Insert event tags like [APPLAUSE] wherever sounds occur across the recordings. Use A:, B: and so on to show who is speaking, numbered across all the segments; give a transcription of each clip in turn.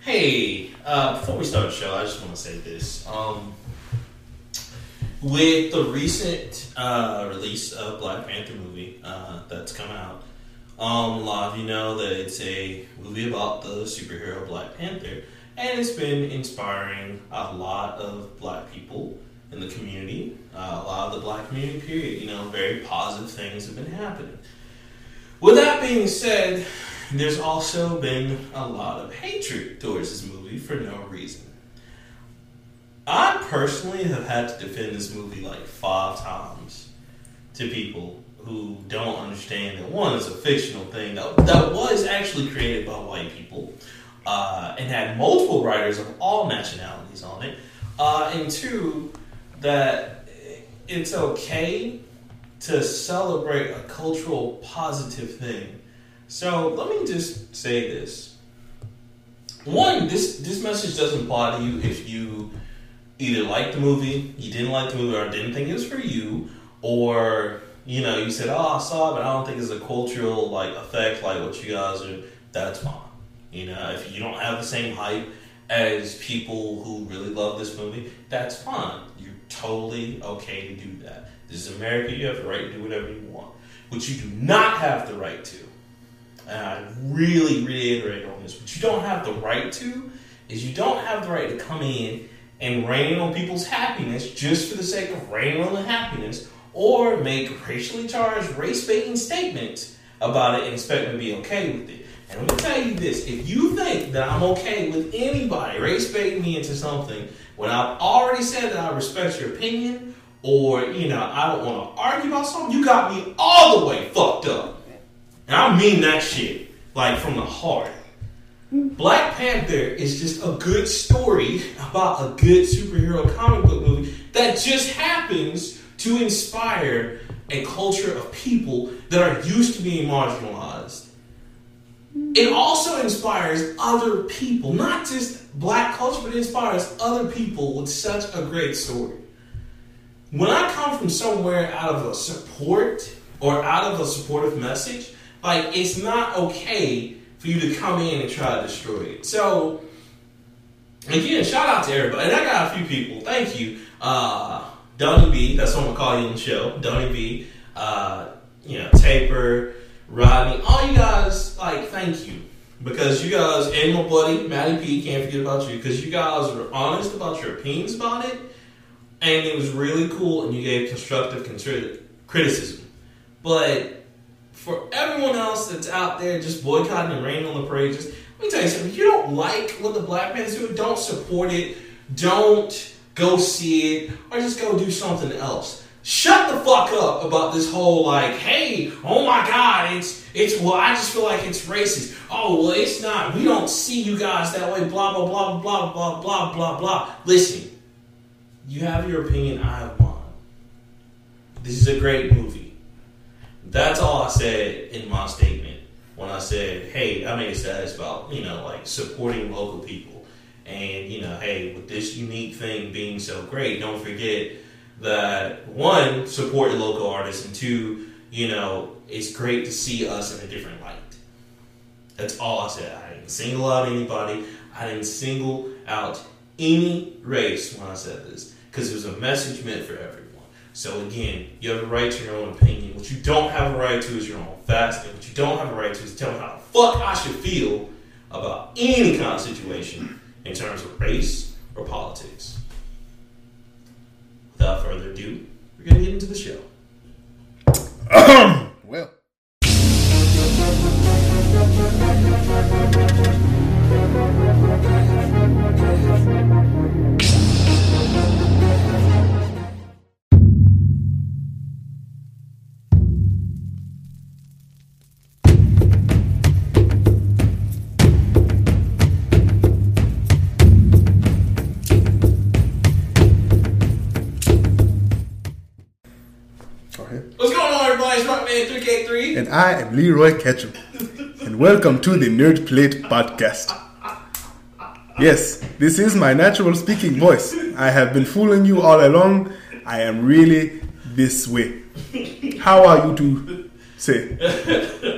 A: Hey, uh, before we start the show, I just want to say this. Um, with the recent uh, release of Black Panther movie uh, that's come out, um, a lot of you know that it's a movie about the superhero Black Panther, and it's been inspiring a lot of Black people in the community, uh, a lot of the Black community. Period. You know, very positive things have been happening. With that being said, there's also been a lot of hatred towards this movie for no reason. I personally have had to defend this movie like five times to people who don't understand that one is a fictional thing that, that was actually created by white people uh, and had multiple writers of all nationalities on it, uh, and two, that it's okay to celebrate a cultural positive thing. So let me just say this. One, this this message doesn't apply to you if you either liked the movie, you didn't like the movie, or didn't think it was for you, or you know you said, "Oh, I saw it, but I don't think it's a cultural like effect like what you guys are." That's fine. You know, if you don't have the same hype as people who really love this movie, that's fine. You're totally okay to do that. This is America. You have the right to do whatever you want, which you do not have the right to and I really reiterate on this, what you don't have the right to is you don't have the right to come in and rain on people's happiness just for the sake of raining on the happiness or make racially charged, race baiting statements about it and expect to be okay with it. And let me tell you this if you think that I'm okay with anybody race baiting me into something when I've already said that I respect your opinion or, you know, I don't want to argue about something, you got me all the way fucked up. And I mean that shit, like from the heart. Black Panther is just a good story about a good superhero comic book movie that just happens to inspire a culture of people that are used to being marginalized. It also inspires other people, not just black culture, but it inspires other people with such a great story when I come from somewhere out of a support or out of a supportive message, like it's not okay for you to come in and try to destroy it. So again, shout out to everybody. And I got a few people. Thank you. Uh Donnie B, that's what I'm gonna call you on the show. Donnie B, uh, you know, Taper, Rodney, all you guys, like, thank you. Because you guys and my buddy, Matty P, can't forget about you, because you guys were honest about your opinions about it and it was really cool and you gave constructive contri- criticism but for everyone else that's out there just boycotting and raining on the parade just let me tell you something if you don't like what the black panthers do don't support it don't go see it or just go do something else shut the fuck up about this whole like hey oh my god it's it's well i just feel like it's racist oh well it's not we don't see you guys that way blah blah blah blah blah blah blah blah listen you have your opinion, I have mine. This is a great movie. That's all I said in my statement when I said, hey, I made a status about, you know, like supporting local people. And, you know, hey, with this unique thing being so great, don't forget that one, support your local artists, and two, you know, it's great to see us in a different light. That's all I said. I didn't single out anybody, I didn't single out any race when I said this because it was a message meant for everyone. So again, you have a right to your own opinion. What you don't have a right to is your own facts, and what you don't have a right to is tell me how the fuck I should feel about any kind of situation in terms of race or politics. Without further ado, we're gonna get into the show.
B: Well, go ahead.
A: What's going on, everybody? It's Rockman 3K3.
B: And I am Leroy Ketchum. And welcome to the Nerd Plate Podcast. Yes, this is my natural speaking voice. I have been fooling you all along. I am really this way. How are you two? Say,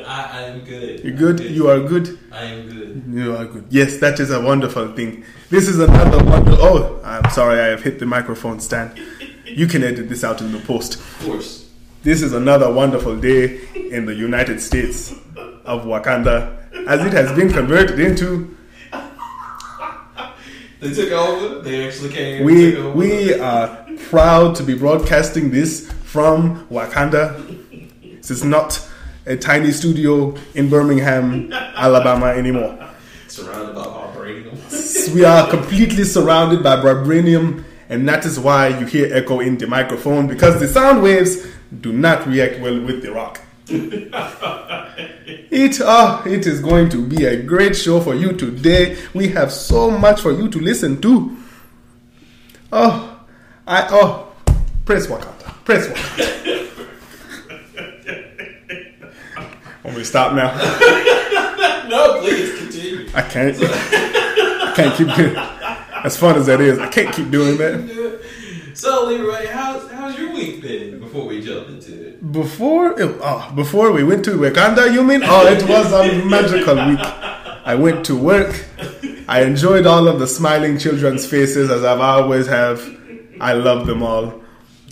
A: I, I'm good.
B: you're good, you are good,
A: I am good.
B: you are good. Yes, that is a wonderful thing. This is another wonder. Oh, I'm sorry, I have hit the microphone stand. You can edit this out in the post.
A: Of course.
B: This is another wonderful day in the United States of Wakanda, as it has been converted into.
A: They took over. They actually came.
B: We
A: took over.
B: we are proud to be broadcasting this from Wakanda. This is not a tiny studio in Birmingham, Alabama anymore.
A: surrounded by vibranium.
B: We are completely surrounded by vibranium, and that is why you hear echo in the microphone because the sound waves do not react well with the rock. [LAUGHS] It ah, it is going to be a great show for you today. We have so much for you to listen to. Oh, I oh, press Wakanda, press [LAUGHS] Wakanda. Want me to stop now?
A: [LAUGHS] no, please continue. [LAUGHS]
B: I can't. I can't keep doing. As fun as that is, I can't keep doing that.
A: So Leroy, how's how's your week been? Before we jump into it,
B: Before oh, before we went to Wakanda, you mean? Oh, it was a magical week. I went to work. I enjoyed all of the smiling children's faces as I've always have. I love them all,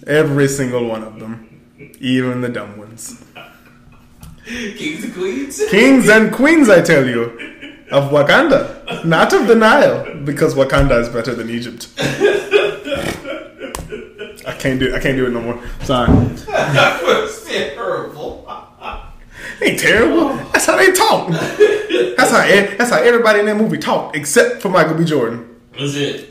B: every single one of them, even the dumb ones.
A: Kings and Queens. [LAUGHS]
B: Kings and queens, I tell you, of Wakanda, not of the Nile, because Wakanda is better than Egypt. I can't do. I can't do it no more. Sorry.
A: that was terrible. [LAUGHS]
B: Ain't terrible. That's how they talk. That's how e, that's how everybody in that movie talk, except for Michael B. Jordan.
A: Was it?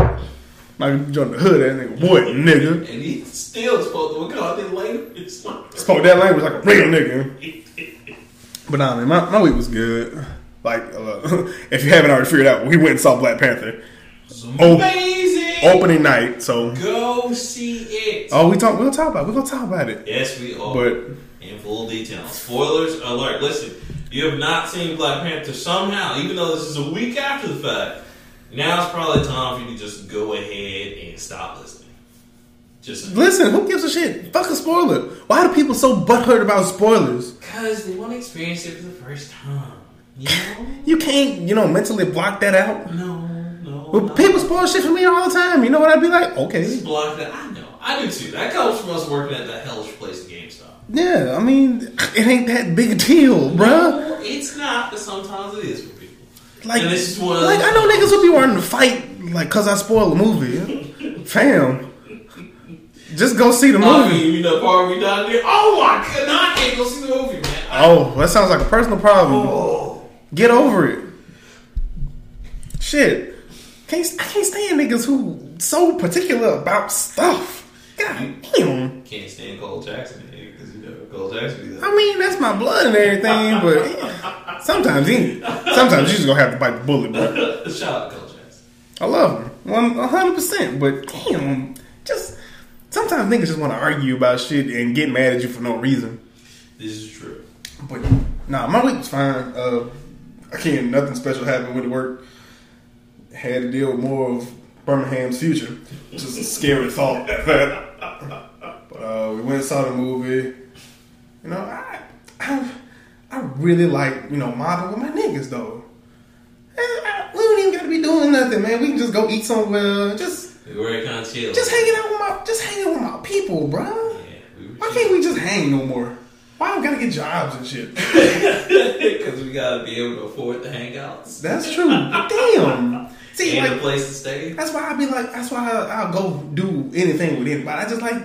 B: Michael B. Jordan, the hood, that nigga, what nigga?
A: And he still spoke the Wakanda language. Spoke
B: Spoke that language like a real nigga. But nah, man, my, my week was good. Like, uh, [LAUGHS] if you haven't already figured out, we went and saw Black Panther Oh.
A: amazing.
B: opening night. So,
A: Go see it.
B: oh, we talk. We'll talk about. It. We're gonna talk about it.
A: Yes, we are.
B: But
A: in full detail. Spoilers alert. Listen, you have not seen Black Panther somehow, even though this is a week after the fact. Now it's probably time for you to just go ahead and stop listening. Just
B: listen, who gives a shit? Fuck a spoiler. Why are people so butthurt about spoilers?
A: because they want to experience it for the first time. You
B: You can't, you know, mentally block that out.
A: know? [LAUGHS] no, no.
B: Well,
A: no.
B: people spoil shit for me all the time. You know what I'd be like? Okay.
A: Just block that. I know. I do too. That comes from us working at that hellish place, GameStop.
B: Yeah, I mean, it ain't that big a deal, bruh.
A: No, it's not, but sometimes it is for people.
B: Like,
A: And this is one of
B: like
A: those-
B: I know niggas would be wanting to fight, like, cause I spoiled the movie. Fam, just go see the
A: I
B: movie.
A: mean, you know, part of me down there. Oh my god, now I can't go see the movie, man. I-
B: Oh, that sounds like a personal problem.
A: oh.
B: Get over it. Shit, can't I can't stand niggas who so particular about stuff. God damn.
A: Can't stand Cole Jackson because you know Cole Jackson be like,
B: I mean, that's my blood and everything, but eh, sometimes you, sometimes you just gonna have to bite the bullet, bro.
A: [LAUGHS] shout out Cole Jackson.
B: I love him, one hundred percent. But damn, just sometimes niggas just want to argue about shit and get mad at you for no reason.
A: This is true.
B: But nah, my week was fine. Uh, I can't. Nothing special happened with work. Had to deal with more of Birmingham's future. Just a scary thought [LAUGHS] at that. But uh, we went and saw the movie. You know, I, I, I really like you know mobbing with my niggas though. And I- we don't even gotta be doing nothing, man. We can just go eat somewhere. Just
A: We were kind of chill.
B: just hanging out with my just hanging with my people, bruh.
A: Yeah, we were
B: Why can't we just hang no more? Why we gotta get jobs and shit?
A: [LAUGHS]
B: [LAUGHS]
A: Because we gotta be able to afford the hangouts
B: That's true. Damn. [LAUGHS] See,
A: and a
B: like
A: place to stay.
B: that's why I be like, that's why I, I'll go do anything with anybody. I just like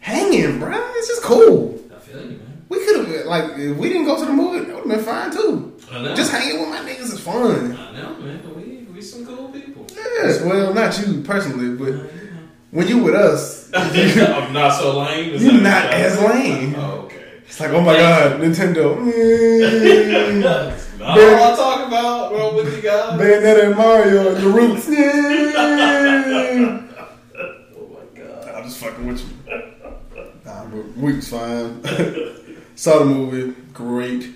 B: hanging, bruh. It's just cool.
A: I feel you, man.
B: We could have like if we didn't go to the movie, that would have been fine too.
A: I know.
B: Just hanging with my niggas is fun.
A: I know, man. We we some cool people.
B: Yes, well, not you personally,
A: I
B: but
A: know.
B: when you with us,
A: [LAUGHS] I'm not so lame. as
B: You're
A: I
B: not
A: thought.
B: as lame.
A: Oh,
B: [LAUGHS]
A: okay.
B: it's like, oh my god, Nintendo, mm,
A: That's not all I talk about. Well, with you guys.
B: Bayonetta and Mario and the Roots. mm.
A: Oh my god.
B: I'm just fucking with you. [LAUGHS] Nah, but week's fine. [LAUGHS] Saw the movie, great.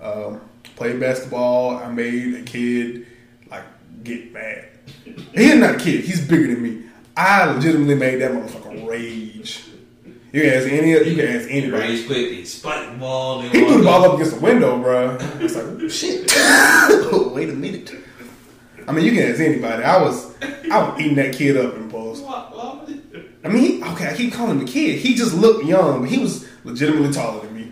B: Um, played basketball. I made a kid like get mad. He's not a kid. He's bigger than me. I legitimately made that motherfucker rage. You can ask any. You can ask anybody.
A: Rage quit, he spiked the ball. They
B: He
A: walked
B: threw the ball
A: up.
B: up against the window, bro. It's like oh, shit. [LAUGHS] Oh, Wait a minute. I mean, you can ask anybody. I was, I was eating that kid up in post.
A: Why- why would he-
B: I mean, he, okay, I keep calling him a kid. He just looked young, but he was legitimately taller than me.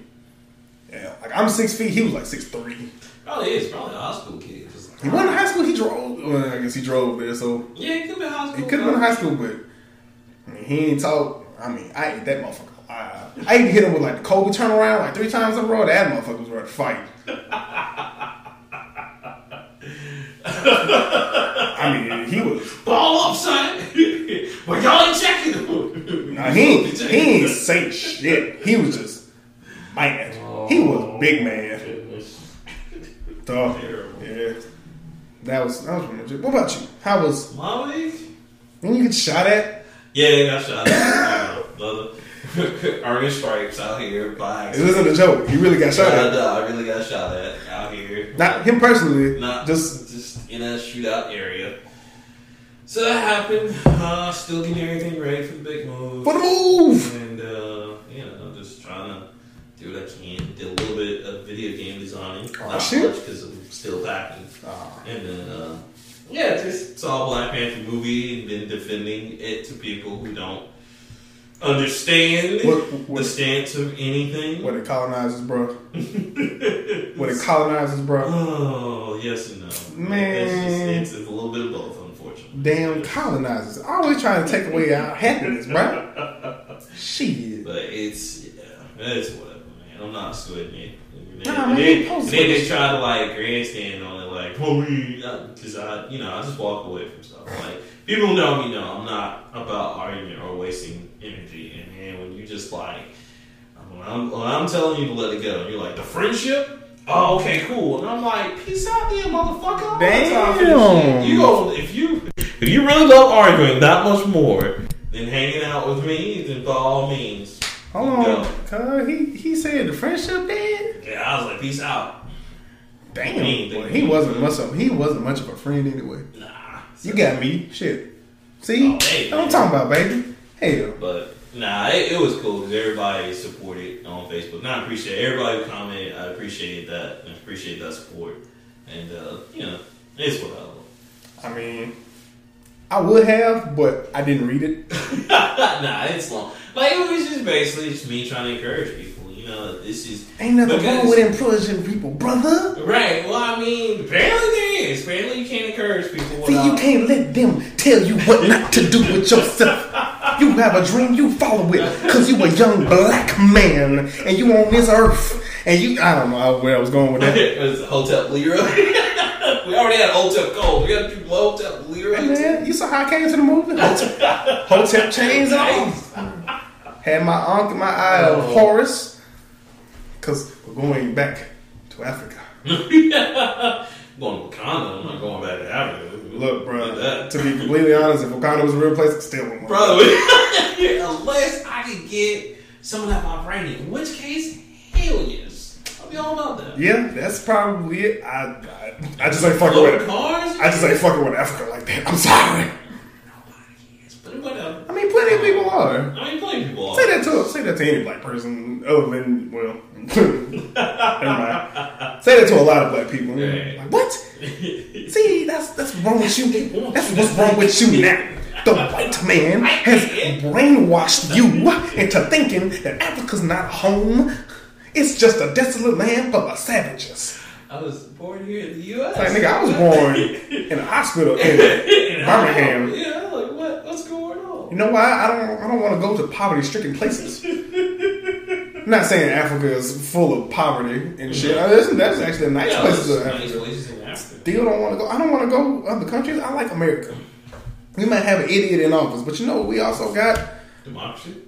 B: Yeah, like I'm six feet. He was like six three.
A: Probably is. Probably a high school kid. Just
B: He went to high school. He drove. Well, I guess he drove there, so
A: yeah, he could be high
B: he
A: school.
B: could have been high school, but I mean, he ain't talk. I mean, I ate that motherfucker. alive. I even hit him with like the Kobe turnaround like three times in a row. That motherfucker was ready to fight. I mean, he was.
A: Ball up, son. [LAUGHS] but y'all ain't checking him.
B: Nah, he ain't, he ain't say shit. He was just mad. He was big man. Dog.
A: Terrible.
B: Yeah. That was that was pretty much it. What about you? How was
A: My week?
B: when you get shot at?
A: Yeah, they got shot. Uh, the [LAUGHS] Earning stripes out here by
B: It
A: accident.
B: wasn't a joke. He really got shot
A: Uh,
B: at.
A: no, I really got shot at out here.
B: Not him personally.
A: Not
B: Just
A: just just in a shootout area. So that happened. Uh, still getting everything ready for the big move.
B: for the move.
A: And uh, you know, just trying to do what I can. Did a little bit of video game designing.
B: Aw,
A: Not
B: shit.
A: much because I'm still packing.
B: Ah,
A: And then, uh, yeah, just saw a Black Panther movie and been defending it to people who don't understand
B: What- what-
A: the stance of anything.
B: what it colonizes, bro. What it colonizes, bro.
A: [LAUGHS] oh, yes and no.
B: Man.
A: It's, just, it's a little bit of both, unfortunately.
B: Damn colonizers. Always trying to take away our happiness, bro. Shit.
A: But it's, yeah, it's whatever, man. I'm not sweating it. And
B: Nah,
A: then-
B: man,
A: and
B: you don't
A: then
B: sweat.
A: they try to like grandstand on it, like police, because I, you know, I just walk away from stuff. Like people who know me know I'm not about arguing or wasting energy. And man, when you just like, when I'm, when I'm telling you to let it go, and you're like the friendship. Oh, okay, cool. And I'm like, peace out, there, motherfucker. I'm not time for this
B: Damn.
A: shit. You go if you if you really love arguing that much more than hanging out with me, then by all means,
B: Hold
A: go.
B: on. Cuz he, he said the friendship dead?
A: Yeah, I was like, peace out.
B: Damn.
A: Mean,
B: Boy,
A: dude.
B: he wasn't much of he wasn't much of a friend anyway.
A: Nah.
B: You got me. Shit. See?
A: Oh, hey,
B: That's what I'm
A: man.
B: talking about, baby. Hell.
A: But nah, it, it was cool because everybody supported on Facebook. And I appreciate everybody who commented. I appreciate that. and I appreciate that support. And uh, you know, it's what I love.
B: I mean, I would have, but I didn't read it.
A: [LAUGHS] nah, it's long. Like it was just basically just me trying to encourage people. You know, this is
B: Ain't nothing
A: Because-
B: wrong with encouraging people, brother.
A: right. Well, I mean, apparently there is. Apparently you can't encourage people.
B: See, you
A: Without,
B: can't let them tell you what not to do with yourself. You have a dream, you follow it, cause you a young black man, and you on this earth, and you, I don't know where I was going with that.
A: [LAUGHS] it was Hotel Leroy. [LAUGHS] we already had Hotel Gold. We got to do Hotel Leroy.
B: Hey, man, you saw how I came to the movie? Hotel, hotel chains and all. Had my uncle, my eye of Horus, cause we're going back to Africa.
A: going to Wakanda. I'm not going back to Africa.
B: Look,
A: Like
B: bro,
A: that.
B: to be completely honest, if Wakanda was a real place, I still would
A: Bro, [LAUGHS] unless I can get some of that vibranium, in which case, hell yes. I'll be all about that.
B: Yeah, that's probably it. I, I, I just ain't fucking
A: Little
B: with it.
A: cars?
B: I just ain't fucking with Africa like that. I'm sorry.
A: Nobody is, but whatever.
B: I mean, plenty of people are.
A: I mean, plenty of people are.
B: Say that to say that to any black person other than [LAUGHS] well, never mind. Say that to a lot of black people.
A: Yeah.
B: Like, [LAUGHS] what? See, that's that's wrong with you. That's what's wrong with you now. The white man has brainwashed you into thinking that Africa's not home. It's just a desolate land full of savages.
A: I was born here in the U.S.
B: Like, nigga, I was born in a hospital [LAUGHS] in
A: And I-
B: Birmingham.
A: Yeah, like, what? what's going on?
B: You know why? I don't. I don't want to go to poverty-stricken places. I'm not saying Africa is full of poverty and shit. Uh, That's, that's actually a nice
A: Yeah,
B: place
A: there's
B: to
A: nice
B: Africa.
A: places in Africa.
B: Still don't want to go. I don't want to go other countries. I like America. We might have an idiot in office, but you know we also got
A: Democracy?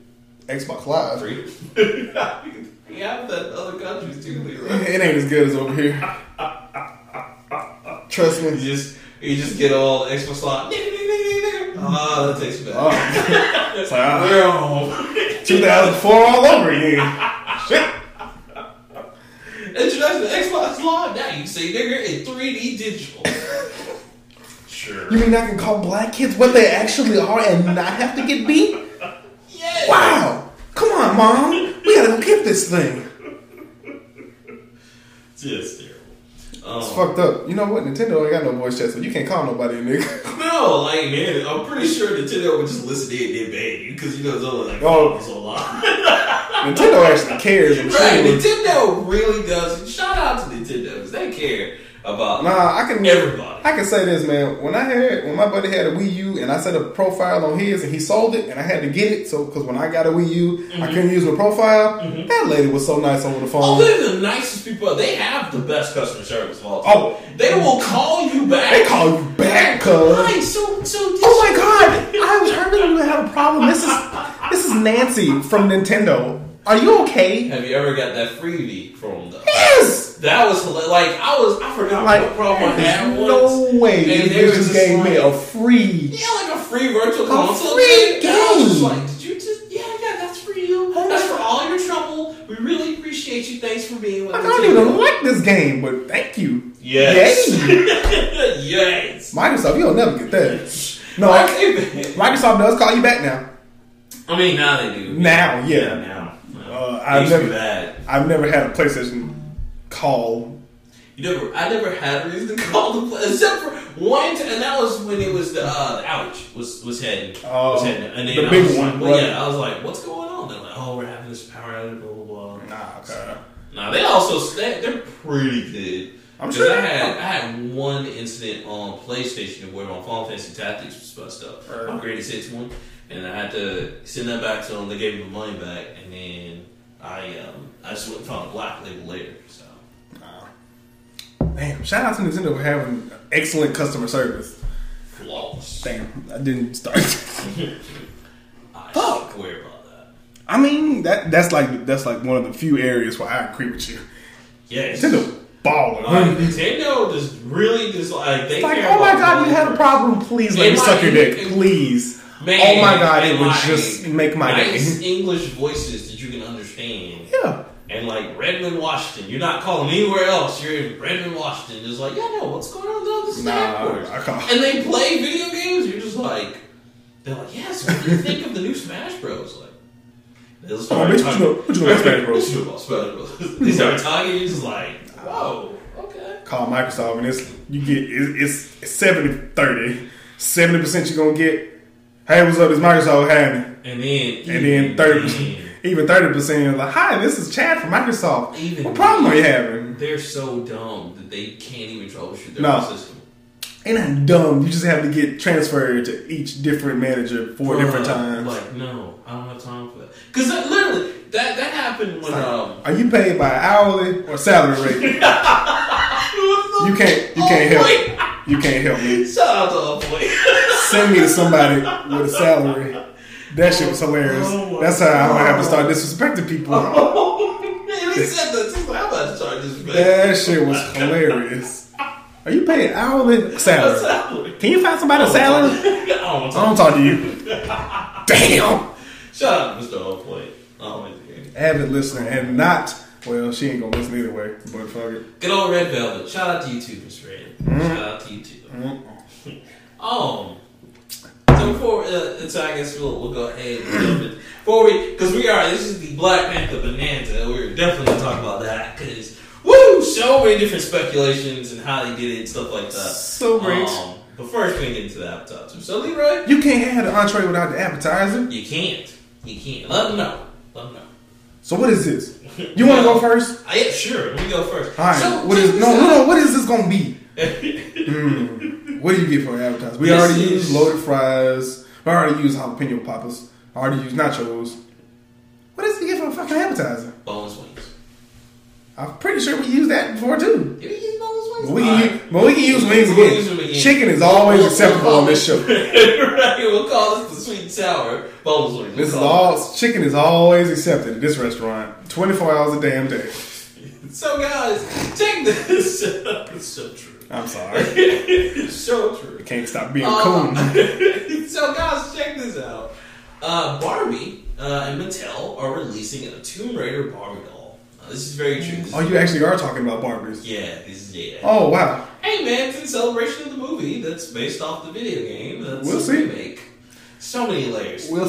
B: Xbox
A: [LAUGHS]
B: Live.
A: Freedom? we have that in other countries too, Leroy.
B: It ain't as good as over here. Trust
A: [LAUGHS] You
B: me.
A: just you just get all extra slot. [LAUGHS] Ah, that takes me back.
B: Oh, it's like, ah.
A: We're home. [LAUGHS]
B: 2004 all over again.
A: Introduction to Xbox Live. Now you see nigger in 3D digital. sure.
B: You mean I can call black kids what they actually are and not have to get beat?
A: Yes.
B: Wow! Come on, on, Mom. We gotta go get this thing.
A: Just terrible. Um,
B: It's fucked up. You know what? Nintendo ain't got no voice chat, so you can't call nobody
A: [LAUGHS]
B: a nigga.
A: No, like man, I'm pretty sure Nintendo would just listen in and ban you because you know it's only like
B: Oh.
A: oh, it's a
B: [LAUGHS]
A: lot.
B: Nintendo actually cares. I'm
A: right?
B: sure.
A: Nintendo really does. Shout out to Nintendo because they care about
B: Nah, I can
A: everybody.
B: I can say this, man. When I had when my buddy had a Wii U and I set a profile on his and he sold it and I had to get it, so because when I got a Wii U, I couldn't use my profile. That lady was so nice over the phone.
A: Mm-hmm. Oh, they're the nicest people. They have the best customer service of all time.
B: Oh.
A: they will call you back.
B: They call you back, cuz.
A: Right, so so. Did
B: Oh my god! I was heard that you had a problem. This is this is Nancy from Nintendo. Are you okay?
A: Have you ever got that freebie from them?
B: Yes.
A: That was hila- like I was. I forgot
B: Like,
A: what problem I had
B: no
A: once.
B: way.
A: And
B: This
A: they were
B: bitch
A: just
B: just gave me a
A: like-
B: free.
A: Yeah, like a free virtual console.
B: free
A: game. And I was just
B: game.
A: like, did you just? Yeah, yeah, that's for you. That's for all your trouble. We really appreciate you. Thanks for being with
B: Like, I
A: us.
B: don't even like this game, but thank you.
A: Yes.
B: Yay.
A: [LAUGHS] yes.
B: Microsoft, you'll never get that. No,
A: I,
B: I- Microsoft does call you back now.
A: I mean, now they do.
B: Now, yeah.
A: now.
B: Uh,
A: I
B: I've
A: used to be
B: never-
A: bad.
B: I've never had a PlayStation call.
A: You never, I never had a reason to call the play, except for one, t- and that was when it was the, uh, the outage was was heading,
B: Oh,
A: was heading, and then
B: the
A: I
B: big
A: was
B: one,
A: Like, well,
B: right.
A: yeah, I was like, what's going on? They're like, oh, we're having this power outage, blah blah blah.
B: Nah, okay.
A: Now they also they, they're pretty good.
B: I'm
A: Because
B: sure
A: I
B: they
A: had
B: are.
A: I had one incident on PlayStation where my Final Fantasy Tactics was bust up.
B: Right.
A: My greatest hits one, and I had to send that back to them. They gave me my money back, and then I um I just went and found a black label later. So
B: Damn, shout out to Nintendo for having excellent customer service.
A: flawless.
B: Damn, I didn't start. [LAUGHS]
A: I
B: Fuck.
A: swear about that.
B: I mean, that that's like that's like one of the few areas where I agree with you.
A: Yes.
B: Nintendo baller.
A: Like, Nintendo just really just like they
B: It's like,
A: care
B: oh my
A: about
B: god,
A: the
B: you had a
A: world.
B: problem. Please let
A: And
B: me suck
A: my-
B: your dick, please.
A: Man,
B: Oh my God, it
A: and
B: would
A: like,
B: just make my day. [LAUGHS]
A: nice English voices that you can understand.
B: Yeah,
A: And like Redmond, Washington, you're not calling anywhere else. You're in Redmond, Washington. Just like, yeah, no, what's going on down this is the
B: Nah,
A: headquarters?
B: I call-
A: And they play video games. You're just like, they're like, yes, what do you think of the new Smash Bros? Like,
B: Oh,
A: they'll start
B: bitch,
A: talking-
B: what you know- what you know about Smash Bros?
A: What you know about Smash Bros? [LAUGHS] they start talking. You're just like, whoa, okay.
B: call Microsoft and it's you get it- it's, it's 70 30 70 percent you're gonna get. Hey, what's up? It's Microsoft having.
A: And then,
B: And then thirty, even thirty percent, you're like, "Hi, this is Chad from Microsoft.
A: Even-
B: what problem are you having?"
A: They're so dumb that they can't even troubleshoot their
B: No.
A: own system.
B: Ain't that dumb? You just have to get transferred to each different manager four
A: Bruh,
B: different times.
A: Like, no, I don't have time for that. Because that, literally, that that happened when um.
B: are you paid by hourly or salary rate?
A: [LAUGHS]
B: you can't, you can't
A: Oh,
B: help, you can't help me.
A: Shout out to Old Boy. [LAUGHS]
B: Send me to somebody with a salary. That shit was hilarious.
A: Oh my
B: That's how I don't have to start disrespecting people.
A: and he said that. He's like, I'm about to charge this [LAUGHS] man.
B: That shit was hilarious. Are you paid hourly salary?
A: Salary.
B: Can you find somebody a salary?
A: [LAUGHS] I don't want
B: I don't talk to you. Damn.
A: to- Shout out to Mr. Old Boy. Always here.
B: Avid listener and not well, she ain't gonna listen either way. But fuck it.
A: Good old Red Velvet. Shout out to you too, Mr. Red.
B: Mm-hmm.
A: Shout out to you too. [LAUGHS] um. So before, uh, so I guess we'll, we'll go ahead and jump in. Before we, because we are, this is the Black Panther Bonanza. We're definitely gonna talk about that because woo, so many different speculations and how they did it and stuff like that.
B: So great.
A: Uh, Um, but first, we get into the appetizer. So Leroy,
B: You can't have the entree without the appetizer.
A: you can't, you can't. Let them know. Let them know.
B: So what is this? You wanna go first?
A: I yeah, sure. Let me go first.
B: Alright.
A: So,
B: what is
A: check
B: no
A: this
B: no
A: out.
B: no what is this
A: [LAUGHS]
B: gonna be? Mm. What do you get for an appetizer? We
A: This
B: already
A: is-
B: used loaded fries. I already used jalapeno poppers. I already used nachos. What does he get for a fucking appetizer?
A: Boneless wings.
B: I'm pretty sure we used that before too.
A: Did we use boneless wings?
B: But we, can
A: Alright.
B: use, but we can use wings
A: We'll
B: again.
A: use them again.
B: Chicken is always
A: We'll-
B: acceptable
A: we'll call
B: on this
A: it- [LAUGHS]
B: show.
A: [LAUGHS] right, we'll call this the sweet and sour boneless wings.
B: This is
A: We'll call
B: all chicken is always accepted at this restaurant. Twenty four hours a damn day.
A: it. So guys, check this. [LAUGHS] out. it's so true.
B: I'm sorry. [LAUGHS]
A: it's so true. [LAUGHS]
B: Can't stop being
A: Um,
B: cool.
A: so guys, check this out. Uh, Barbie uh, and Mattel are releasing a Tomb Raider Barbie doll. Now, this is very true. This is-
B: Oh, you actually are talking about Barbies.
A: yeah, this is yeah.
B: Oh wow.
A: Hey man, it's in celebration of the movie that's based off the video game. That's
B: We'll
A: a
B: see.
A: Remake. So many layers.
B: We'll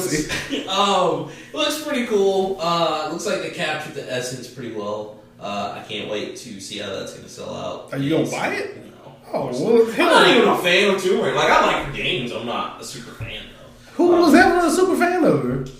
A: [LAUGHS]
B: see.
A: um, it looks pretty cool. Uh, it looks like they captured the essence pretty well. Uh, I can't wait to see how that's gonna sell out.
B: Are you gonna buy it?
A: No.
B: Oh, well,
A: I'm not even
B: hell.
A: a fan of Tomb Raider. Like I like the games, I'm not a super fan though.
B: Who was ever a super fan of her?
A: [SIGHS]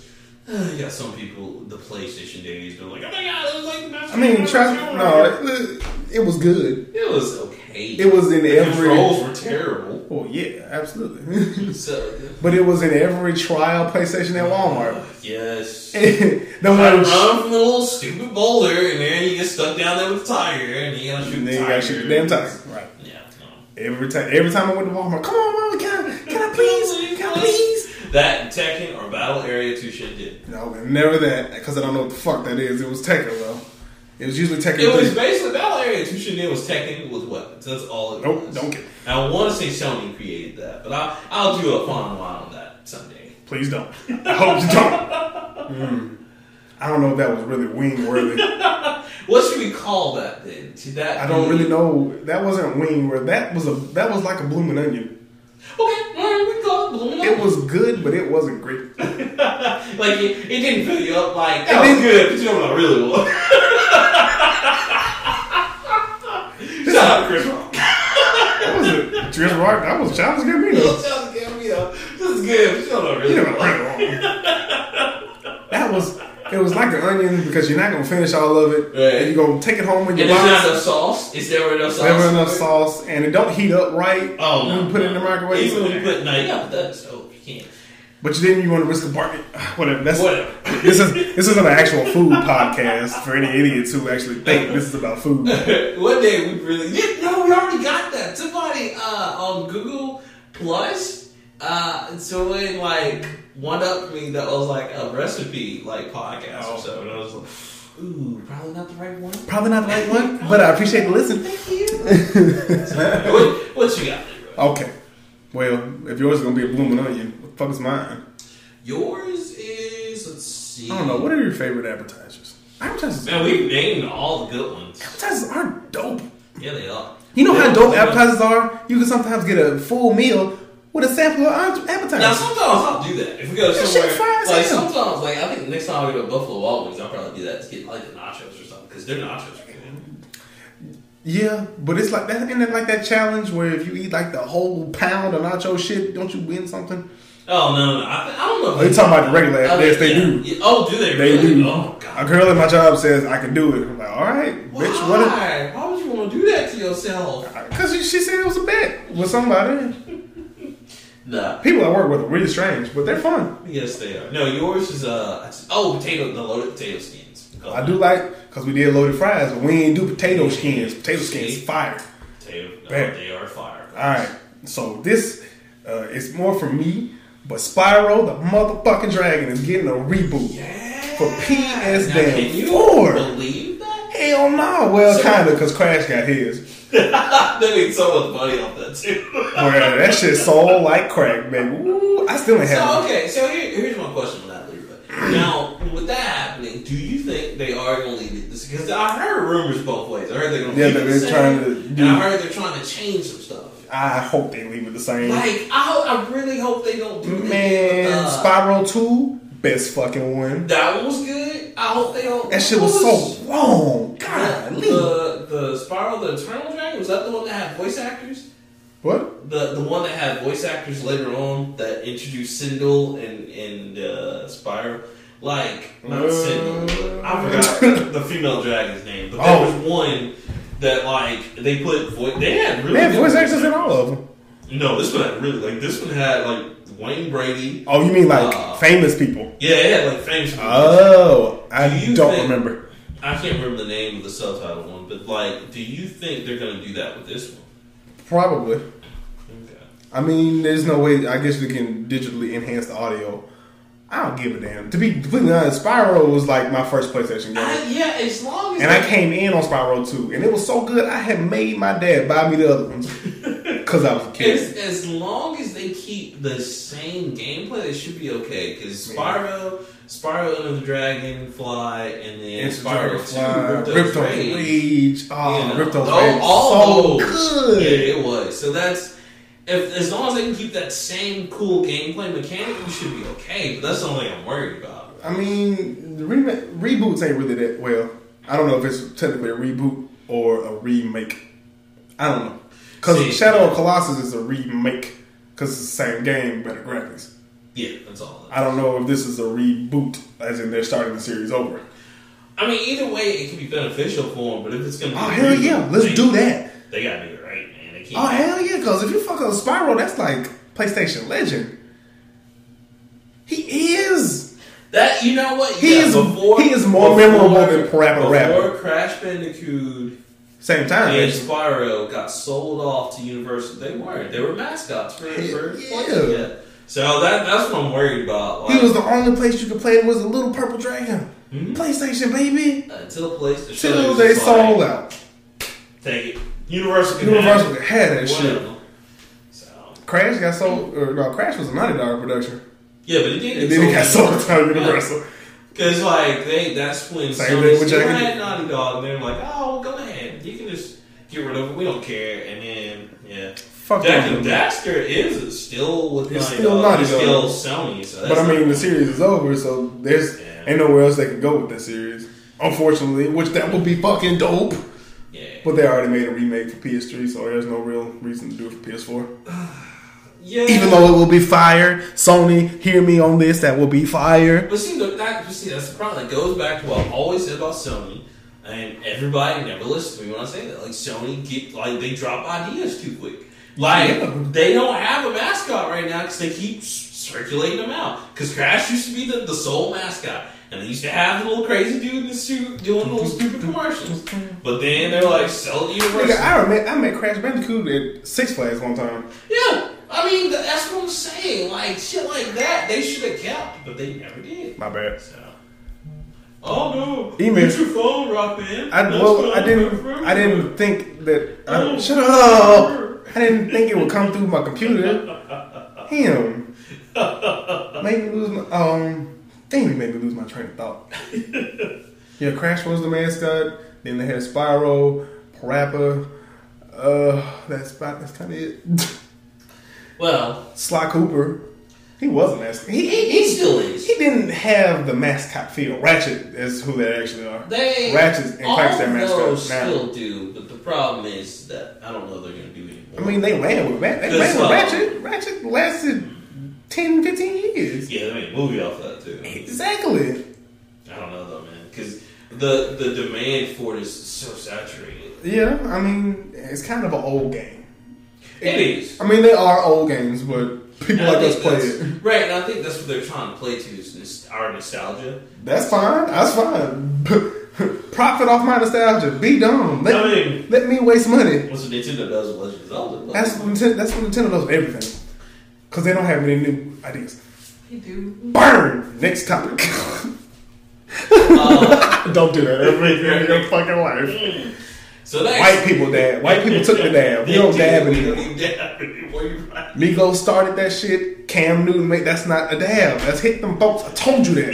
A: Uh, yeah, some people the PlayStation days they're like, oh my god, it was like the master.
B: I mean,
A: Race
B: trust
A: Tomb
B: no,
A: Raider."
B: it, it was good.
A: it was okay.
B: It was in
A: the
B: every.
A: controls were terrible.
B: Well, yeah, absolutely. [LAUGHS]
A: So
B: but it was in every trial PlayStation at Walmart. [LAUGHS]
A: yes.
B: the
A: I
B: one.
A: run from the little stupid boulder, and then you get stuck down there with a tiger, and you gotta shoot
B: And
A: the
B: then you
A: tiger.
B: gotta shoot the damn tiger. Right.
A: Yeah, no.
B: Every time, every time I went to Walmart, come on, mama, can I, can I please, can I please?
A: That and Tekken or Battle Area 2 shit did.
B: No, never that, because I don't know what the fuck that is. It was Tekken, though. It was usually Tekken.
A: It was
B: three.
A: basically Battle Area 2 shit did was Tekken with weapons. That's all it
B: Nope,
A: was.
B: don't get.
A: And I want to say Sony created that, but I'll, I'll do a fun one on that someday.
B: Please don't. I hope you don't. Mm. I don't know if that was really wing worthy.
A: What should we call that then? Should that
B: I don't
A: be-
B: really know. That wasn't wing worthy. That was a that was like a blooming onion.
A: Okay, all right, we can call it Blooming
B: It was good, but it wasn't great.
A: like it, it didn't fill you up. Like oh. that
B: It
A: was good, but you know what I really want. [LAUGHS] [LAUGHS] Shout out to Chris Rock.
B: [LAUGHS] That was a Chris Rock. That was Childish Gambino.
A: Shout out to Gambino. This is good, but you know what I
B: You
A: really
B: never
A: want.
B: heard it wrong. That was. It was like an onion because you're not gonna finish all of it,
A: Right.
B: and you're gonna take it home with
A: And
B: your
A: there's not
B: box.
A: enough sauce. Is there enough sauce?
B: There was enough sauce, and it don't heat up right.
A: Oh
B: when
A: no!
B: you put it in the microwave.
A: Even when you put no, you gotta put that in the stove. oh, You can't.
B: But you didn't. You want to risk a bargain? [SIGHS] Whatever. That's
A: Whatever.
B: [LAUGHS] this is this isn't an actual food podcast for any idiots who actually think this is about food.
A: [LAUGHS] One day we really yeah, no, we already got that. Somebody uh, on Google Plus, uh, someone like one up me that was like a recipe like podcast
B: Oh.
A: or so, and I was like, ooh, probably not the right one.
B: Probably not the right one, but I appreciate the listen.
A: [LAUGHS] Thank you. what, what you got? there, bro?
B: Okay. Well, if yours is gonna be a blooming onion, what the fuck is mine?
A: Yours is let's see.
B: I don't know. What are your favorite advertisers? Advertisers,
A: Man, we've named all the good ones.
B: advertisers are dope.
A: Yeah, they are.
B: You know how
A: Yeah,
B: dope
A: yeah.
B: advertisers are. You can sometimes get a full meal with a sample of ad-
A: Now
B: advertisers.
A: sometimes I'll do that if we go
B: That shit's
A: somewhere.
B: fire as
A: Like
B: hell.
A: sometimes, like I think next time we go to Buffalo Wild Wings, I'll probably do that to get like the nachos or something because their nachos are good.
B: Yeah, but it's like that. Isn't it like that challenge where if you eat like the whole pound of nacho shit, don't you win something?
A: Oh no, no, no. I, I don't know.
B: Oh, you're talking about the regular
A: I
B: ad-
A: think-
B: yes, they
A: yeah.
B: do.
A: Yeah. Oh, do they?
B: They
A: really?
B: do.
A: Oh god.
B: A girl at my job says I can do it. I'm like, all right,
A: Why?
B: bitch, what? A-
A: Why would you want to do that to yourself?
B: Cause she- she said it was a bet with somebody.
A: Nah.
B: People I work with are really strange, but they're fun.
A: Yes, they are. No, yours is uh. Oh, potato. The loaded potato skins. We call
B: I
A: them
B: do like because we did loaded fries, but we ain't do potato skins. Potato skins fire.
A: Potato. No,
B: Man.
A: they are fire.
B: All right, so this uh, is more for me, but Spyro the motherfucking dragon is getting a reboot for PS
A: Now, can
B: damn
A: you
B: four.
A: believe that? [LAUGHS]
B: Hell no, well
A: So-
B: kinda, cause Crash got his.
A: they made so much money off that too.
B: Well, that shit sold like crack, baby. Ooh, I still ain't
A: so
B: have it.
A: okay, so here, here's my question on that, Leroy. Now, with that happening, do you think they are going to leave it this? Because I heard rumors both ways. I heard they're going to
B: Yeah,
A: leave it
B: that
A: the
B: they're
A: same,
B: trying to do-
A: and I heard they're trying to change some stuff.
B: I hope they leave it the same.
A: Like, I, ho- I really hope they don't do that.
B: Man,
A: Uh,
B: Spyro two, best fucking one.
A: that one was good. I hope they don't.
B: That shit was so long. God,
A: The the Spiral the Eternal Dragon was that the one that had voice actors?
B: what?
A: The the one that had voice actors later on that introduced Sindel and and uh, Spyro, like not
B: Uh,
A: Sindel, but I
B: [LAUGHS]
A: forgot the female dragon's name. But there
B: Oh.
A: was one that like they put voice. They had really
B: They have
A: good
B: voice actors in all of them.
A: No, this one had really like this one had like Wayne Brady.
B: Oh, you mean like
A: Uh,
B: famous people?
A: Yeah, it had like
B: Uh.
A: famous. people.
B: Oh, I
A: Do you
B: don't
A: think-
B: remember.
A: I can't remember the name of the subtitle one, but like, do you think they're gonna do that with this one?
B: Probably.
A: Okay.
B: I mean, there's no way. I guess we can digitally enhance the audio. I don't give a damn. To be completely honest, Spyro was like my first PlayStation game,
A: I, yeah, as long as
B: and
A: they-
B: I came in on Spyro 2, and it was so good. I had made my dad buy me the other ones
A: [LAUGHS]
B: because I was a
A: As,
B: kid.
A: as long as they keep the same gameplay, it should be okay. Because
B: Yeah.
A: Spyro, Spyro Under the Dragon, Fly, and then
B: It's
A: Spyro
B: Dragonfly,
A: 2,
B: Ripto
A: Rage,
B: Rage, oh,
A: you know,
B: Ripto
A: all-
B: Rage,
A: all
B: so
A: those.
B: good.
A: Yeah, it was. So that's If as long as they can keep that same cool gameplay mechanic, we should be okay. But that's the only thing I'm worried about.
B: I mean, the rema reboots ain't really that well. I don't know if it's technically a reboot or a remake. I don't know.
A: See-
B: Because Shadow of Colossus is a remake because it's the same game, better graphics.
A: Yeah, that's all.
B: I don't know if this is a reboot, as in they're starting the series over.
A: I mean, either way, it could be beneficial for them. But if it's gonna, be
B: Oh,
A: a
B: hell
A: reboot,
B: yeah, let's
A: they-
B: do that.
A: They gotta do it right, man. They can't.
B: Oh, hell yeah, because if you fuck up Spyro, that's like PlayStation Legend. He is.
A: That you know what?
B: He is- he is more memorable than Parappa
A: Before
B: Rapper.
A: Crash Bandicoot
B: Same time.
A: and Spyro got sold off to Universal, they weren't. They were mascots for for
B: Yeah.
A: yeah. So that that's what I'm worried about.
B: He
A: Like,
B: was the only place you could play was the little purple dragon.
A: Mhm.
B: PlayStation, baby.
A: until PlayStation
B: Till
A: was
B: they
A: like,
B: sold out.
A: Take it. Universal. Can
B: Universal
A: have it.
B: had that shit.
A: Whatever. So
B: Crash got sold. Or, no, Crash was a Naughty Dog production,
A: yeah, but it did.
B: and then it got sold to
A: Yeah.
B: Universal.
A: Because like they, that's when
B: Same
A: Sony
B: thing with
A: still
B: Jagged
A: had
B: Edge.
A: Naughty Dog, and they're like, "Oh, go ahead, you can just get rid of it. We don't care." And then yeah,
B: Fuck
A: Jack
B: them.
A: and Daxter is still with
B: It's
A: Naughty
B: still
A: Dog.
B: Naughty
A: it's
B: Dog.
A: still Sony. So that's
B: But I mean, the
A: not-
B: series is over, so there's
A: Yeah.
B: ain't nowhere else they could go with that series. Unfortunately, which that would be fucking dope.
A: yeah,
B: But they already made a remake for PS3, so there's no real reason to do it for PS4.
A: yeah.
B: Even though it will be fire, Sony, hear me on this. That will be fire.
A: but see, look, that but see, that's the problem. It goes back to what I always said about Sony, and everybody never listens to me when I say that. Like Sony, get like they drop ideas too quick. Like
B: Yeah.
A: they don't have a mascot right now because they keep s- circulating them out. Because Crash used to be the, the sole mascot, and they used to have the little crazy dude in the suit doing little stupid commercials. But then they're like, sell the universe.
B: Nigga, I met I met Crash Bandicoot at Six Flags one time.
A: Yeah, I mean th- that's what I'm saying. Like shit like that, they should have kept, but they never did.
B: My bad.
A: So, oh no,
B: Email.
A: Get your phone, Rockman.
B: I
A: That's
B: well,
A: what
B: I
A: I'm
B: didn't
A: referring
B: I
A: to.
B: didn't think that. I,
A: Oh.
B: shut up! I didn't think it would come through my computer. Damn, made me lose my um. Damn, you made me lose my train
A: [LAUGHS]
B: of thought. yeah, Crash was the mascot. Then they had Spyro, Parappa. Uh, that's about that's kind of it. [LAUGHS]
A: Well,
B: Sly Cooper. He was a mascot. He, he,
A: he still is.
B: he didn't have the mascot feel. Ratchet is who they actually are.
A: They
B: Ratchet and
A: all
B: Clank's their
A: those
B: mascots now.
A: still do, but the problem is that I don't know they're gonna do
B: I
A: anymore.
B: mean, they ran with Ratchet. They
A: That's
B: ran with
A: all.
B: Ratchet. Ratchet lasted 10, 15 years.
A: yeah, they made a movie off that too.
B: Exactly.
A: I don't know though, man, because the the demand for it is so saturated.
B: Yeah, I mean, it's kind of an old game.
A: It is.
B: I mean, they are old games, but people
A: And I
B: like us
A: think
B: play
A: that's-
B: it.
A: Right, and I think that's what they're trying to play to is nos- our nostalgia.
B: That's fine. That's fine. [LAUGHS] Profit off my nostalgia. Be dumb. Let,
A: I mean-
B: let me waste money.
A: What's what Nintendo does with Legend of Zelda. Like,
B: That's what Nintendo, that's what Nintendo knows everything. Because they don't have any new ideas.
A: they do.
B: Burn! Next topic.
A: Uh,
B: [LAUGHS] don't do that every day in your fucking life.
A: so next,
B: White people dab. White people took the dab. We don't dab
A: We don't
B: anymore.
A: even dab anymore. You're right.
B: Migos started that shit. Cam Newton made that's not a dab. That's hit them folks. I told you that.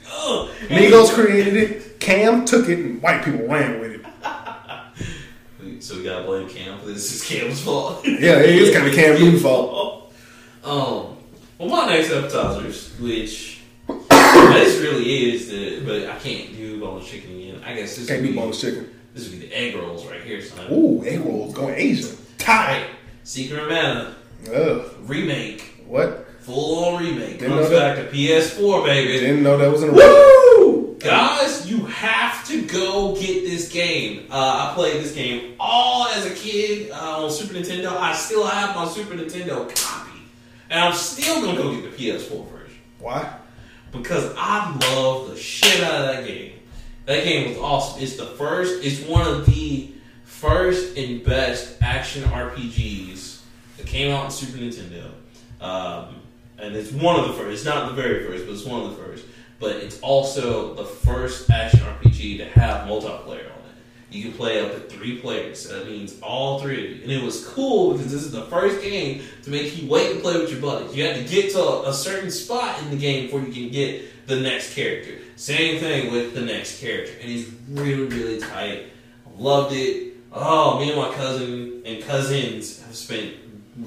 B: [LAUGHS]
A: [LAUGHS] Ugh.
B: Migos created it. Cam took it, and white people ran with it.
A: So we gotta blame Cam for this. It's Cam's fault.
B: [LAUGHS] Yeah, it is kinda Cam
A: [LAUGHS]
B: Newton's
A: fault. Um, well, my next appetizers, which this really is the, but I can't do boneless chicken again. I guess this
B: Can't
A: would
B: do
A: be
B: boneless chicken.
A: This would be the egg rolls right here, son.
B: Ooh, egg rolls going Asia.
A: Alright,
B: Thai.
A: Secret of Mana
B: Ugh.
A: remake,
B: What?
A: full on remake
B: Didn't
A: comes
B: know that.
A: back to PS4, baby.
B: Didn't know that was in a row.
A: Woo! Guys, you have to go get this game. Uh, I played this game all as a kid uh, on Super Nintendo. I still have my Super Nintendo copy, and I'm still gonna go get the PS4 version
B: Why?
A: because I love the shit out of that game. That game was awesome. It's the first. It's one of the first and best action RPGs that came out on Super Nintendo, um, and it's one of the first. It's not the very first, but it's one of the first. But it's also the first action RPG to have multiplayer on it. You can play up to three players. So that means all three of you. And it was cool because this is the first game to make you wait and play with your buddies. You had to get to a, a certain spot in the game before you can get the next character. Same thing with the next character. And it's really, really tight. Loved it. Oh, me and my cousin and cousins have spent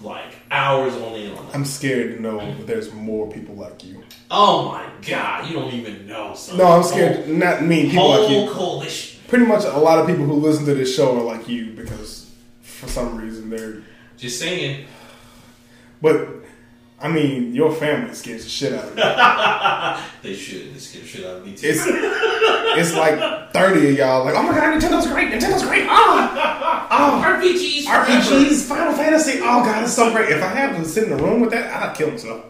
A: like hours on end on that.
B: I'm scared to know that there's more people like you.
A: Oh my god, you don't even know. Son.
B: No, I'm scared. Not me. People
A: Whole, whole
B: like you.
A: coalition.
B: Pretty much a lot of people who listen to this show are like you because for some reason they're.
A: Just saying.
B: But I mean, your family scares the shit out of me.
A: They should. They scared the shit out of me too.
B: It's it's like thirty of y'all. Like, oh my god, Nintendo's great. Nintendo's great. Ah,
A: RPGs.
B: oh, RPGs, Final Fantasy. Oh god, it's so great. If I had to sit in the room with that, I'd kill myself.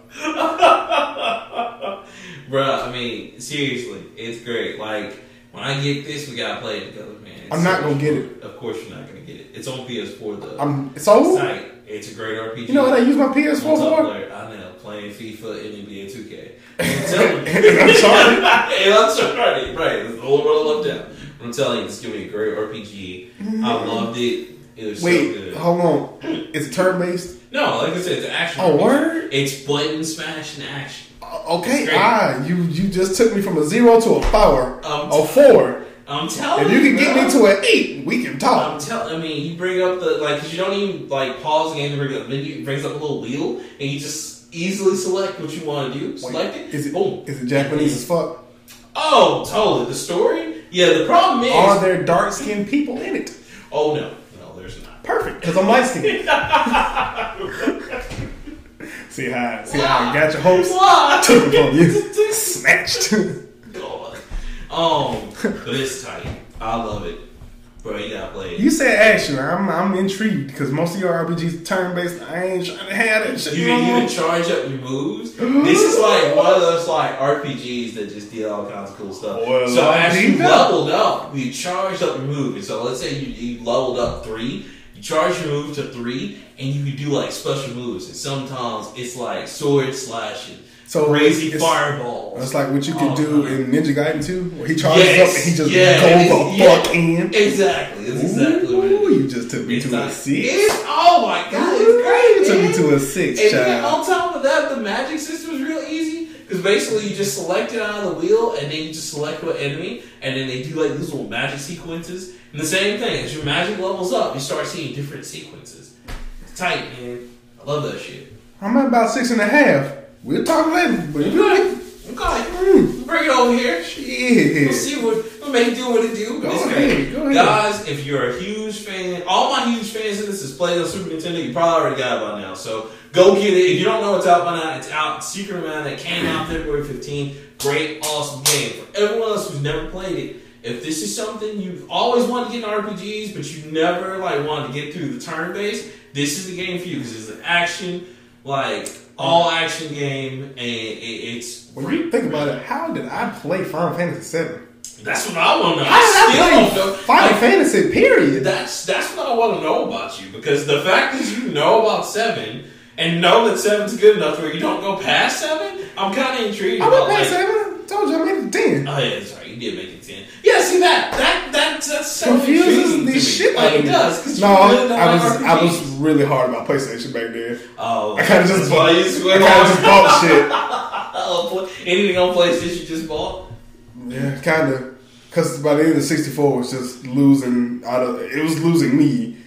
A: Bruh, I mean, seriously, it's great. Like, when I get this, we gotta play it together, man. It's
B: I'm not
A: so
B: gonna
A: much
B: get
A: fun. Of course you're not gonna get it. It's on PS4 though.
B: I'm so.
A: Sight. It's a great RPG.
B: You know what I use my PS4 for?
A: Multiplayer. I know. Playing FIFA and NBA 2K. [LAUGHS]
B: [LAUGHS] And
A: I'm
B: Uncharted.
A: and Uncharted. Right. It's the whole world left out. I'm telling you, it's gonna be a great RPG. I loved it. It was so
B: Wait,
A: good.
B: hold on. It's turn based.
A: No, like I said, it's an action.
B: Oh,
A: RPG.
B: word?
A: It's button smashing action.
B: Okay,
A: Great.
B: ah, you you just took me from a zero to a four,
A: Um,
B: a four.
A: I'm telling
B: If you can
A: bro.
B: get me to an eight, we can
A: I'm
B: talk.
A: telling. I mean, you bring up the like 'cause you don't even like pause the game to bring up the menu. It brings up a little wheel, and you just easily select what you want to do. Select it.
B: Is it
A: boom?
B: is it Japanese as fuck?
A: Oh, totally. The story. Yeah. The problem is.
B: Are there dark skinned people in it?
A: oh no, no, there's not.
B: Perfect, because I'm light
A: [LAUGHS]
B: skinned. see how see how I got your hopes [LAUGHS] took
A: What?
B: it from you, snatched.
A: [LAUGHS]
B: [LAUGHS]
A: God. Um, but it's tight. I love it, bro. You gotta play it.
B: you said action. I'm I'm intrigued because most of your RPGs turn based. I ain't trying to have that shit.
A: You
B: no
A: can
B: more.
A: even charge up your moves. This is like one of those like RPGs that just did all kinds of cool stuff.
B: Well,
A: so as you
B: indeed.
A: leveled up, you charged up your move. And so let's say you, you leveled up three, you charge your move to three, and you can do like special moves. And sometimes it's like sword slashing,
B: So
A: crazy
B: it's-
A: fireballs.
B: That's like what you can
A: Oh,
B: do
A: man.
B: in Ninja Gaiden 2, where he charges
A: Yes,
B: up and he just
A: yeah,
B: goes
A: it's-
B: the
A: yeah.
B: fuck in.
A: Exactly. That's exactly what it
B: Ooh,
A: is.
B: you just took me
A: It's
B: to
A: like-
B: a six.
A: it's- oh my god,
B: Ooh,
A: it's great.
B: You
A: man.
B: took me to a six,
A: And then
B: child.
A: on top of that, the magic system is real easy because basically you just select it out of the wheel, and then you just select what enemy, and then they do like these little magic sequences. And the same thing as your magic levels up, you start seeing different sequences. It's tight, man. I love that shit.
B: I'm at about six and a half. We'll talk later, but you
A: Okay,
B: like,
A: okay.
B: mm,
A: Bring it over here. We'll
B: shit.
A: see what we'll make it do what it do.
B: Go
A: It's
B: ahead,
A: great.
B: go ahead.
A: Guys, if you're a huge fan, all my huge fans of this is playing on Super Nintendo. You probably already got it by now. So go get it. If you don't know it's out by now, it's out. Secret Man that came out February 15th. Great, awesome game. For everyone else who's never played it, if this is something you've always wanted to get in RPGs, but you never like wanted to get through the turn base, this is the game for you because it's an action, like all action game, and it, it's
B: When you think about it, how did I play Final Fantasy VII?
A: That's what I want to know.
B: How did
A: I
B: I
A: still don't know.
B: play Final
A: Like,
B: Fantasy, period?
A: that's that's what I want to know about you because the fact that you know about seven and know that seven's good enough where you don't go past seven, I'm kind of intrigued.
B: I
A: about,
B: went past
A: like,
B: 7. I told you I made it 10.
A: Oh yeah, sorry, you did make it ten. Yeah, see that that that that's so intriguing
B: Confuses
A: to
B: the
A: me.
B: shit
A: like
B: out
A: it
B: of me.
A: does. 'cause you
B: No,
A: really don't
B: I
A: like
B: was I was
A: RPGs.
B: really hard about PlayStation back then.
A: Oh,
B: I kind of just
A: that's why
B: bought. I
A: you
B: kind
A: swear
B: of
A: off.
B: just bought shit.
A: Oh, boy. Anything on PlayStation you just bought?
B: Yeah, kind of. Because by the end of '64, was just losing out of it was losing me.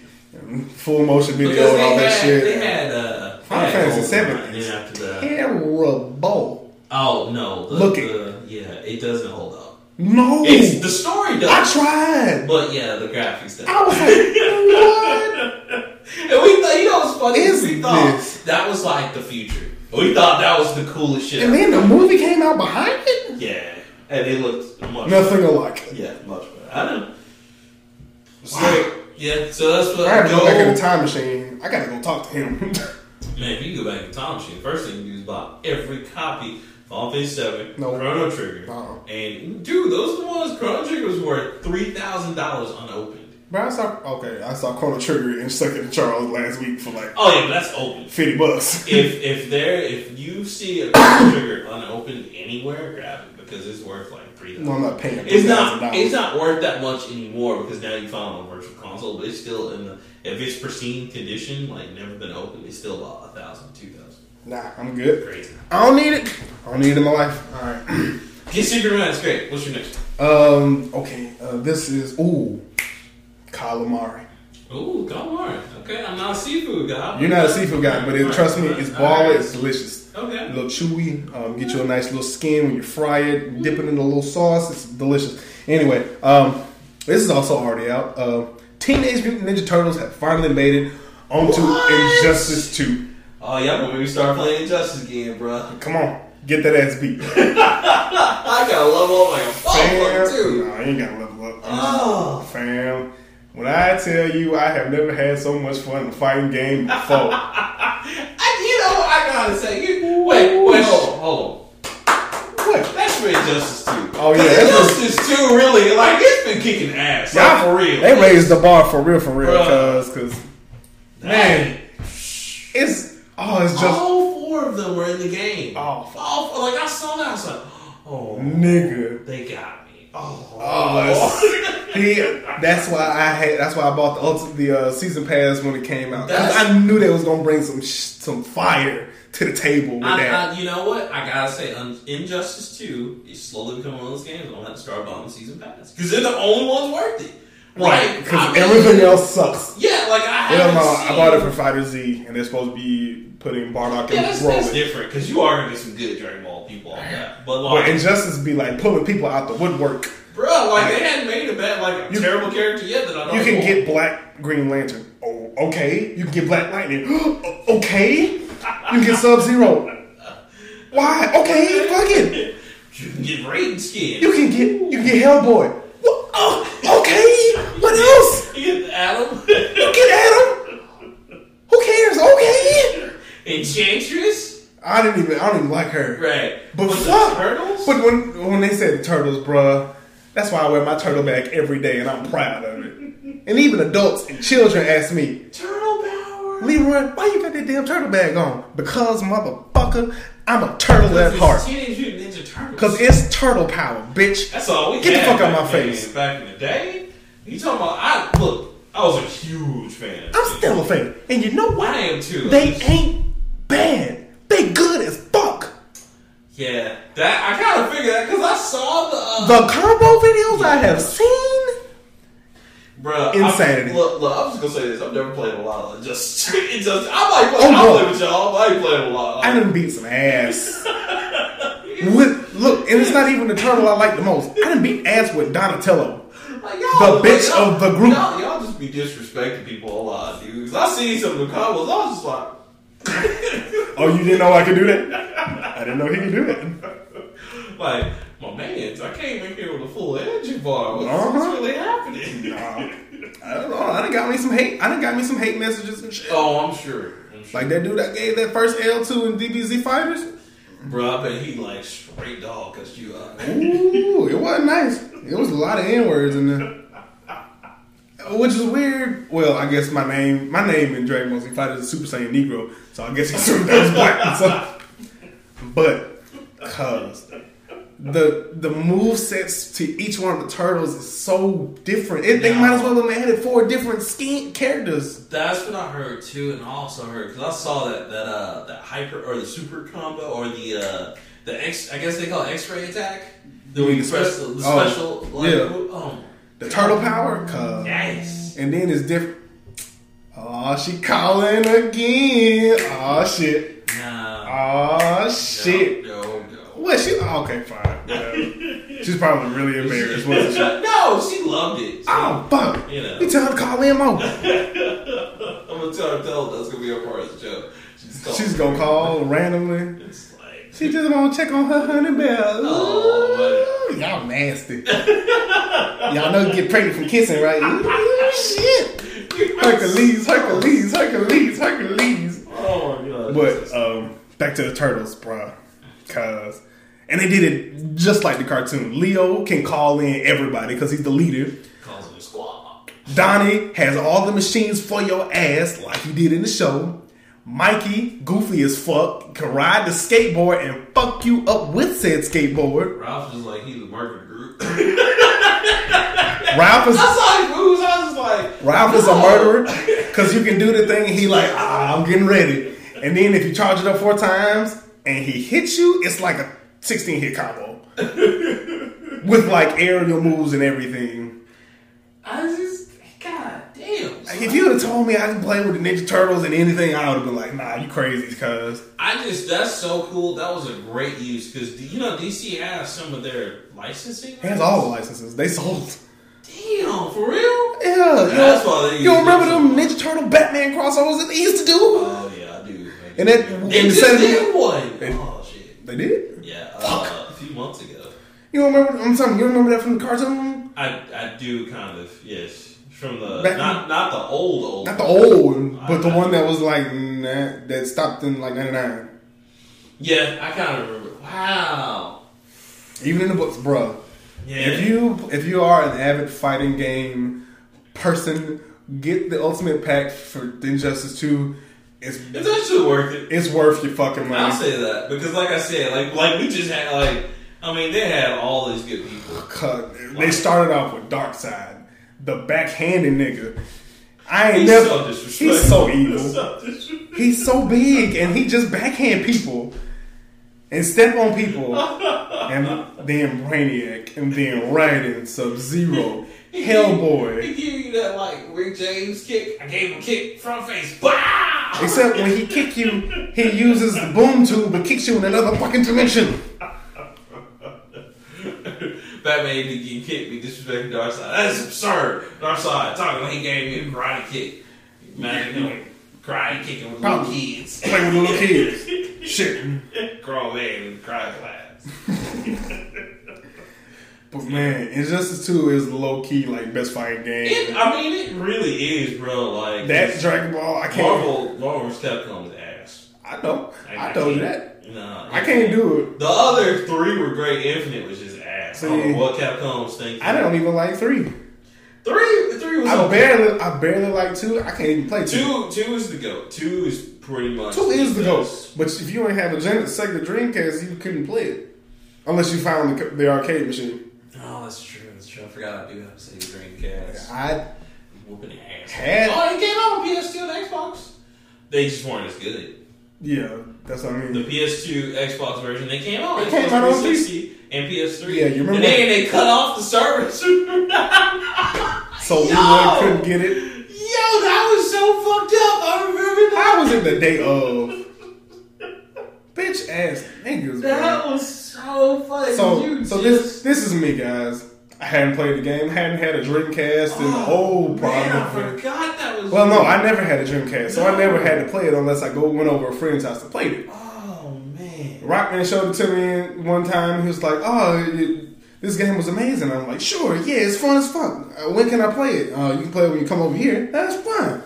B: Full motion video
A: Because
B: and
A: they
B: all that
A: had,
B: shit.
A: They had uh, they
B: Final
A: had
B: Fantasy
A: Goldeneye,
B: seven
A: and
B: is
A: then after that,
B: terrible.
A: Oh no! The,
B: Look it.
A: the- yeah, it doesn't hold up.
B: No,
A: It's the story
B: I
A: does,
B: tried.
A: but yeah, the graphics does.
B: I was like, Oh, what?
A: [LAUGHS] And we thought, you know, what's funny is we
B: Is
A: thought
B: this-
A: that was like the future. We thought that was the coolest shit.
B: And then the movie came out behind it.
A: yeah, and it looked much.
B: Nothing alike.
A: Yeah, much better. I know. So, Yeah, so that's what
B: I had to
A: go.
B: go back in the time machine. I gotta go talk to him. [LAUGHS]
A: Man, if you go back in the time machine, first thing you do is buy every copy of Final Fantasy Seven,
B: No.
A: Chrono Trigger,
B: Uh-uh.
A: and dude, those are the ones Chrono Trigger was worth three thousand dollars unopened.
B: but I saw okay. I saw Corner Trigger and Second Charles last week for like
A: Oh yeah, but that's open.
B: fifty bucks.
A: if if there if you see a [COUGHS] Chrono trigger unopened anywhere, grab it because it's worth like three
B: No,
A: dollars.
B: I'm not paying.
A: It's not
B: $3,000.
A: it's not worth that much anymore because now you found it on virtual console, but it's still in the if it's pristine condition, like never been opened, it's still about a thousand, two thousand.
B: Nah, I'm good.
A: Crazy.
B: I don't need it. I don't need it in my life. All [CLEARS THROAT] right.
A: Get Secret Man, it's great. What's your next?
B: Um. Okay. Uh, this is ooh, calamari.
A: Ooh, Calamari. Okay, I'm not a seafood guy.
B: You're not a seafood guy, but it, trust me, it's baller. It's delicious. A
A: Okay.
B: little chewy. Um, get you a nice little skin when you fry it. Dip it in a little sauce. It's delicious. Anyway, um, this is also already out. Uh, Teenage Mutant Ninja Turtles have finally made it onto
A: What?
B: Injustice 2.
A: Oh, yeah, when we start playing Injustice again, bro.
B: Come on, get that ass beat.
A: [LAUGHS] I gotta level up like a Oh, fuck too.
B: Nah, you ain't gotta level up.
A: Oh.
B: Fam, when I tell you I have never had so much fun in a fighting
A: [LAUGHS]
B: game before.
A: I, you know, I gotta say, you, wait, wait, hold on, hold on.
B: what?
A: That's for Injustice 2.
B: Oh, yeah, that's for-
A: Injustice 2, really, like, it's been kicking ass. like,
B: Y'all-
A: for real.
B: They raised the bar for real, for real,
A: Bruh.
B: cuz, cuz man, it's oh, it's [LAUGHS] just Oh.
A: all four of them were in the game.
B: All four.
A: All four. Like, I saw that, I was like, oh,
B: nigga.
A: they got me. Oh,
B: Mm. Oh, it's- [LAUGHS] he, that's why I had. That's why I bought the ulti- the uh, season pass when it came out. 'Cause
A: That's-
B: I knew they was gonna bring some sh- some fire to the table [LAUGHS] with
A: I,
B: that.
A: I, you know what? I gotta say, Un- Injustice 2 is slowly becoming one of those games I'm gonna have to start buying the season pass. Because they're the only ones worth it.
B: right?
A: Like,
B: Because
A: I mean-
B: everything else sucks.
A: Yeah, like, I
B: I,
A: haven't
B: I
A: seen-
B: bought it for Fighter Z, and they're supposed to be putting Bardock
A: Yeah,
B: and
A: that's,
B: Roman.
A: that's different, because you are gonna get some good Dragon Ball people on that. But, like,
B: But Injustice be like pulling people out the woodwork.
A: Bruh, like they hadn't made a bad, like a
B: You-
A: terrible character yet that I don't
B: You can
A: want.
B: get Black Green Lantern. Oh, okay. You can get Black Lightning. [GASPS] okay. You can get Sub Zero. Why? Okay. Fuck it.
A: you can get Raiden skin.
B: You can get you can get Hellboy. Wha- Oh, okay. What else?
A: [LAUGHS] You get Adam
B: You get Adam. Who cares? Okay.
A: [LAUGHS] Enchantress.
B: I didn't even. I don't even like her.
A: Right.
B: But
A: Was it
B: fuck.
A: turtles?
B: But when when they said turtles, bruh, that's why I wear my turtle bag every day, and I'm proud of it. And even adults and children ask me,
A: turtle power.
B: Leroy, why you got that damn turtle bag on? Because, motherfucker, I'm a turtle at
A: It's
B: heart.
A: Teenage Mutant Ninja Turtles.
B: Because it's turtle power, bitch.
A: that's all we
B: Get the
A: had
B: fuck out
A: back
B: my
A: then,
B: face.
A: Back in the day, you talking about? I look. I was a huge fan. of
B: I'm still a fan. And you know
A: I
B: what?
A: am too.
B: They ain't bad. They good as fuck.
A: Yeah, that I kind of figured that because I saw the. Uh,
B: The combo videos I have seen,
A: Bruh,
B: Insanity.
A: I'm, look, look, I'm just gonna say this. I've never played a lot of just, [LAUGHS] it just I might play.
B: Oh,
A: I'll
B: bro.
A: play with y'all. I might play a lot.
B: I done beat some ass. With, look, and it's not even the turtle I like the most. I done beat ass with Donatello.
A: Like, y'all-
B: the bitch
A: y'all-
B: of the group.
A: Y'all, y'all just be disrespecting people a lot, dude. 'Cause I seen some of the combos. I was just like,
B: Oh, you didn't know I could do that? I didn't know he could do that.
A: like my man's. I came in here with a full energy bar. What's,
B: Uh-huh.
A: what's really happening?
B: I don't know. I done got me some hate. I done got me some hate messages and shit.
A: [LAUGHS] Oh, I'm sure. I'm sure.
B: Like that dude I gave that first L two in DBZ Fighters.
A: Bro, I bet he like straight dog cussed you out.
B: Ooh, it wasn't nice. It was a lot of N words in there, which is weird. Well, I guess my name, my name in Dragon Ball Z Fighters is Super Saiyan Negro, so I guess he assumed [LAUGHS] that was black. and stuff. But, cause the the move sets to each one of the turtles is so different. It, They might as well have added four different skin characters.
A: That's what I heard too, and I also heard because I saw that that uh that hyper or the super combo or the uh the X I guess they call it X-ray attack. The
B: mean
A: we
B: the
A: press the,
B: spe-
A: the
B: Mm-hmm. oh,
A: special like,
B: yeah.
A: mo- oh
B: The turtle power, cause.
A: nice.
B: And then it's different. Oh, she calling again. Oh shit.
A: Nah,
B: Oh shit.
A: No, no,
B: What she? oh, okay, fine. Whatever. [LAUGHS] She's probably really
A: [LAUGHS]
B: embarrassed, wasn't she?
A: no. no, she loved it.
B: Oh fuck.
A: You know.
B: You tell her to call in
A: I'm
B: more.
A: gonna tell her tell her that's gonna be a part of the show. She's called.
B: She's gonna call randomly.
A: It's like
B: She just wanna check on her honey bell.
A: Oh,
B: Ooh, y'all nasty. y'all know you get pregnant from kissing, right? Ooh, shit. Hercules, Hercules, Hercules, Hercules.
A: Oh my god.
B: But um, back to the turtles, bruh. Cause and they did it just like the cartoon. Leo can call in everybody because he's the leader.
A: calls him a squad.
B: Donnie has all the machines for your ass, like he did in the show. Mikey, goofy as fuck, can ride the skateboard and fuck you up with said skateboard.
A: Ralph's just like he's a marketing group. [LAUGHS]
B: Ralph is
A: I saw his moves. I was like,
B: Ralph is a
A: no.
B: murderer because you can do the thing. And he like, ah, I'm getting ready. And then if you charge it up four times and he hits you, it's like a 16 hit combo with like aerial moves and everything.
A: I just, god damn.
B: If you would have told me I could play with the Ninja Turtles and anything, I would have been like, nah, you crazy, cuz.
A: I just that's so cool. That was a great use because you know DC has some of their licensing.
B: He has
A: rights?
B: all the licenses. They sold.
A: Damn, for real?
B: Yeah, you don't-
A: That's why they
B: you
A: used
B: don't remember
A: it
B: them
A: so much.
B: Ninja Turtle Batman crossovers that they used to do?
A: Oh yeah, I do. I do.
B: And that-
A: remember.
B: and
A: they
B: the
A: just
B: same-
A: did one.
B: They-
A: oh shit.
B: They did.
A: Yeah, uh, a few months ago.
B: You don't remember? I'm telling you, you don't remember that from the cartoon?
A: I I do kind of yes from the
B: Back-
A: not not the old old
B: Not the old one, but the one that was like nah, that stopped in like '99.
A: yeah I kind of remember wow
B: Even in the books, bruh.
A: yeah
B: If you if you are an avid fighting game person, get the Ultimate Pack for Injustice Two. It's
A: it's actually worth it
B: it's worth your fucking
A: I'll
B: money.
A: say that because like I said like like we just had like I mean they had all these good people
B: Cut. They started off with Darkseid, the backhanded nigga. I ain't
A: he's
B: never.
A: so disrespectful
B: he's so
A: He's [LAUGHS]
B: evil.
A: so disrespectful.
B: He's so big, and he just backhand people and step on people, and then Brainiac, and then Raiden, Sub Zero,
A: he
B: Hellboy.
A: gave you that like Rick James kick I gave him a kick front face wow
B: Except when he kick you, he uses the boom tube and kicks you in another fucking dimension.
A: [LAUGHS] Batman didn't get kicked, be disrespecting Darkseid. That's absurd. Darkseid talking like he gave me a karate kick. Man, you know, karate kicking with little
B: Probably.
A: kids.
B: Play with little kids. [LAUGHS]
A: [LAUGHS]
B: Shit.
A: Grown man in karate class.
B: But man, Injustice 2 is low key, like, best fighting
A: It,
B: game.
A: I mean, it really is, bro. Like
B: That's Dragon Ball. I can't.
A: Marvel, Marvel's Capcom's ass.
B: I know.
A: Like,
B: I told you that.
A: can't- Nah,
B: I can't do it.
A: The other three were great. Infinite was just ass. I don't
B: See,
A: know what Capcom's thinking.
B: I don't even like 3.
A: Three, three was
B: I
A: okay.
B: barely, I barely like two. I can't even play two.
A: Two, two is the goat. Two is pretty much
B: Two is the
A: best.
B: ghost. But if you ain't have a Gen- Sega Dreamcast, you couldn't play it unless you found the, the arcade machine.
A: Oh, that's true. That's true. I forgot I do have a Sega Dreamcast.
B: I
A: Whooping ass.
B: Had-
A: Oh, it came out on PS2 and Xbox. They just weren't as good.
B: yeah, that's what I
A: The
B: mean.
A: PS2 Xbox version, they came out.
B: It came
A: Xbox
B: out on
A: 360 and PS3.
B: Yeah, you remember
A: And then they cut off the service. [LAUGHS]
B: So
A: Yo!
B: we really couldn't get it.
A: Yo, that was so fucked up. I remember that.
B: How was it the day of? Bitch ass niggas.
A: That
B: bro.
A: was so funny.
B: So
A: You
B: so this
A: just-
B: this is me, guys. I hadn't played the game. Hadn't had a Dreamcast in the whole
A: Oh, man, I
B: problem.
A: forgot that was.
B: Well, no, I never had a Dreamcast, so I
A: No.
B: never had to play it unless I go went over a friend's house to play it.
A: Oh man.
B: Rockman showed it to me one time. He was like, "Oh, it, this game was amazing." I'm like, "Sure, yeah, it's fun as fuck. Uh, When can I play it? Uh, you can play it when you come over here. That's fun."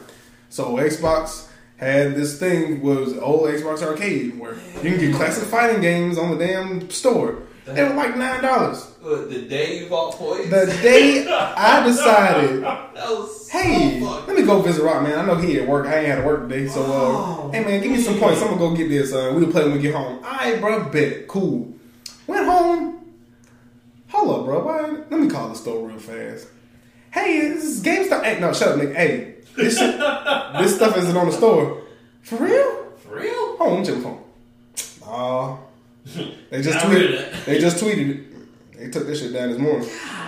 B: So Xbox had this thing was old Xbox Arcade where you can get classic fighting games on the damn store. They were like nine dollars.
A: Look, The day you bought poison.
B: The day I decided,
A: that was so
B: hey,
A: fucked
B: let me go visit Rockman. I know he at work. I ain't had to work today, so uh,
A: Oh,
B: hey man, give me some
A: man.
B: points. I'm gonna go get this. Uh, we'll play when we get home. All right, bro, bet cool. Went home. Hold up, bro. Why? Let me call the store real fast. Hey, this is GameStop. Hey, no, shut up, nigga. Hey, this shit, this stuff isn't on the store. For real?
A: For real?
B: Hold on, let me check my phone. Aw. they just
A: [LAUGHS] I heard
B: tweeted.
A: that.
B: They just tweeted it. They took this shit down this morning.
A: God,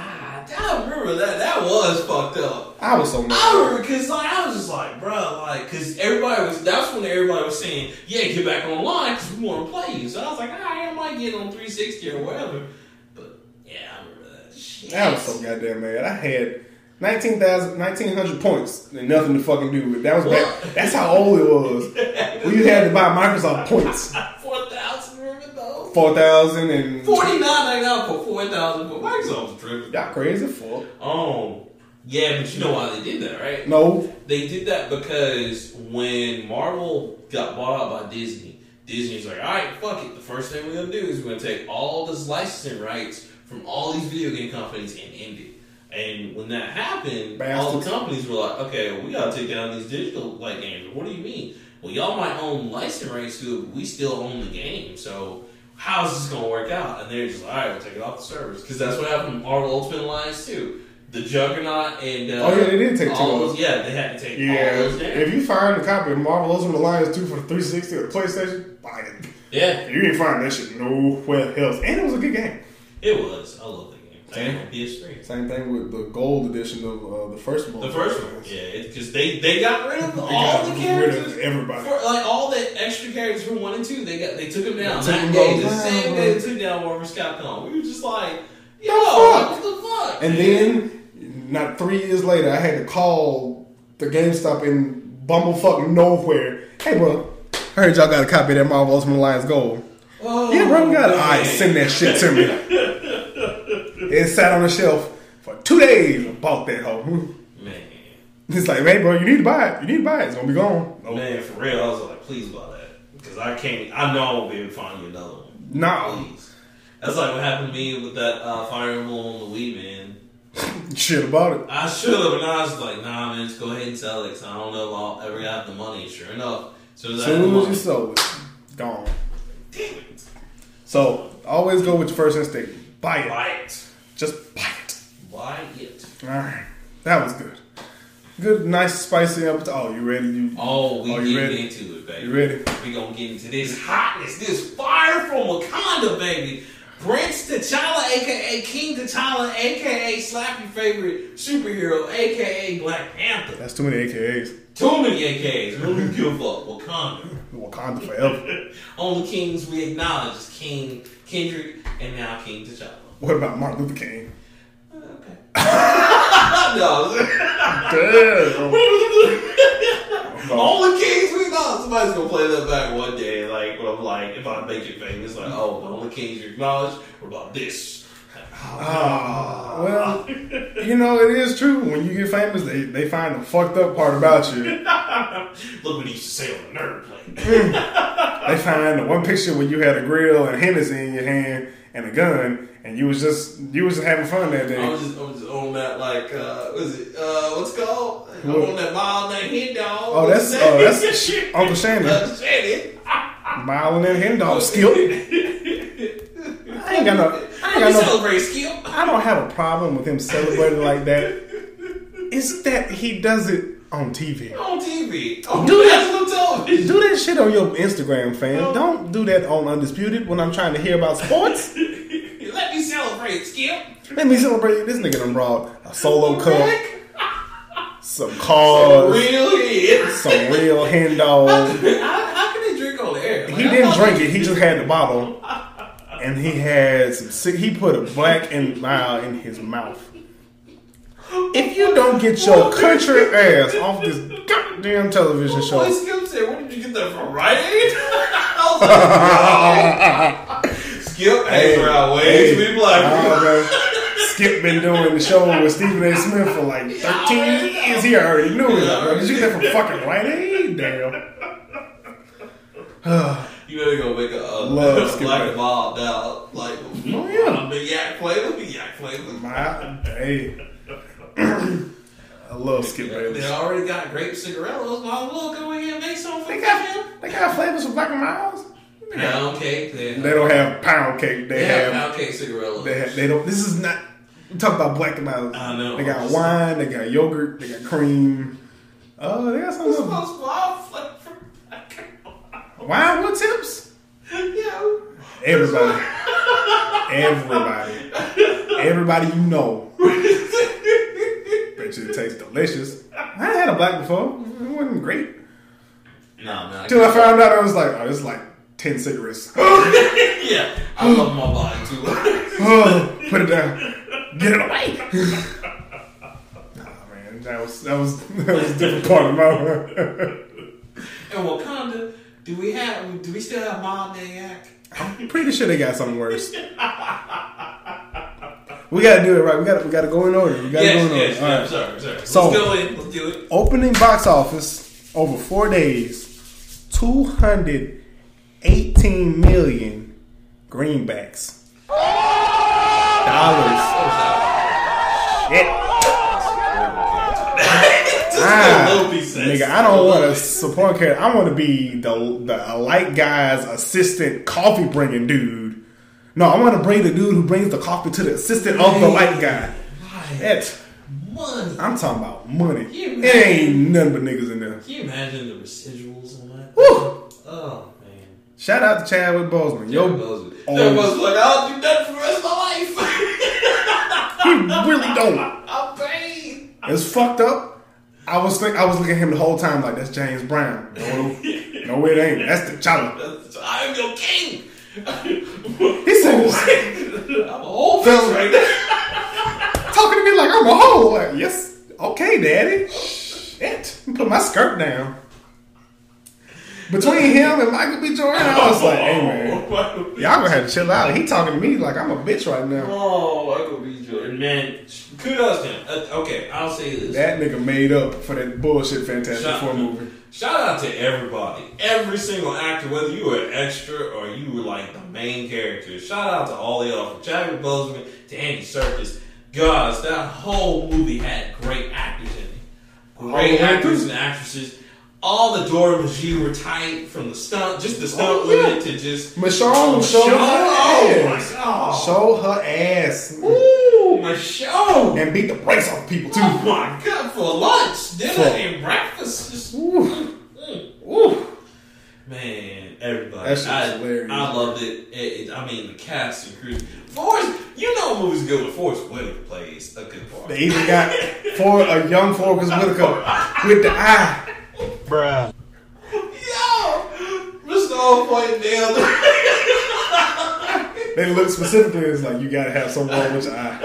A: Ah, I remember that. That was fucked up.
B: I was so mad.
A: I remember because like I was just like, bro, like because everybody was. That's when everybody was saying, yeah, get back online because we want to play you. So I was like, all right, I might get on 360 or whatever. But yeah, I remember that. Shit.
B: I was so goddamn mad. I had 19,000 1,900 points and nothing to fucking do with. it. That was back.
A: What?
B: That's how old it was. When you had to buy Microsoft points,
A: four thousand. Remember though?
B: four thousand and
A: Forty nine ninety nine for four thousand. But Microsoft was tripping.
B: y'all crazy fuck.
A: Oh, yeah, but you know why they did that, right?
B: No,
A: They did that because when Marvel got bought out by Disney, Disney's like, all right, fuck it. The first thing we're gonna do is we're gonna take all this licensing rights from all these video game companies and end it. And when that happened, all
B: Bastards.
A: the companies were like, okay, we gotta take down these digital like games. What do you mean? Well, y'all might own license rights to it, but we still own the game. So how's this gonna work out? And they're just like, all right, we'll take it off the servers because that's what happened with Marvel Ultimate Alliance too. The Juggernaut and uh,
B: Oh, yeah, they did take two
A: all
B: of
A: those yeah, they had to take all
B: yeah.
A: those down.
B: If you find a copy of Marvel Ultimate Alliance two for the 360 or the PlayStation, buy it.
A: yeah,
B: You ain't find that shit nowhere else, and it was a good game.
A: it was. I love that game.
C: Same
A: Damn.
C: with PS3.
B: Same thing with the gold edition of uh, the first one.
A: The first one, yeah, because they they got rid of
B: They
A: all
B: got
A: the
B: rid of
A: characters.
B: everybody.
A: For, like all the extra characters from one and two, they got they took them down
B: They took
A: that
B: them
A: day.
B: all
A: The
B: down.
A: same day they took down Marvel Scott Capcom. We were just like, yo,
B: fuck?
A: what the fuck?
B: And
A: man?
B: then, not three years later, I had to call the GameStop in bumblefuck nowhere. Hey, bro, I heard y'all got a copy of that Marvel Ultimate Alliance Gold.
A: oh,
B: Yeah, bro, we got it. All right,
A: man.
B: send that shit [LAUGHS] to me. it sat on the shelf for two days. I bought that hoe. [LAUGHS]
A: Man,
B: It's like, hey, bro, you need to buy it. You need to buy it. It's gonna be gone. Nope.
A: Oh, man, for real, I was like, please buy that because I can't. I know I won't be able to find you another one.
B: Nah,
A: Please. That's like what happened to me with that uh, Fire Emblem on the Wii, man.
B: shit about it.
A: I should have, but I was like, nah, man, just go ahead and sell it. 'cause I don't know if I'll ever have the money. Sure enough, so as I had the
B: Soon as you
A: money,
B: sold it, gone.
A: damn it,
B: So always go with your first instinct. Buy it.
A: buy it,
B: Just buy it.
A: buy it.
B: All right, that was good. Good, nice, spicy up. Oh, you ready? You
A: Oh, we
B: Are
A: get
B: you ready?
A: into it, baby.
B: you ready?
A: We gonna get into this hotness, this fire from Wakanda, baby. Prince T'Challa, aka King T'Challa, aka slap your favorite superhero, aka Black Panther.
B: That's too many AKAs.
A: Too many AKs. We don't give up. Wakanda.
B: Wakanda forever.
A: Only kings we acknowledge is King Kendrick and now King T'Challa. [LAUGHS]
B: what about Martin Luther King?
A: Okay. [LAUGHS] no.
B: Damn.
A: All
B: [LAUGHS]
A: the kings we acknowledge. Somebody's gonna play that back one day, like when I'm like, if I make it famous, like, oh, but all the kings you acknowledge were about this.
B: Ah, well, you know it is true. When you get famous, they, they find the fucked up part about you.
A: Look what he used to say on the nerd plate.
B: They find the one picture where you had a grill and Hennessy in your hand and a gun, and you was just you was having fun that
A: I
B: day.
A: was just, I was just on that like, uh, what is it? Uh, what's it called? I'm
B: What?
A: on that mile that hit dog.
B: Oh, that's uh, that's
A: [LAUGHS]
B: [LAUGHS] Sh- Uncle Shannon
A: uh, Shannon.
B: miling that hen dog skill. I ain't got no. I
A: How you
B: ain't got no.
A: celebrate skill?
B: I don't have a problem with him celebrating like that. It's that he does it on TV.
A: On Oh, TV, on
B: Do that.
A: national television.
B: Do that shit on your Instagram, fam. Don't do that on Undisputed when I'm trying to hear about sports.
A: [LAUGHS] Let me celebrate skill.
B: Let me celebrate this nigga done brought a solo cup,
A: Rick,
B: some cars,
A: Real hits.
B: some real hen dog.
A: How, how can they drink on air?
B: He didn't drink it, he just had the bottle. And he had some si- he put a black and mile in his mouth. If you don't get your country ass off this goddamn television
A: Boy,
B: show,
A: Skip said, "Where did you get that from?" Right [LAUGHS] Aid. I was like, "Right." Skip hey, for our ways we
B: Nah,
A: black.
B: bro. Uh,
A: [LAUGHS]
B: Skip been doing the show with Stephen A. Smith for like 13 years. He already knew it, bro. Did you get that from fucking Rite Aid? Damn.
A: You better go make a, a
B: Love Skip
A: black
B: Bayless.
A: ball now, like
B: Oh, yeah.
A: a big yak flavor, big yak flavor.
B: My, hey. [CLEARS THROAT] I love Skip
A: They
B: Bayless.
A: already got grape cigarellos. Why look go in here and make some for
B: They
A: them?
B: got, they got flavors from Black and Miles.
A: Pound cake, then.
B: They don't have pound cake. They
A: They have
B: have,
A: pound cake cigarellos.
B: they have, they don't, this is not, we talk about Black and Miles.
A: I know.
B: They got wine, they got yogurt, they got cream. Oh, they got
A: It's
B: some
A: supposed to be wild flavor.
B: wine with tips.
A: [LAUGHS] Yeah.
B: Everybody. Everybody. Everybody you know. Bet you it tastes delicious. I had a black before. It wasn't great.
A: Nah, man. I
B: Till I
A: can't-
B: found out, I was like, oh, it's like 10 cigarettes.
A: yeah, I love my body too. [LAUGHS]
B: Oh, Put it down. Get
A: [LAUGHS]
B: it away. Nah, man, That was that was that was a different part of my
A: and Wakanda, do we have? Do we still have Mob Yak?
B: I'm pretty sure they got something worse. We gotta do it right. We gotta we gotta go in order. We gotta go
A: Yes,
B: in order.
A: yes.
B: All right.
A: I'm sorry, I'm sorry.
B: So-
A: Let's go in. Let's do it.
B: opening box office over four days 218 million greenbacks
A: Oh,
B: dollars shit
A: [LAUGHS] Just
B: Ah,
A: go low piece sense.
B: nigga, I don't want to support character. I want to be the the light guy's assistant coffee bringing dude. No, I want to bring the dude who brings the coffee to the assistant of the light guy.
A: Why?
B: That's
A: Money.
B: I'm talking about money.
A: You
B: It ain't nothing but niggas in there.
A: Can you imagine the residuals on that?
B: Woo!
A: Oh man.
B: Shout out to Chadwick Boseman. Yo,
A: There goes it. There
B: Oh.
A: goes like I'll do that for the rest of my life.
B: I really don't.
A: [LAUGHS] I'm paid. [LAUGHS]
B: It's fucked up. I was think I was looking at him the whole time like that's James Brown. No, no it ain't. That's the child.
A: I am your king. [LAUGHS]
B: He said,
A: I'm a whole bitch right now.
B: talking to me like I'm a hoe. Like, yes, okay, daddy. Shit, put my skirt down. Between him and Michael B. Jordan, I was like, hey man,
A: Michael B.
B: y'all gonna have to chill out. He talking to me like I'm a bitch right now.
A: Oh, Michael B. Jordan.
C: Man,
A: Kudos to him. Uh, okay, I'll say this.
B: That nigga made up for that bullshit Fantastic
A: Shout-
B: Four movie.
A: Shout out to everybody, every single actor, whether you were an extra or you were like the main character. Shout out to all y'all, from Chadwick Boseman to Andy Serkis. Guys, that whole movie had great actors in it. Great
B: the way
A: actors
B: through.
A: and actresses. All the Dora Magie were tight from the stunt, just the stunt
B: Oh, yeah.
A: with it to just
B: Michonne showed her
A: Oh
B: ass.
A: my god!
B: Show her ass
A: Ooh, Michonne!
B: and beat the brakes off people too.
A: Oh my god! For lunch, dinner,
B: Fuck.
A: and breakfast, just
B: Ooh. Ooh.
A: Man, everybody.
B: That shit was
A: I,
B: hilarious.
A: I loved it. It- it- I mean, the cast and crew. Forrest, you know a movie's good when Forrest Whitaker plays a good part.
B: They even got for a young Forrest Whitaker with the eye.
A: Yo! Mr. All Point nailed it.
B: They look specifically it's like you gotta have something wrong with your eye.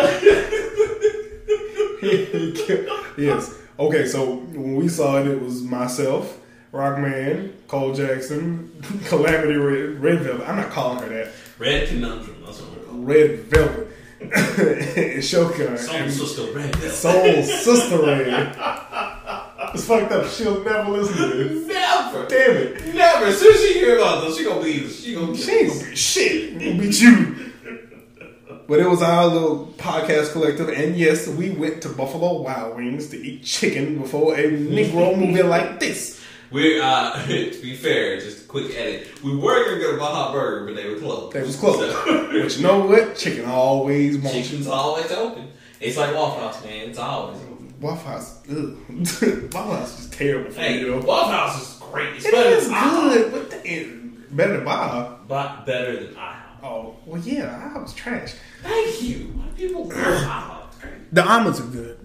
B: [LAUGHS] yes. Okay, so when we saw it, it was myself, Rockman, Cole Jackson, [LAUGHS] Calamity Red, Red Velvet. I'm not calling her that.
A: Red Conundrum. That's what we're calling
B: Red Velvet. [LAUGHS] and Shokan.
A: it.
B: and
A: Someone's Sister Red Velvet.
B: Soul Sister Red. It's fucked up. She'll never listen to this.
A: Never.
B: Damn it.
A: Never. As soon as she hear about this, she gonna leave. She gonna
B: She ain't gonna be shit. Gonna beat you. But it was our little podcast collective, and yes, we went to Buffalo Wild Wings to eat chicken before a Negro movie like this.
A: We're, uh, [LAUGHS] to be fair, just a quick edit. We were gonna go to Baja Burger, but they were closed.
B: They was close.
A: So-
B: [LAUGHS] But you know what? Chicken always wants you.
A: Chicken's always open. It's like Waffle House, man. It's always open.
B: Waffle House, ugh. [LAUGHS] Waffle House is terrible for
A: Hey,
B: you. Know?
A: Waffle House is great. It's
B: It
A: better
B: is
A: than IHOP.
B: good, but the, it, better than Bob.
A: But better than IHOP.
B: Oh, well, yeah, I was trash.
A: Thank you. Why people love IHOP? It's great.
B: The omelets are good.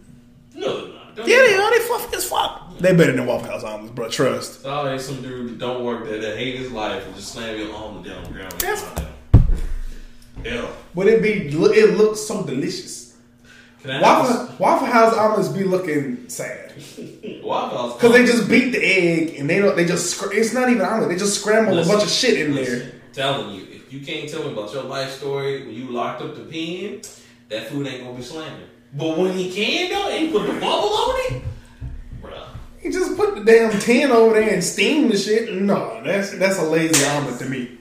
A: No, they're not. Don't
B: Yeah,
A: get
B: they
A: me wrong.
B: are. They fluffy as fuck. They better than Waffle House omelets, bro. Trust.
A: It's always some dude that don't work there that hate his life and just slam your omelet down the ground. and
B: That's-
A: fall down. Yeah.
B: But it be, it looks so delicious.
A: Can I
B: Waffle, Waffle House omelets be looking sad
A: ask- Waffle House.
B: because they just beat the egg and they don't. They just scr- it's not even omelet. They just scramble a
A: Listen,
B: bunch of shit in there.
A: Listen, I'm telling you, if you can't tell me about your life story when you locked up the pen, that food ain't gonna be slamming. But when he can though, and he put the bubble on it, bruh.
B: You just put the damn tin over there and steam the shit. No, that's that's a lazy omelet to me.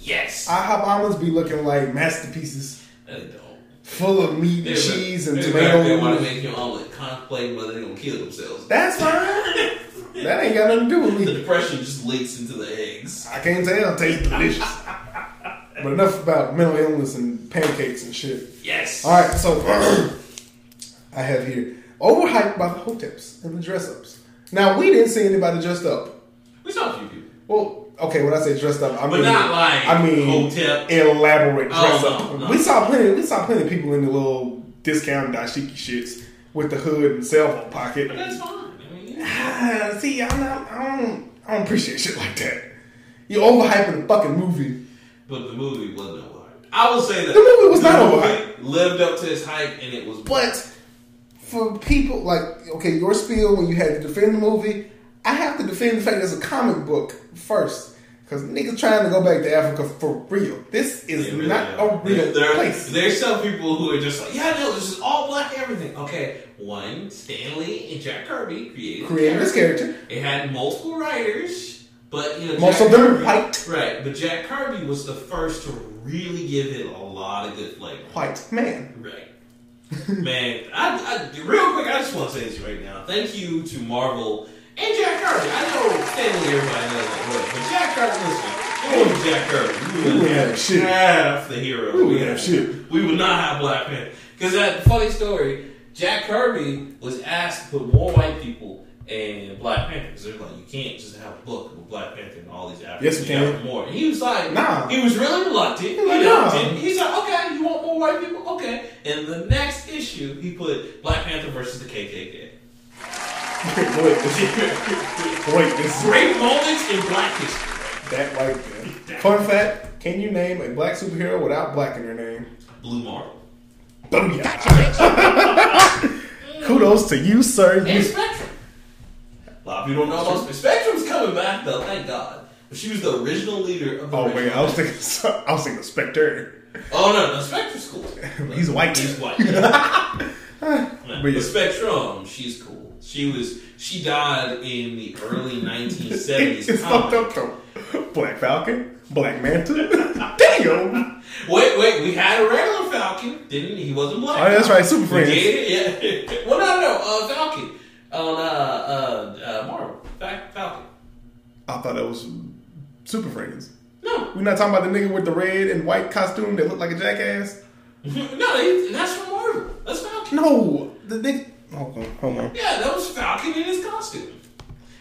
A: Yes.
B: IHOP omelets be looking like masterpieces,
A: No, they don't.
B: full of meat
A: They
B: and cheese and
A: they better- They want to
B: tomato.
A: make your omelet contemplate whether they're gonna kill themselves.
B: That's fine. that ain't got nothing to do with
A: the
B: me.
A: depression just leaks into the eggs.
B: I can't tell. It tastes delicious. But enough about mental illness and pancakes and shit.
A: Yes.
B: All right, so [CLEARS THROAT] I have here overhyped by the hoteps and the dress ups. Now we didn't see anybody dressed up.
A: We saw a few people.
B: Well, okay, when I say dressed up, I
A: But
B: mean
A: not like
B: I mean
A: hotep.
B: elaborate
A: Oh,
B: dress
A: no,
B: up.
A: no.
B: We saw plenty. We saw plenty of people in the little discount dashiki shits with the hood and cell phone pocket.
A: But that's fine. I mean, yeah.
B: Ah, see, I'm not. I don't. I don't appreciate shit like that. You overhyping the fucking movie.
A: But the movie wasn't overhyped. I will say that
B: The movie was not
A: movie
B: overhyped.
A: Lived up to its hype, and it was.
B: But for people like okay, your spiel when you had to defend the movie, I have to defend the fact it's a comic book first. Cause niggas trying to go back to Africa for real. This is
A: They really
B: not
A: are.
B: a real
A: there,
B: place.
A: There's some people who are just like, yeah, no, this is all black everything. Okay, one Stanley and Jack Kirby created the
B: Creating this character.
A: It had multiple writers, but you know
B: Most
A: Jack
B: of them were
A: Kirby-
B: white.
A: Right, but Jack Kirby was the first to really give it a lot of good flavor.
B: White man.
A: Right, man. I, I real quick, I just want to say this right now. Thank you to Marvel and Jack Kirby. I know Stanley, everybody knows that, right? But Jack Kirby, listen, it was Jack Kirby.
B: We
A: would
B: wouldn't have shit.
A: half the hero.
B: We wouldn't have shit.
A: We would not have Black Panther. Because that funny story, Jack Kirby was asked to put more white people in Black Panther. Because they're like, you can't just have a book with Black Panther and all these Africans.
B: Yes, we
A: You got
B: can.
A: More. And he was like,
B: Nah.
A: He was really reluctant.
B: He was like,
A: he
B: nah.
A: didn't. He's like, okay, you want more white people? Okay. In the next issue, he put Black Panther versus the KKK.
B: [LAUGHS] Wait, this, wait, this is
A: Great moments in black history.
B: that right there. Fun fact: Can you name a black superhero without black in their name?
A: Blue Marvel.
B: Booyah! [LAUGHS] Kudos to you, sir.
A: And
B: You,
A: Spectrum. A lot of people don't know about Spectrum. Spectrum's coming back though, thank God. But she was the original leader of the
B: oh wait,
A: original-
B: I was thinking, I was thinking Spectre.
A: Oh no, no, Spectrum's
B: [LAUGHS]
A: cool.
B: He's white.
A: He's white. yeah.
B: [LAUGHS] But
A: But
B: yeah.
A: Spectrum, she's cool. She was she died in the
B: [LAUGHS]
A: early nineteen
B: It's
A: seventies.
B: fucked up though. Black Falcon, Black Manta. [LAUGHS] Damn.
A: Wait, wait, we had a regular Falcon, didn't he? He wasn't black.
B: Oh, that's right, Super
A: We
B: Friends.
A: did it, yeah. [LAUGHS] well, no, no, uh, Falcon on uh, uh, uh, Marvel. Fa- Falcon.
B: I thought that was Super Friends.
A: No, [LAUGHS]
B: We're not talking about the nigga with the red and white costume that looked like a jackass.
A: no, he- that's from Marvel. That's Falcon.
B: No, the nigga. Hold on, hold on.
A: Yeah, that was Falcon in his costume.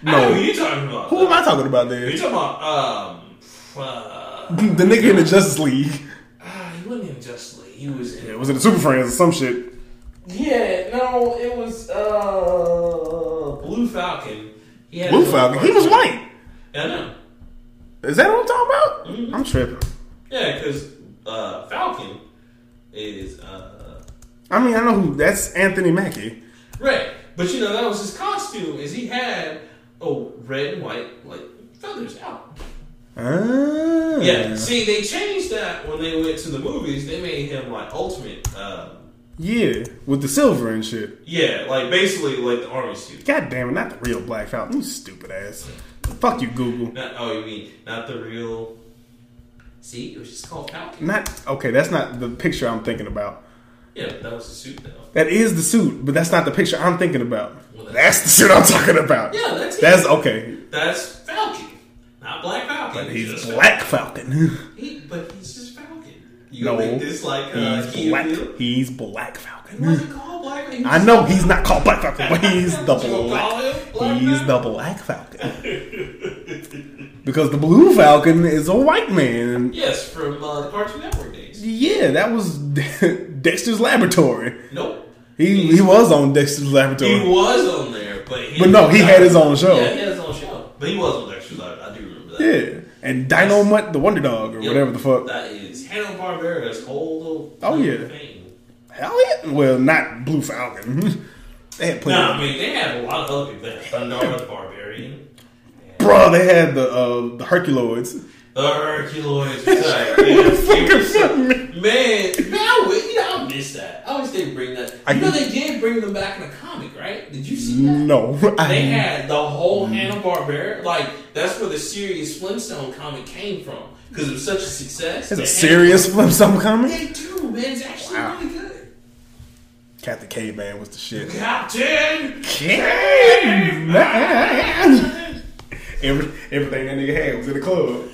A: I
B: No.
A: know who you're talking about.
B: Who am I talking about there?
A: You're talking about um. Uh,
B: [LAUGHS] The nigga in the Justice League.
A: ah, he wasn't in Justice League. He was in.
B: Yeah, was it the Super Friends or some shit?
A: Yeah, no, it was uh Blue Falcon. He had
B: Blue
A: his own
B: Falcon. He was
A: cartoon.
B: white.
A: I know.
B: Is that what I'm talking about? I'm tripping.
A: Yeah, because uh, Falcon is uh,
B: I mean, I know who. That's Anthony Mackie.
A: red, but you know that was his costume. Is he had oh red and white like feathers out?
B: Ah.
A: Yeah. See, they changed that when they went to the movies. They made him like ultimate. Uh,
B: Yeah, with the silver and shit.
A: yeah, like basically like the army suit.
B: God damn it, not the real Black Falcon. You stupid ass. Fuck you, Google.
A: Not, oh, you mean not the real? See, it was just called Falcon.
B: Not okay. That's not the picture I'm thinking about.
A: Yeah, that was the suit though.
B: That is the suit, but that's not the picture I'm thinking about. That's the shit I'm talking about.
A: Yeah, that's it.
B: That's okay.
A: That's Falcon, not Black Falcon.
B: But he's
A: just
B: Black Falcon.
A: He, but he's just Falcon. You
B: No,
A: think this like uh,
B: he's
A: Kill
B: black.
A: Bill?
B: He's Black
A: Was
B: Falcon.
A: he called Black Falcon?
B: I know he's not called Black Falcon, but he's the
A: Did [LAUGHS] you call him Black
B: black. He's
A: Falcon?
B: the Black Falcon. Because the Blue Falcon is a white man.
A: Yes, from uh, the Cartoon Network days.
B: Yeah, that was [LAUGHS] Dexter's Laboratory.
A: Nope.
B: He he was on Dexter's
A: He
B: Laboratory.
A: was on there, but he
B: But no, he had his own show.
A: Yeah, he had his own show. But he was on Dexter's Lab. I do remember that.
B: Yeah. And Dino Mutt, the Wonder Dog, or
A: Yep.
B: whatever the fuck.
A: That is Hanna Barbera's whole little
B: Oh,
A: little
B: yeah.
A: thing.
B: Hell yeah. Well, not Blue Falcon. [LAUGHS] they had plenty.
A: No,
B: of-
A: I mean they have a lot of other people. They have Thundara the Barbarian.
B: Bruh, they had the uh, the Herculoids.
A: The
B: [LAUGHS]
A: Herculoids. Like, man,
B: Fucking-
A: man, I would, you know, I miss that. I wish they bring that. You
B: I Mm.
A: know,
B: do-
A: they did bring them back in a comic, right? Did you see that?
B: No. [LAUGHS]
A: They
B: I,
A: had the whole
B: Mm.
A: Hanna Barbera. Like that's where the serious Flintstone comic came from because it was such a success.
B: it's
A: They
B: a
A: had-
B: serious [LAUGHS] flip some coming.
A: They do, man. It's actually
B: Wow.
A: really good.
B: Captain Caveman was the [LAUGHS] shit.
A: Captain.
B: Caveman! Every, everything that nigga had was in the club.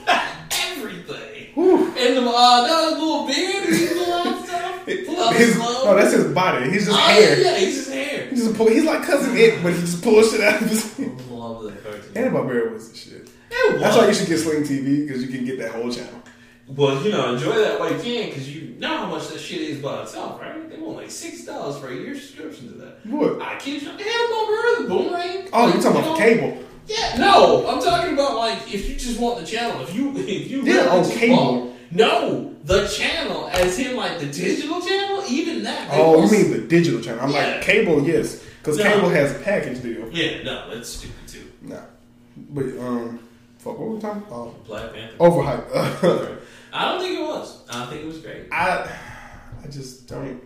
A: Everything. And the uh, that little beard, he pull out
B: [LAUGHS]
A: stuff, pull out
B: His,
A: his
B: no, that's his body. He's just
A: oh,
B: hair.
A: Yeah, he's his hair.
B: He just pull, he's like cousin it, but he just pulls shit out of his [LAUGHS] head.
A: Love the cartoon.
B: Hanna Barbera was the shit.
A: It was.
B: That's why you should get Sling TV because you can get that whole channel.
A: Well, you know, enjoy that while you can, because you know how much that shit is by itself, right? They want like six dollars for a year subscription to that.
B: What?
A: I kid you. Hell, my brother, boomerang.
B: Oh,
A: Like,
B: you're talking
A: you
B: about the
A: know-
B: cable?
A: Yeah, no, I'm talking about like if you just want the channel, if you [LAUGHS] if you
B: Yeah,
A: really
B: on
A: just
B: cable.
A: want- no, the channel, as in like the digital channel, even that. they
B: Oh, you
A: want-
B: mean the digital channel? I'm
A: Yeah.
B: like cable, yes, because
A: No.
B: cable has a package deal.
A: Yeah, no, that's stupid too.
B: Nah, but um, fuck, what were we talking? about?
A: Black Panther.
B: Oh, overhyped.
A: I don't think it was. I don't think it was great.
B: [LAUGHS] I, I just don't.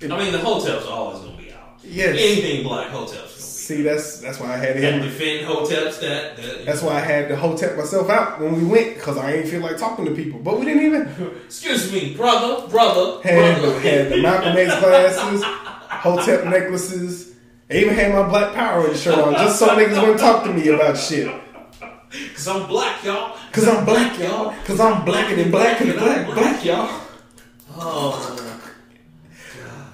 B: It,
A: I mean, the hotels are always gonna be out.
B: Yes.
A: Anything black hotels
B: see, that's that's why I had
A: are gonna be. Out.
B: him.
A: defend hotels that. that
B: That's why I had to hotep myself out when we went because I ain't feel like talking to people. But we didn't even
A: Excuse me, brother, brother,
B: had the,
A: brother.
B: had the Malcolm X glasses, hotep necklaces. I even had my Black Power shirt on just so niggas wouldn't talk to me about shit.
A: Cause I'm black, y'all.
B: Cause I'm black, y'all. Cause I'm blacker than black and black, black, y'all.
A: Oh,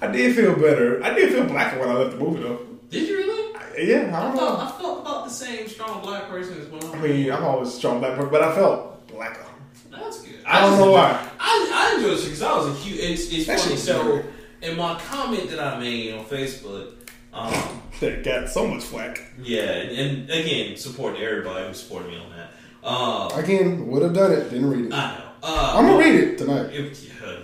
B: I did feel better. I did feel blacker when I left the movie though.
A: did you really? I
B: Yeah, I don't
A: felt,
B: know.
A: I felt about the same strong black person as when I
B: I
A: was.
B: mean, I'm always a strong black person, but I felt blacker.
A: That's good.
B: I don't
A: just-
B: know why.
A: I I, I enjoyed it because I was a huge. It's, it's
B: That
A: funny.
B: shit's
A: So
B: weird.
A: in my comment that I made on Facebook, um,
B: That got so much flack.
A: yeah, and, and again, support everybody who supported me on that. Uh,
B: Again, would have done it, didn't read it.
A: I know. Uh,
B: I'm gonna read it tonight.
A: If, yeah.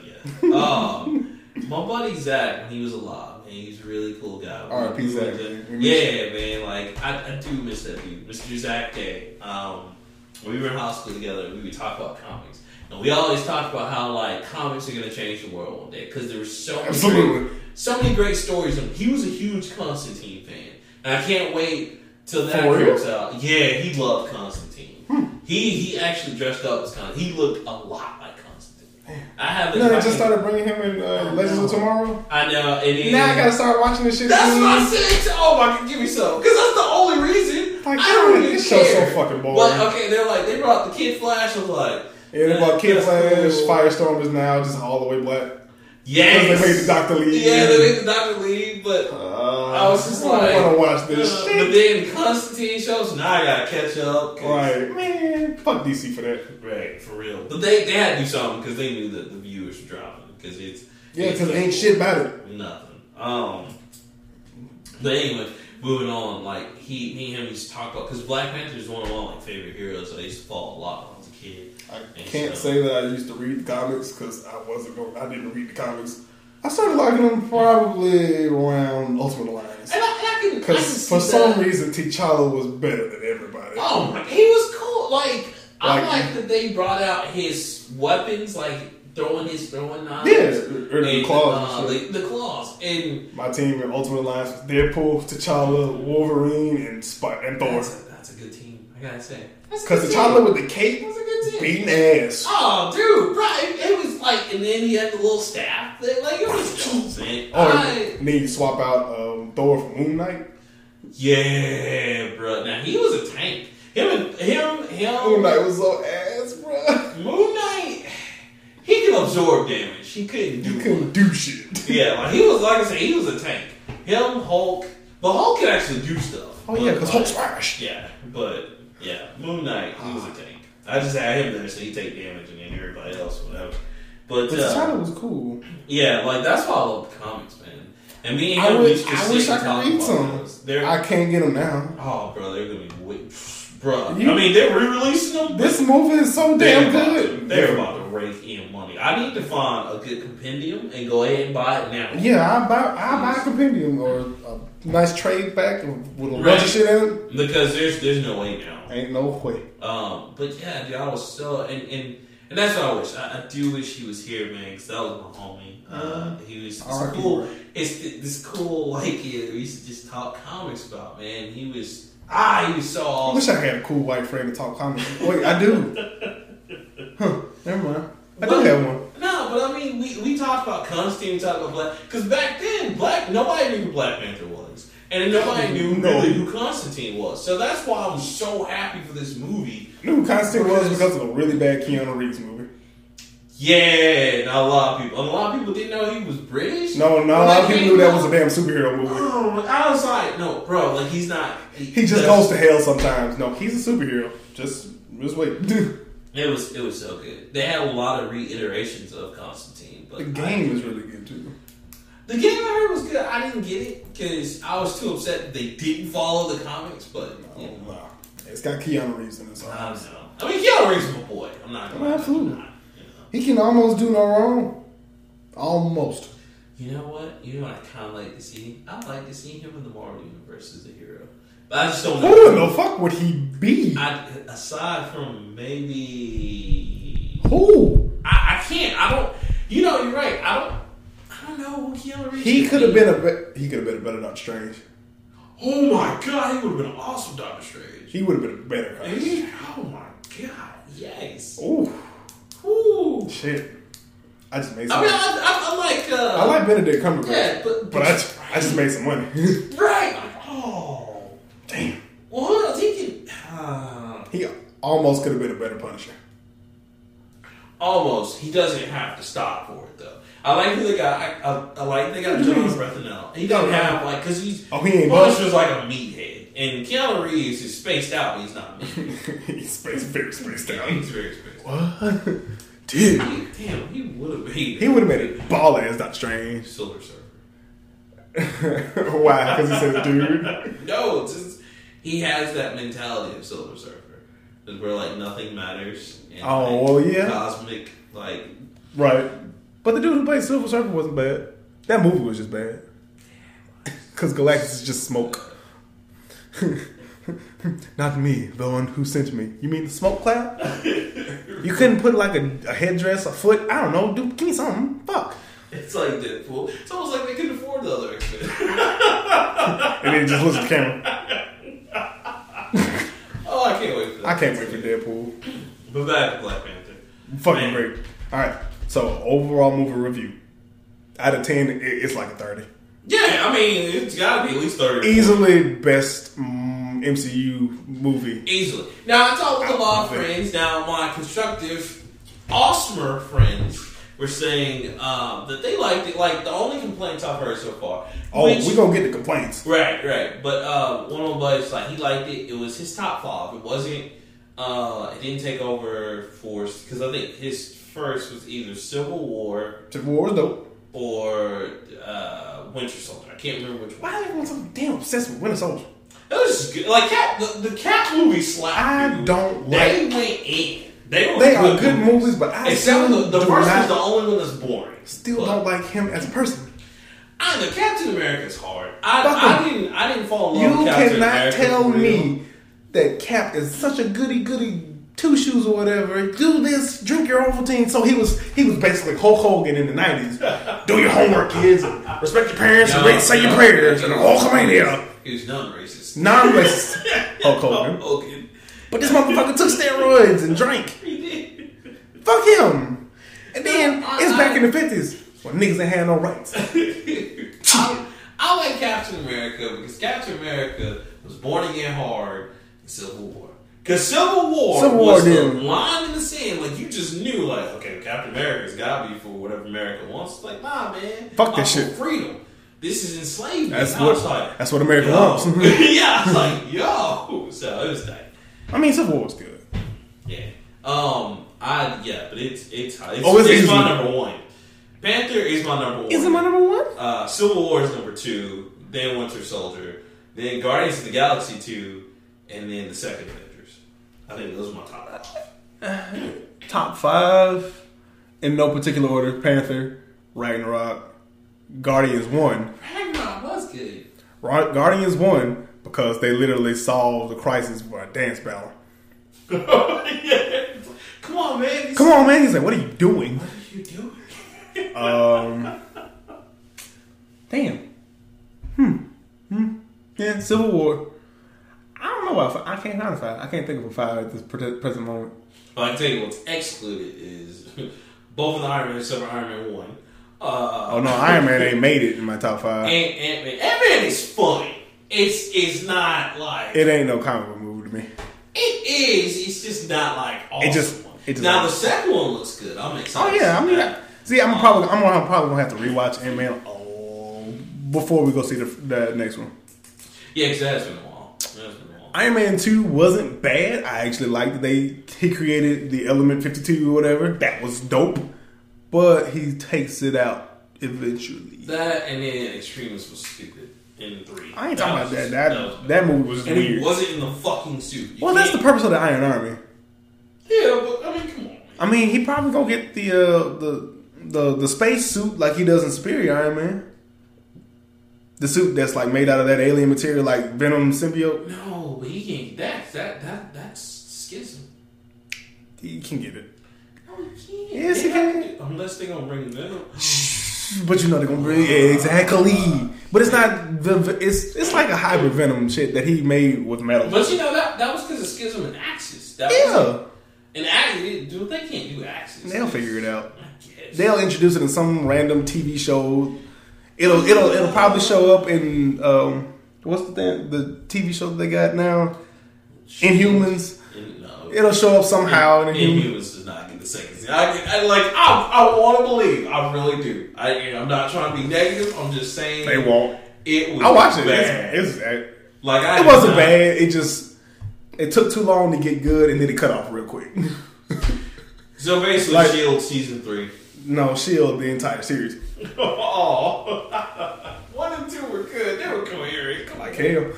A: yeah. Um, my buddy Zach, when he was alive, man, he was a really cool guy.
B: R.I.P.
A: Really
B: Zach,
A: good.
B: man. We miss
A: Yeah, man. Like I, I do miss that dude, Mr. Zach Day. Um, when we were in high school together, we would talk about comics, and we always talked about how like comics are gonna change the world one day because there were so many
B: Absolutely.
A: great, so many great stories. And he was a huge Constantine fan, and I can't wait till that
B: For real? Hmm.
A: comes out. Yeah, he loved Constantine. He he actually dressed up as Constantine. He looked a lot like Constantine. I have
B: You
A: a
B: know, they just started bringing him in uh, Legends of Tomorrow.
A: I know it is.
B: Now I gotta start watching this shit.
A: That's what I said. to- Oh my god, give me some. Because that's the only reason.
B: Like,
A: I don't
B: God,
A: even
B: this
A: care.
B: show's so fucking boring.
A: But okay, they're like they brought the Kid Flash. I was like,
B: Yeah, they bought Kid
A: that's
B: Flash,
A: cool.
B: Firestorm is now just all the way black.
A: Yes,
B: Because they made the Doctor Lee.
A: Yeah, they made the Doctor League. But
B: Uh,
A: I was just
B: I
A: like,
B: don't wanna watch this
A: uh,
B: shit.
A: But then Constantine shows. Now I gotta catch up. 'cause-
B: Like, man, fuck DC for that.
A: right, for real. But they they had to do something because they knew that the viewers were dropping because it's
B: Yeah,
A: it's
B: because
A: like-
B: ain't shit about it.
A: Nothing. Um. But anyway, moving on. Like he, me, and him used to talk about because Black Panther is one of my like favorite heroes. I used to follow a lot when I was a kid.
B: I
A: And
B: can't
A: so-
B: say that I used to read the comics because I wasn't going. I didn't read the comics. I started liking them probably around Ultimate Alliance
A: And I, and I can, I can
B: because
A: see
B: for
A: that.
B: some reason T'Challa was better than everybody.
A: oh my, he was cool. Like, I
B: Like-
A: like that they brought out his weapons, like throwing his throwing knives.
B: yeah, or the
A: and,
B: claws. and
A: uh,
B: shit.
A: the, the claws, and
B: My team in Ultimate Alliance was Deadpool, T'Challa, Wolverine, and Spot and Thor.
A: that's a, that's a good team. I gotta say, That's a
B: Because
A: good
B: T'Challa
A: team.
B: with the cape,
A: that's a good team.
B: beating ass.
A: Oh, dude, bro, it, it was like, and then he had the little staff thing. Like, it was cool, man.
B: Or
A: I-
B: then you swap out um, Thor for Moon Knight.
A: yeah, bro. Now he was a tank. Him and him, him.
B: Moon Knight was so ass, bruh.
A: Moon Knight, He could absorb damage. He couldn't do.
B: You couldn't do shit.
A: Yeah, like he was, like I said, he was a tank. Him, Hulk, but Hulk could actually do stuff.
B: Oh yeah,
A: But,
B: because
A: like,
B: Hulk smash.
A: Yeah, but yeah, Moon Knight, he
B: Ah.
A: was a tank. I just had him there so he take damage and then everybody else, whatever. But
B: But
A: uh,
B: T'Challa was cool.
A: Yeah, like that's why I love comics, man. And me and
B: I
A: him
B: wish-
A: used to
B: I
A: sit
B: wish I
A: and
B: could
A: talk
B: read
A: about
B: some.
A: those. They're,
B: I can't get him now.
A: oh, bro, they're gonna be wait, bro.
B: You-
A: I mean, they're re-releasing them.
B: This movie is so
A: they're
B: damn
A: about To,
B: good.
A: they're about to rake in money. I need to find a good compendium and go ahead and buy it now.
B: Yeah, I buy I buy a compendium or a nice trade pack with a bunch
A: Right.
B: of shit in it.
A: Because there's there's no way now.
B: Ain't no way.
A: Um, but yeah, dude, I was so and and. And that's what I wish. I, I do wish he was here, man, because that was my homie. Uh, he was it's
B: R.I.P.,
A: cool.
B: bro.
A: it's th- this cool like yeah, we used to just talk comics about man. He was ah he was so
B: I
A: awesome.
B: wish I had a cool white friend to talk comics. with. Wait, I do. Huh, never mind. I do
A: Well-
B: have one.
A: No, but I mean we, we talked about Constantine, we talked about Black because back then Black nobody knew who Black Panther was, and nobody knew
B: No.
A: really who Constantine was. So that's why I was so happy for this movie.
B: You know who Constantine was
A: Because-
B: because of a really bad Keanu Reeves movie.
A: Yeah, not a lot of people. And a lot of people didn't know he was British.
B: No, no, a
A: When
B: lot of
A: that
B: people
A: came
B: knew that
A: out-
B: was a damn superhero movie.
A: Oh, I was like, no, bro, like he's not.
B: He just
A: that's-
B: goes to hell sometimes. No, he's a superhero. Just, just [LAUGHS] wait.
A: It was it was so good. They had a lot of reiterations of Constantine, but
B: the game is really good too.
A: the game I heard was good. I didn't get it because I was too upset that they didn't follow the comics. But
B: Oh,
A: you know,
B: wow. It's got Keanu Reeves in it. So.
A: I don't know. I mean, Keanu Reeves is my boy. I'm not gonna
B: Oh, absolutely.
A: I'm not, you know.
B: He can almost do no wrong. Almost.
A: You know what? You know what I kind of like to see. I like to see him in the Marvel universe as a hero, but I just don't
B: Who in
A: know.
B: the fuck would he be?
A: I, aside from maybe
B: Who?
A: I, I can't. I don't. You know, you're right. I don't. I don't know who Keanu Reeves.
B: He
A: could
B: could
A: be.
B: have been a be- he could have been a better Doctor Strange.
A: Oh my god, he would have been an awesome Doctor Strange.
B: He would have been a better.
A: And
B: Doctor.
A: he- oh my god, yes.
B: Oh
A: Ooh.
B: shit! I just made. Some
A: I mean, I,
B: money.
A: I, I like. Uh,
B: I like Benedict Cumberbatch,
A: Yeah, but-
B: but, I, just, I just made some money. [LAUGHS]
A: Right. Oh.
B: Damn,
A: Well, who else? He can. Uh,
B: he almost could have been a better Punisher. [LAUGHS]
A: almost. He doesn't have to stop for it though. I like who they got. I, I, I like they got
B: What do you
A: John
B: mean?
A: Brethanel. He doesn't have like because he's.
B: Oh, he ain't
A: Punisher's like a meathead, and Keanu Reeves
B: [LAUGHS]
A: is spaced out, but he's not. a meathead.
B: He's space, very spaced out.
A: He's very spaced.
B: What? did.
A: Damn, he would have made it.
B: He would have made it ball ass Doctor Strange. [LAUGHS]
A: Silver Surfer.
B: Why? Because he says dude.
A: No, it's just, he has that mentality of Silver Surfer, It's where like nothing matters. And,
B: Oh,
A: like,
B: well, yeah.
A: Cosmic, like [LAUGHS]
B: Right. But the dude who played Silver Surfer wasn't bad. That movie was just bad. Because Galactus is just smoke. [LAUGHS] Not me, the one who sent me. You mean the smoke cloud? you couldn't put like a, a headdress, a foot? I don't know. Dude, give me something. Fuck.
A: it's like Deadpool. It's almost like they couldn't afford the other X Men.
B: And then he just looks at the camera.
A: [LAUGHS] oh, I can't wait for that.
B: I can't wait for Deadpool.
A: But back to Black Panther.
B: Fucking
A: Man.
B: great. All right. So overall movie review. Out of ten, it- it's like a thirty.
A: Yeah, I mean it's got to be at least thirty.
B: Easily best mm, MCU movie.
A: Easily. Now I talked with a lot of friends. Now my constructive, awesomer friends were saying um, that they liked it. Like the only complaints I've heard so far.
B: Oh,
A: which-
B: we gonna get the complaints.
A: Right, right. But uh, one of my buddies, like, he liked it. It was his top five. It wasn't. Uh, it didn't take over for because I think his first was either Civil War
B: Civil War is dope.
A: or uh, Winter Soldier. I can't remember which one.
B: Why is everyone so damn obsessed with Winter Soldier?
A: It was just good. like Cat. The, the Cat movie slapped.
B: I
A: dude.
B: don't
A: They
B: like.
A: went in. They were
B: They are good
A: movies.
B: movies, but I
A: Except
B: still
A: the, the
B: do
A: first
B: not-
A: was the only one that's boring.
B: still
A: But-
B: don't like him as a person.
A: I know Captain America's hard. I,
B: Fuck
A: I didn't. I didn't fall in
B: You
A: love. with Captain
B: cannot
A: America
B: tell
A: for real.
B: me that Cap is such a goody goody two shoes or whatever. Do this, drink your Ovaltine. So he was he was basically Hulk Hogan in
A: [LAUGHS]
B: the nineties. do your homework, kids, and respect your parents, and
A: No,
B: read- say your
A: no,
B: prayers, and
A: no.
B: Hulkamania.
A: He was non racist.
B: Non-racist Hulk
A: Oh,
B: Hogan,
A: Hogan.
B: but this motherfucker took steroids and drank.
A: [LAUGHS] He did.
B: Fuck him. And then
A: No, I-
B: it's back
A: I-
B: in the fifties when niggas ain't had
A: [LAUGHS]
B: no rights.
A: I, [LAUGHS] I like Captain America because Captain America was born again hard in Civil War. Because Civil War
B: Civil War
A: was the
B: did.
A: line in the sand. Like, you just knew, like, okay, Captain America's got to be for whatever America wants. It's like, nah, man.
B: Fuck that
A: I'm for
B: shit.
A: freedom. This is enslavement.
B: That's
A: I was like,
B: what that's what America
A: yo. [LAUGHS]
B: loves.
A: yeah, I was like, yo. So it was like,
B: [LAUGHS] I mean, Civil War was good.
A: Yeah. Um. I yeah, but it's it's it's,
B: Oh, it's
A: it's
B: easy.
A: my number one. Panther is my number one.
B: Is it my number one?
A: uh, Civil War is number two. Then Winter Soldier. Then Guardians of the Galaxy two, and then the second Avengers. I think those are my top. five.
B: Top five in no particular order: Panther, Ragnarok, Guardians one.
A: Ragnarok was good.
B: Ra- Guardians one because they literally solved the crisis by a dance battle.
A: [LAUGHS] yeah. Come on, man. These-
B: Come on, man. He's like, "What are you doing?"
A: What are you doing?
B: Um, damn. Hmm. Hmm. Yeah, Civil War. I don't know why I fi- I can't find a five. I can't think of a five at this pre- present moment.
A: But I can tell you what's excluded is [LAUGHS] both of the Iron Man except for Iron Man one. Uh,
B: Oh no, Iron Man ain't made it in my top five.
A: Ant Ant Man. Ant Man is funny. It's it's not like
B: It ain't no comic book movie to me.
A: It is. It's just not like awesome.
B: It just- it just-
A: now the second one looks good. I'm
B: Oh
A: excited.
B: yeah, I mean, I,
A: That-
B: see, I'm probably I'm, gonna- I'm probably gonna have to rewatch Ant Man oh, before we go see the, the next one.
A: yeah, because that's been a while. That's been a while.
B: Iron Man two wasn't bad. I actually liked that they he created the Element Fifty Two or whatever. That was dope, but he takes it out eventually.
A: That and then Extremis was stupid in three.
B: I ain't talking about
A: was-
B: that. That
A: was-
B: that movie was
A: and
B: weird.
A: he wasn't in the fucking suit. You
B: well, that's the
A: can't-
B: purpose of the Iron Army.
A: yeah. But I mean, come on. Man.
B: I mean, he probably gonna get the uh, the the the space suit like he does in Superior Iron Man. The suit that's like made out of that alien material, like Venom symbiote.
A: No, but he can't. That that that that's schism.
B: He can get it,
A: No, he can't.
B: Yes,
A: They
B: he
A: have
B: can.
A: to- Unless they gonna bring them.
B: but you know they're gonna bring yeah, exactly. But it's not the it's it's like a hybrid Venom shit that he made with metal.
A: But you know that that was because of schism and Axis. That
B: yeah,
A: And Axis, dude, they can't do Axis.
B: they'll figure it out.
A: I guess.
B: They'll introduce it in some random TV show. It'll it'll it'll probably show up in um what's the thing, the TV show that they got now, Inhumans.
A: In- no.
B: It'll show up somehow in Inhumans.
A: Inhumans does not get the second season. I, I like. I, I want to believe. I really do. I, and I'm not trying to be negative. I'm just saying
B: They won't.
A: It was.
B: I watched it.
A: Bad.
B: It's, it's-
A: like I
B: it
A: did
B: wasn't
A: not-
B: bad. It just it took too long to get good, and then it cut off real quick.
A: So basically,
B: Like-
A: Shield season
B: [LAUGHS]
A: three.
B: [LAUGHS] No, Shield the entire series.
A: Oh, [LAUGHS] one and two were good. They were coherent. Come on,
B: Like hell.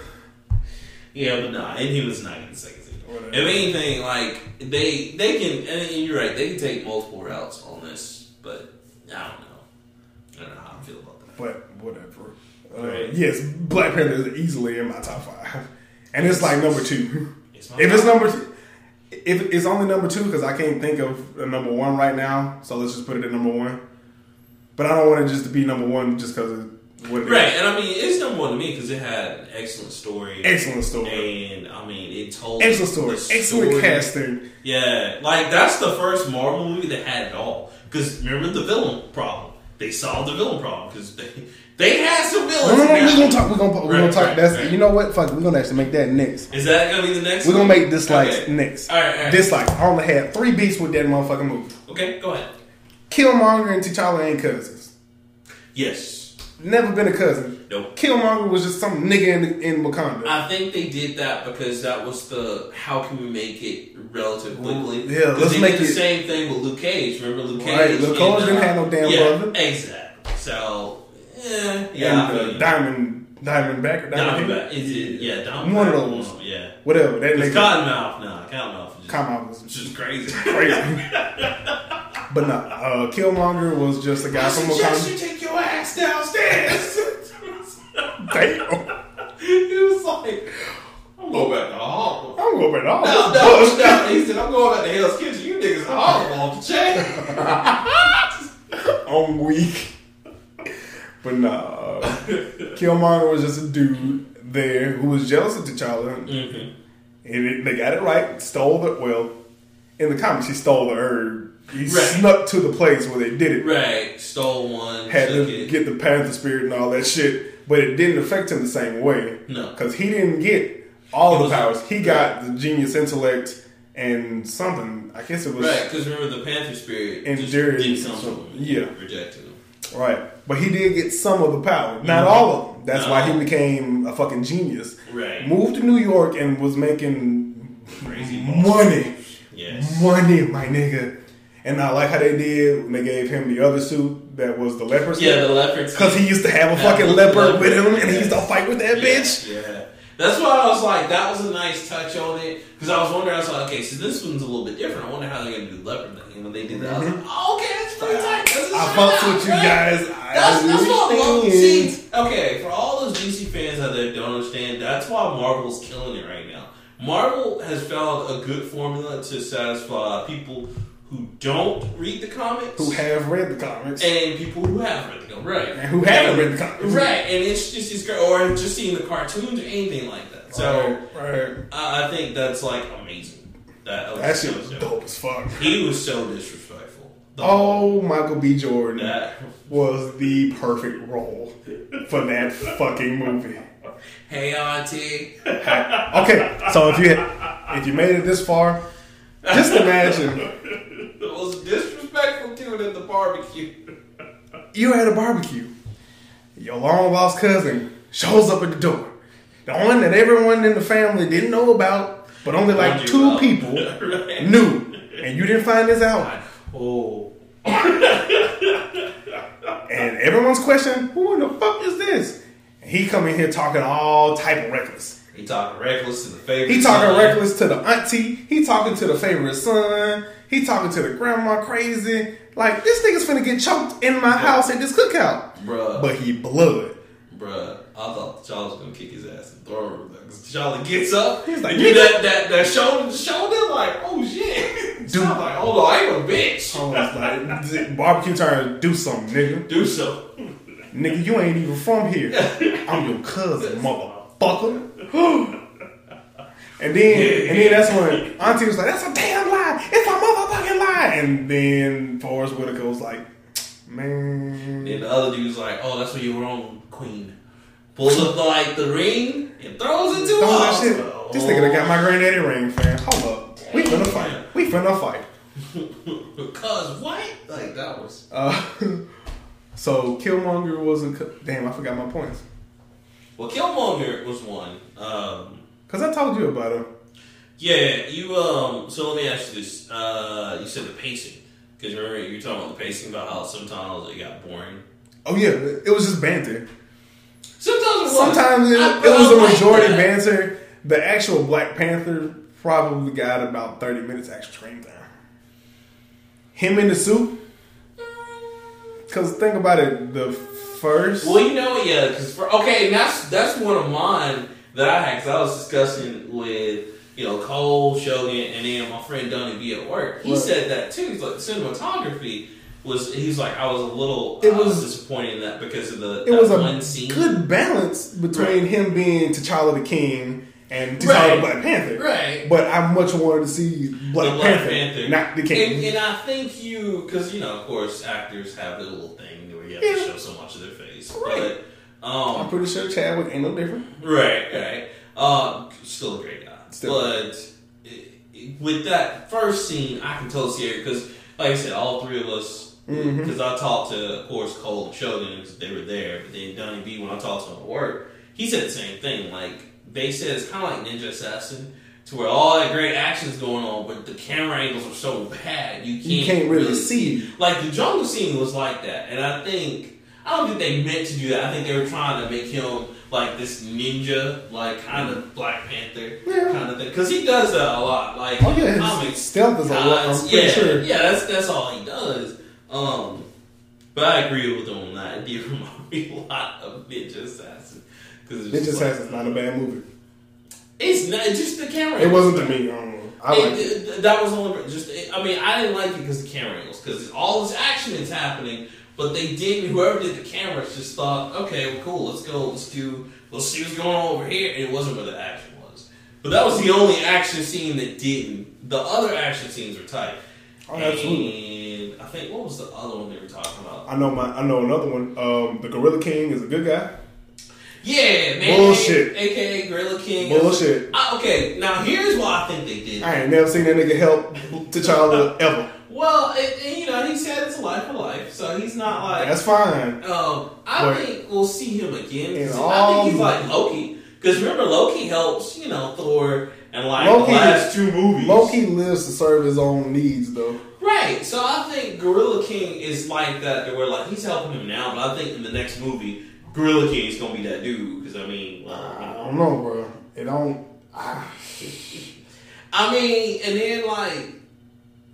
C: Yeah, but
A: Nah, and he was not in the second season.
B: Whatever.
A: If anything, like they they can, and you're right, they can take multiple routes on this, but I don't know. I don't know how I feel about that.
B: But whatever. Uh,
C: Right.
B: Yes, Black Panther is easily in my top five, and it's like number two.
C: It's my
B: If it's number, two, if it's only number two, because I can't think of a number one right now, so let's just put it at number one. But I don't want it just to be number one just because of what. it is.
A: Right, and I mean, it's number one to me because it had an excellent story.
B: Excellent story.
A: And I mean, it told
B: Excellent
A: the
B: story. Excellent casting.
A: Yeah, like that's the first Marvel movie that had it all. Because remember the villain problem? They solved the villain problem because they they had some
B: No,
A: villains.
B: no, no.
A: now.
B: We're gonna talk. We're gonna, we're gonna
A: Right,
B: talk.
A: right,
B: that's
A: right.
B: you know what? Fuck. We're gonna actually make that next.
A: Is that gonna be the next?
B: We're gonna
A: one?
B: make dislikes
A: Okay.
B: next.
A: All right, all right.
B: Dislikes. I only had three beats with that motherfucking movie.
A: Okay, go ahead.
B: Killmonger and T'Challa ain't cousins.
A: Yes.
B: Never been a cousin.
A: Nope.
B: Killmonger was just some nigga in, in Wakanda.
A: I think they did that because that was the how can we make it relative quickly.
B: Ooh, Mm. yeah,
A: 'Cause
B: let's
A: they
B: make
A: did the
B: it-
A: same thing with Luke Cage. Remember Luke Cage?
B: Right, Luke Cage
A: and, uh,
B: didn't have no damn
A: yeah,
B: brother.
A: Exactly. So eh, yeah,
B: yeah,
A: I feel
B: and, uh,
A: you.
B: Diamond, Diamond Backer, Diamond,
A: Diamondback. Is it- Yeah, Diamond
B: One of those.
A: Yeah.
B: whatever. That
A: It's
B: nigga,
A: Cottonmouth. Nah, Cottonmouth. is just-
B: Kama was
A: It's just crazy.
B: [LAUGHS] crazy.
A: [LAUGHS]
B: but no, uh, Killmonger was just a guy from Wakanda.
A: take your ass downstairs. [LAUGHS]
B: Damn,
A: he was like, I'm going back to Harlem.
B: I'm going all
A: No,
B: this
A: no,
B: bush.
A: no. He said, I'm going back to Hell's Kitchen. You niggas are all off the chain.
B: [LAUGHS] on week. But nah, uh, Killmonger was just a dude there who was jealous of T'Challa.
A: Mm.
B: And it, they got it right. Stole the well, in the comics he stole the herb. He
A: Right.
B: snuck to the place where they did
A: [LAUGHS]
B: it.
A: Right. Stole one.
B: Had
A: took
B: to
A: it.
B: get the panther spirit and all that shit, but it didn't affect him the same way.
A: No.
B: because he didn't get all
A: It
B: the
A: was-
B: powers. He got the genius intellect and something. I guess it was
A: Right, because remember the Panther Spirit
B: And
A: just
B: Jerry-
A: did something.
B: yeah.
A: Rejected him.
B: Right. But he did get some of the power. Not
A: Mhm.
B: all of them. That's
A: No.
B: why he became a fucking genius.
A: Right.
B: Moved to New York and was making
A: Crazy.
B: money.
A: Yes.
B: Money, my nigga. And I like how they did when they gave him the other suit that was the leopard suit.
A: [LAUGHS] Yeah, the
B: [LAUGHS]
A: leopard.
B: Because he used to have a
A: Yeah,
B: fucking
A: the
B: leopard
A: leopard.
B: with him and he used to fight with that
A: yeah,
B: bitch.
A: Yeah. That's why I was like, that was a nice touch on it. Because I was wondering, I was like, okay, so this one's a little bit different. I wonder how they're going to do the leopard thing. And when they did that, I was like, oh, okay, that's pretty tight. That's a
B: Mm-hmm. I
A: shout
B: fucks
A: out,
B: with you
A: right?
B: guys. I
A: That's, that's what I love.
B: understand.
A: See, okay, for all those DC fans out there that don't understand, that's why Marvel's killing it right now. Marvel has found a good formula to satisfy people who don't read the comics
B: Who have read the comics.
A: and people who have read the comics, right?
B: And who haven't read the comics.
A: right? And it's just it's great, or just seeing the cartoons or anything like that. So
B: Right, right.
A: I I think that's like amazing. That,
B: That
A: was
B: shit
A: so
B: was
A: dope.
B: dope as fuck.
A: He was so disrespectful. The whole-
B: Oh, Michael B. Jordan
A: that
B: was the perfect role for that fucking movie.
A: hey auntie.
B: Okay, so if you if you made it this far, just imagine
A: The most disrespectful dude at the barbecue.
B: you're at a barbecue. Your long lost cousin shows up at the door. The one that everyone in the family didn't know about, but only like
A: Warned you
B: two
A: about.
B: people
A: [LAUGHS] Right.
B: knew. And you didn't find this out.
A: Oh.
B: And everyone's questioning, who in the fuck is this? And he come in here talking all type of reckless.
A: He talking reckless to the favorite.
B: He talking
A: son.
B: reckless to the auntie. He talking to the favorite son. He talking to the grandma crazy. Like this nigga's finna get choked in my house at this cookout.
A: Bruh.
B: But he blood.
A: Bruh. I thought T'Challa was gonna kick his ass and throw him. Because T'Challa gets up.
B: He's like,
A: do
B: "Nigga."
A: that, that, that shoulder, shoulder, like, oh shit. [LAUGHS]
B: Dude. Oh.
A: Dude. I'm like, hold on, I ain't a bitch.
B: I was like, barbecue time, do something, nigga.
A: Do so.
B: Nigga, you ain't even from here. I'm your cousin, motherfucker. [GASPS] and then, and then that's when auntie was like, "That's a damn lie. It's a motherfucking lie." And then Forrest Whitaker was like, "Man."
A: Then the other dude's like, oh, that's where you were on, queen. Pulls up the, like, the ring and throws it to Oh.
B: Don't
A: us.
B: that shit. This nigga done got my granddaddy ring, fam. Hold up. We finna fight. We finna fight.
A: [LAUGHS] Because what? Like, that was.
B: Uh, [LAUGHS] so Killmonger wasn't. co- Damn, I forgot my points.
A: Well, Killmonger was one. Um,
B: Cause I told you about him.
C: Yeah, you. Um. So let me ask you this. Uh, you said the pacing because remember you were talking about the pacing about how sometimes it got boring.
B: Oh yeah, it was just banter.
A: Sometimes it was.
B: Sometimes it,
A: I-
B: it was
A: I
B: a
A: like
B: majority
A: that.
B: banter. The actual Black Panther probably got about thirty minutes actual screen time. Him in the suit. Cause think about it, the first.
A: Well, you know what? Yeah, because for okay, and that's that's one of mine that I had because I was discussing with you know Cole Shogun and then my friend Donnie B at work. He
B: Right.
A: said that too. He's like cinematography was. He's like I was a little.
B: It
A: uh,
B: was-
A: disappointed in that because of the
B: it
A: that
B: was
A: one
B: a
A: scene.
B: good balance between him being T'Challa the King and T'Challa
A: Right.
B: the Black Panther.
A: Right.
B: But I much wanted to see Black,
A: The
B: Panther, not the King.
A: And, and I think you, because you know, of course, actors have their little thing where you have
B: Yeah.
A: to show so much of their face,
B: Right.
A: But,
B: I'm
A: um,
B: pretty sure Chadwick ain't no different.
A: right, right. Uh, still a great guy,
B: Still.
A: but it, it- with that first scene, I can totally see it because, like I said, all three of us. Because
B: Mhm.
A: I talked to, of course, Cole and Shogun, 'cause they were there. But then Donnie B, when I talked to him at work, he said the same thing. Like they said, it's kind of like Ninja Assassin, to where all that great action's going on, but the camera angles are so bad you can't,
B: You can't really see.
A: like the jungle scene was like that, and I think I don't think they meant to do that. I think they were trying to make him like this ninja, like kind of Black Panther
B: Yeah.
A: kind of thing, because he does that a lot. Like
B: Oh yeah, his
A: comics,
B: stealth is a lot. I'm
A: gods,
B: pretty
A: yeah,
B: sure.
A: yeah, that's that's all he does. Um, but I agree with him on that. It did remind me a [LAUGHS] lot of Ninja Assassin. Cause it's
B: Ninja
A: just like-
B: Assassin's not a bad movie.
A: It's not. It's just the camera.
B: It wasn't to me. I don't know. I
A: It-
B: like it.
A: th- that was the only just. It, I mean, I didn't like it because the camera angles, because all this action is happening, but they did. Whoever did the cameras just thought, okay, well, cool, let's go, let's do, let's see what's going on over here, and it wasn't where the action was. But that was the only action scene that didn't. The other action scenes were tight.
B: Oh, absolutely.
A: And I think what was the other one they were talking about?
B: I know my. I know another one. Um, the Gorilla King is a good guy.
A: Yeah, man.
B: Bullshit.
A: AKA Gorilla King.
B: Bullshit.
A: I- okay, now here's why I think they did.
B: I ain't never seen that nigga
A: [LAUGHS]
B: help T'Challa ever.
A: Well, it, it- you know, he said it's a life for life, so he's not like.
B: That's fine.
A: Um, I
B: Right.
A: think we'll see him again.
B: And
A: I
B: all
A: think he's
B: the-
A: like Loki because remember Loki helps you know Thor and like
B: Loki-
A: the last two movies.
B: Loki lives to serve his own needs, though.
A: right? So I think Gorilla King is like that. To where like he's helping him now, but I think in the next movie Gorilla King is gonna be that dude because I mean, like, you
B: I
A: know.
B: don't know, bro. It don't. I,
A: I mean, and then like,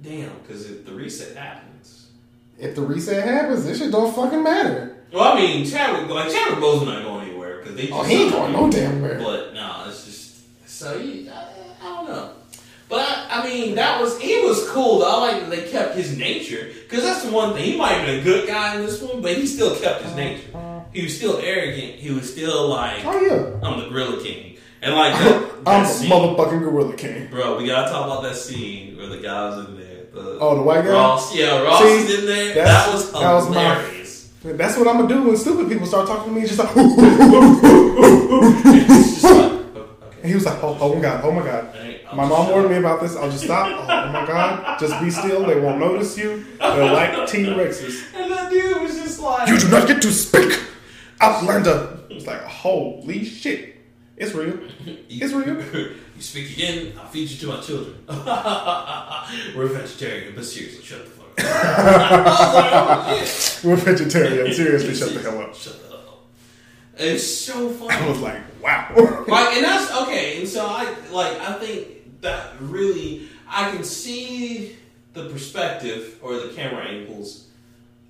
A: damn, because if the reset happens.
B: if the reset happens, this shit don't fucking matter.
A: Well, I mean, Chadwick like Chadwick Boseman's not going anywhere because they.
B: Oh,
A: just-
B: he ain't going no damn where.
A: But no, it's just so you. I, I don't know. But I, I mean, that was he was cool. Though. I like that they kept his nature because that's the one thing. He might have been a good guy in this one, but he still kept his nature. He was still arrogant. He was still like,
B: Oh yeah,
A: I'm the Gorilla King, and like that, that
B: [LAUGHS] I'm a
A: scene-
B: motherfucking Gorilla King.
A: bro. We gotta talk about that scene where the guy was in there. The,
B: Oh, the white guy.
A: Ross, yeah, Ross
B: See,
A: is in there.
B: that's-
A: That was
B: that was my- [LAUGHS]
A: hilarious.
B: That's what I'm gonna do when stupid people start talking to me. Just like, [LAUGHS]
A: It's just like,
B: and he was like, oh, oh my god, oh my god.
A: okay.
B: My mom warned me about this. I'll just stop. Oh my god, just be still. They won't notice you. They're like T Rexes.
A: And that dude was just like,
B: You do not get to speak, Outlander. It's like, holy shit, it's real. It's real.
A: [LAUGHS] You speak again, I'll feed you to my children. [LAUGHS] We're vegetarian, but seriously, shut the fuck up. I [LAUGHS] was like,
B: We're vegetarian.
A: oh, shit.
B: Seriously, shut the hell up.
A: Shut the hell up. It's so
B: I
A: funny.
B: was like, wow. [LAUGHS]
A: like, and that's okay. And so I like I think that really I can see the perspective or the camera angles.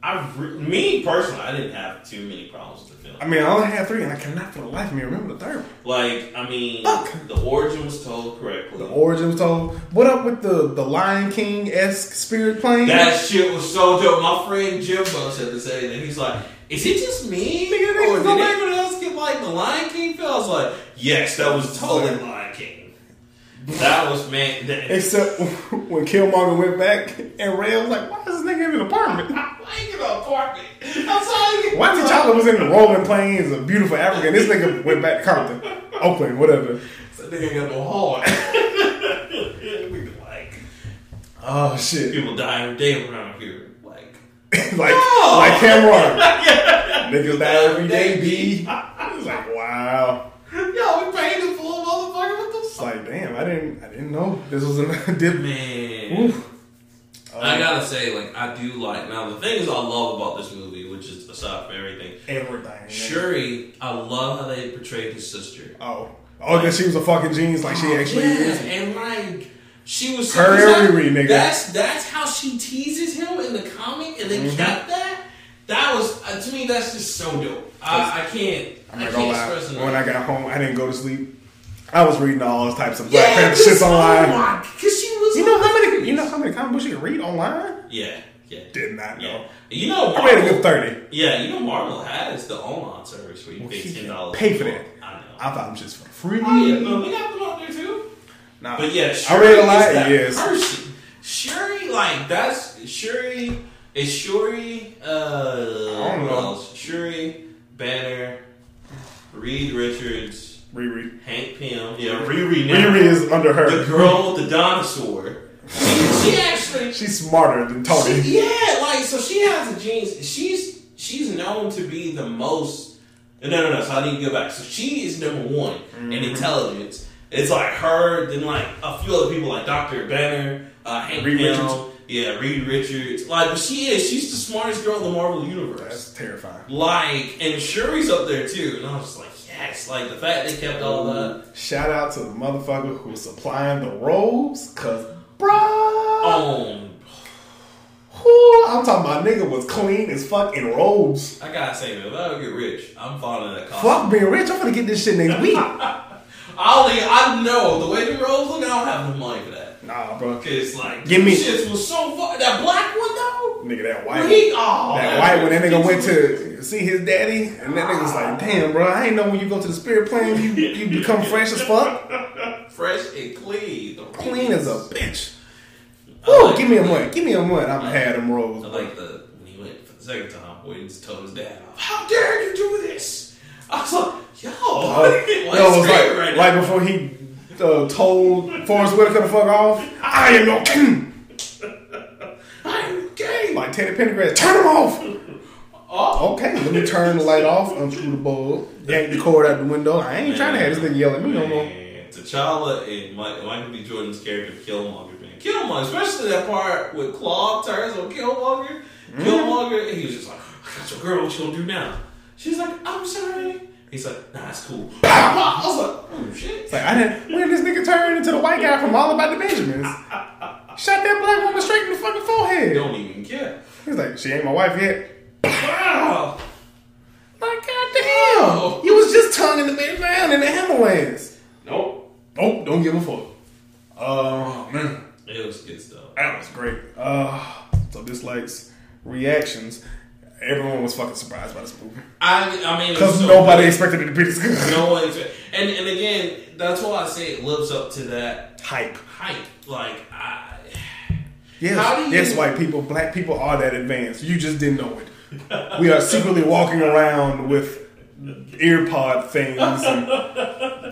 A: I re- me personally, I didn't have too many problems with the film.
B: I mean, I only had three, and I cannot for the life of me remember the third one.
A: Like, I mean,
B: Fuck.
A: the origin was told correctly.
B: The origin was told. What up with the the Lion King esque spirit plane?
A: That shit was so dope. My friend Jimbo said the same thing. He's like, is it just me? Or did anyone else get like the Lion King feel? I was like, yes, that was totally Lion King. That was man. That,
B: Except [LAUGHS] when Killmonger went back and Ray was like, why is this nigga in an apartment?
A: I ain't in an apartment. I'm sorry.
B: Why T'Challa was in the rolling plains of beautiful Africa and this nigga went back to Compton, Oakland, whatever.
A: That nigga got no heart. [LAUGHS] we were like,
B: Oh shit. [LAUGHS]
A: people die every day around here. Like,
B: like
A: No! [LAUGHS]
B: like Cameron. Niggas die every day, B. It's like, wow.
A: yo, we paid the full motherfucker. What the
B: It's like, damn, I didn't I didn't no, this was a [LAUGHS] dip.
A: Man.
B: Oof.
A: I gotta say, like, I do like. Now, the things I love about this movie, which is aside from everything,
B: everything.
A: Shuri, I love how they portrayed his sister.
B: Oh, oh, that she was a fucking genius. Like she actually
A: Oh, yeah,
B: is.
A: and like she was
B: Her
A: that's-
B: every nigga.
A: That's that's how she teases him in the comic, and they
B: Mm-hmm.
A: kept that. That was uh, to me. That's just so dope. I, I can't.
B: I'm
A: I
B: not
A: can't
B: gonna
A: express
B: lie.
A: enough.
B: When I got home, I didn't go to sleep. I was reading all types of Black
A: yeah,
B: Panther
A: because-
B: shits online.
A: Oh my, because she was.
B: You know how many? You know how many comic books you can read online?
A: Yeah, yeah,
B: Did not know.
A: yeah. You know,
B: I read a
A: Marvel-
B: good thirty.
A: Yeah, you know, Marvel has the online service where you
B: Well,
A: pay
B: she
A: ten dollars.
B: pay for that.
A: I know.
B: I thought it was just for free.
A: Oh yeah, no, they got them out there too.
B: Nah.
A: But yeah, Shuri
B: I read a lot.
A: is that
B: Yes,
A: person. Shuri, like that's Shuri is Shuri. Uh,
B: don't
A: who
B: know.
A: else? Shuri, Banner, Reed Richards,
B: Riri.
A: Hank Pym. Yeah, Riri. Now.
B: Riri is under her.
A: the girl with the dinosaur. she, she actually
B: She's smarter than Tony.
A: she- yeah, like so she has a genius. She's she's known to be the most. No, no, no. So I need to go back. So she is number one in
B: Mm-hmm.
A: intelligence. It's like her, then like a few other people like Doctor Banner, uh, Hank
B: Reed
A: Pym,
B: Richards.
A: yeah, Reed Richards. Like, but she is. She's the smartest girl in the Marvel universe.
B: That's terrifying.
A: like, and Shuri's up there too. And I was just like, yes. Like the fact they kept all that.
B: Shout out to the motherfucker who's supplying the robes, cause bruh,
A: Um,
B: who I'm talking about, nigga was clean as fuck in robes.
A: I gotta say, man, if I ever get rich, I'm falling in that costume.
B: Fuck being rich, I'm gonna get this shit next week.
A: I only I know the way the robes look. I don't have no money for that.
B: nah, bro,
A: Cause like
B: Give me-
A: these shits was so fu- that black one though.
B: nigga, that
A: When
B: white,
A: he oh
B: that white when that nigga went to see his daddy, and that nigga's like, damn, bro, I ain't know when you go to the spirit plane, you, you become fresh as fuck,
A: fresh and clean, the
B: clean as a bitch.
A: I
B: Ooh,
A: like-
B: give me a month, give me a month. I'm had them robes.
A: I like the when he went for the second time when he just told his dad, "How dare you do this?" I was like, "Yo, [LAUGHS]
B: Oh,
A: what's
B: no, it was
A: great
B: like,
A: right
B: right before he uh, told Forrest Whitaker to fuck off. I am your king.
A: now? I'm gay."
B: Like Teddy Pendergrass, turn him off. [LAUGHS]
A: Oh,
B: Okay, let me turn the light off, unscrew the bulb, yank the cord out the window. I ain't trying to have this nigga yell at me no more.
A: Man, T'Challa and Mike, Michael B. Jordan's character Killmonger, man. Killmonger, especially that part with Claw turns on Killmonger.
B: Mm-hmm.
A: Killmonger, and he was just like, I got your girl, what you gonna do now? She's like, I'm sorry. He's like, nah, it's cool. [LAUGHS] I was like, oh shit.
B: It's like I didn't. When did this nigga turn into the white guy from All About the Benjamins? Shot that black woman straight in the fucking
A: They
B: forehead.
A: don't even care.
B: He's like, she ain't my wife yet.
A: Wow.
B: Like goddamn, you was just tongue in the middle ground in the ambulance.
A: Nope.
B: Nope, don't give a fuck. Oh man.
A: It was good stuff.
B: That was great. Uh, so dislikes, reactions. Everyone was fucking surprised by this movie
A: I, I mean, it was
B: because
A: so
B: nobody expected it to be this good. [LAUGHS]
A: good. No one, expect- and and again, that's why I say it lives up to that
B: Hype.
A: hype. Like, I,
B: Yes,
A: How do you-
B: yes, white people, black people are that advanced. You just didn't know [LAUGHS] it. we are secretly walking around with ear pod things and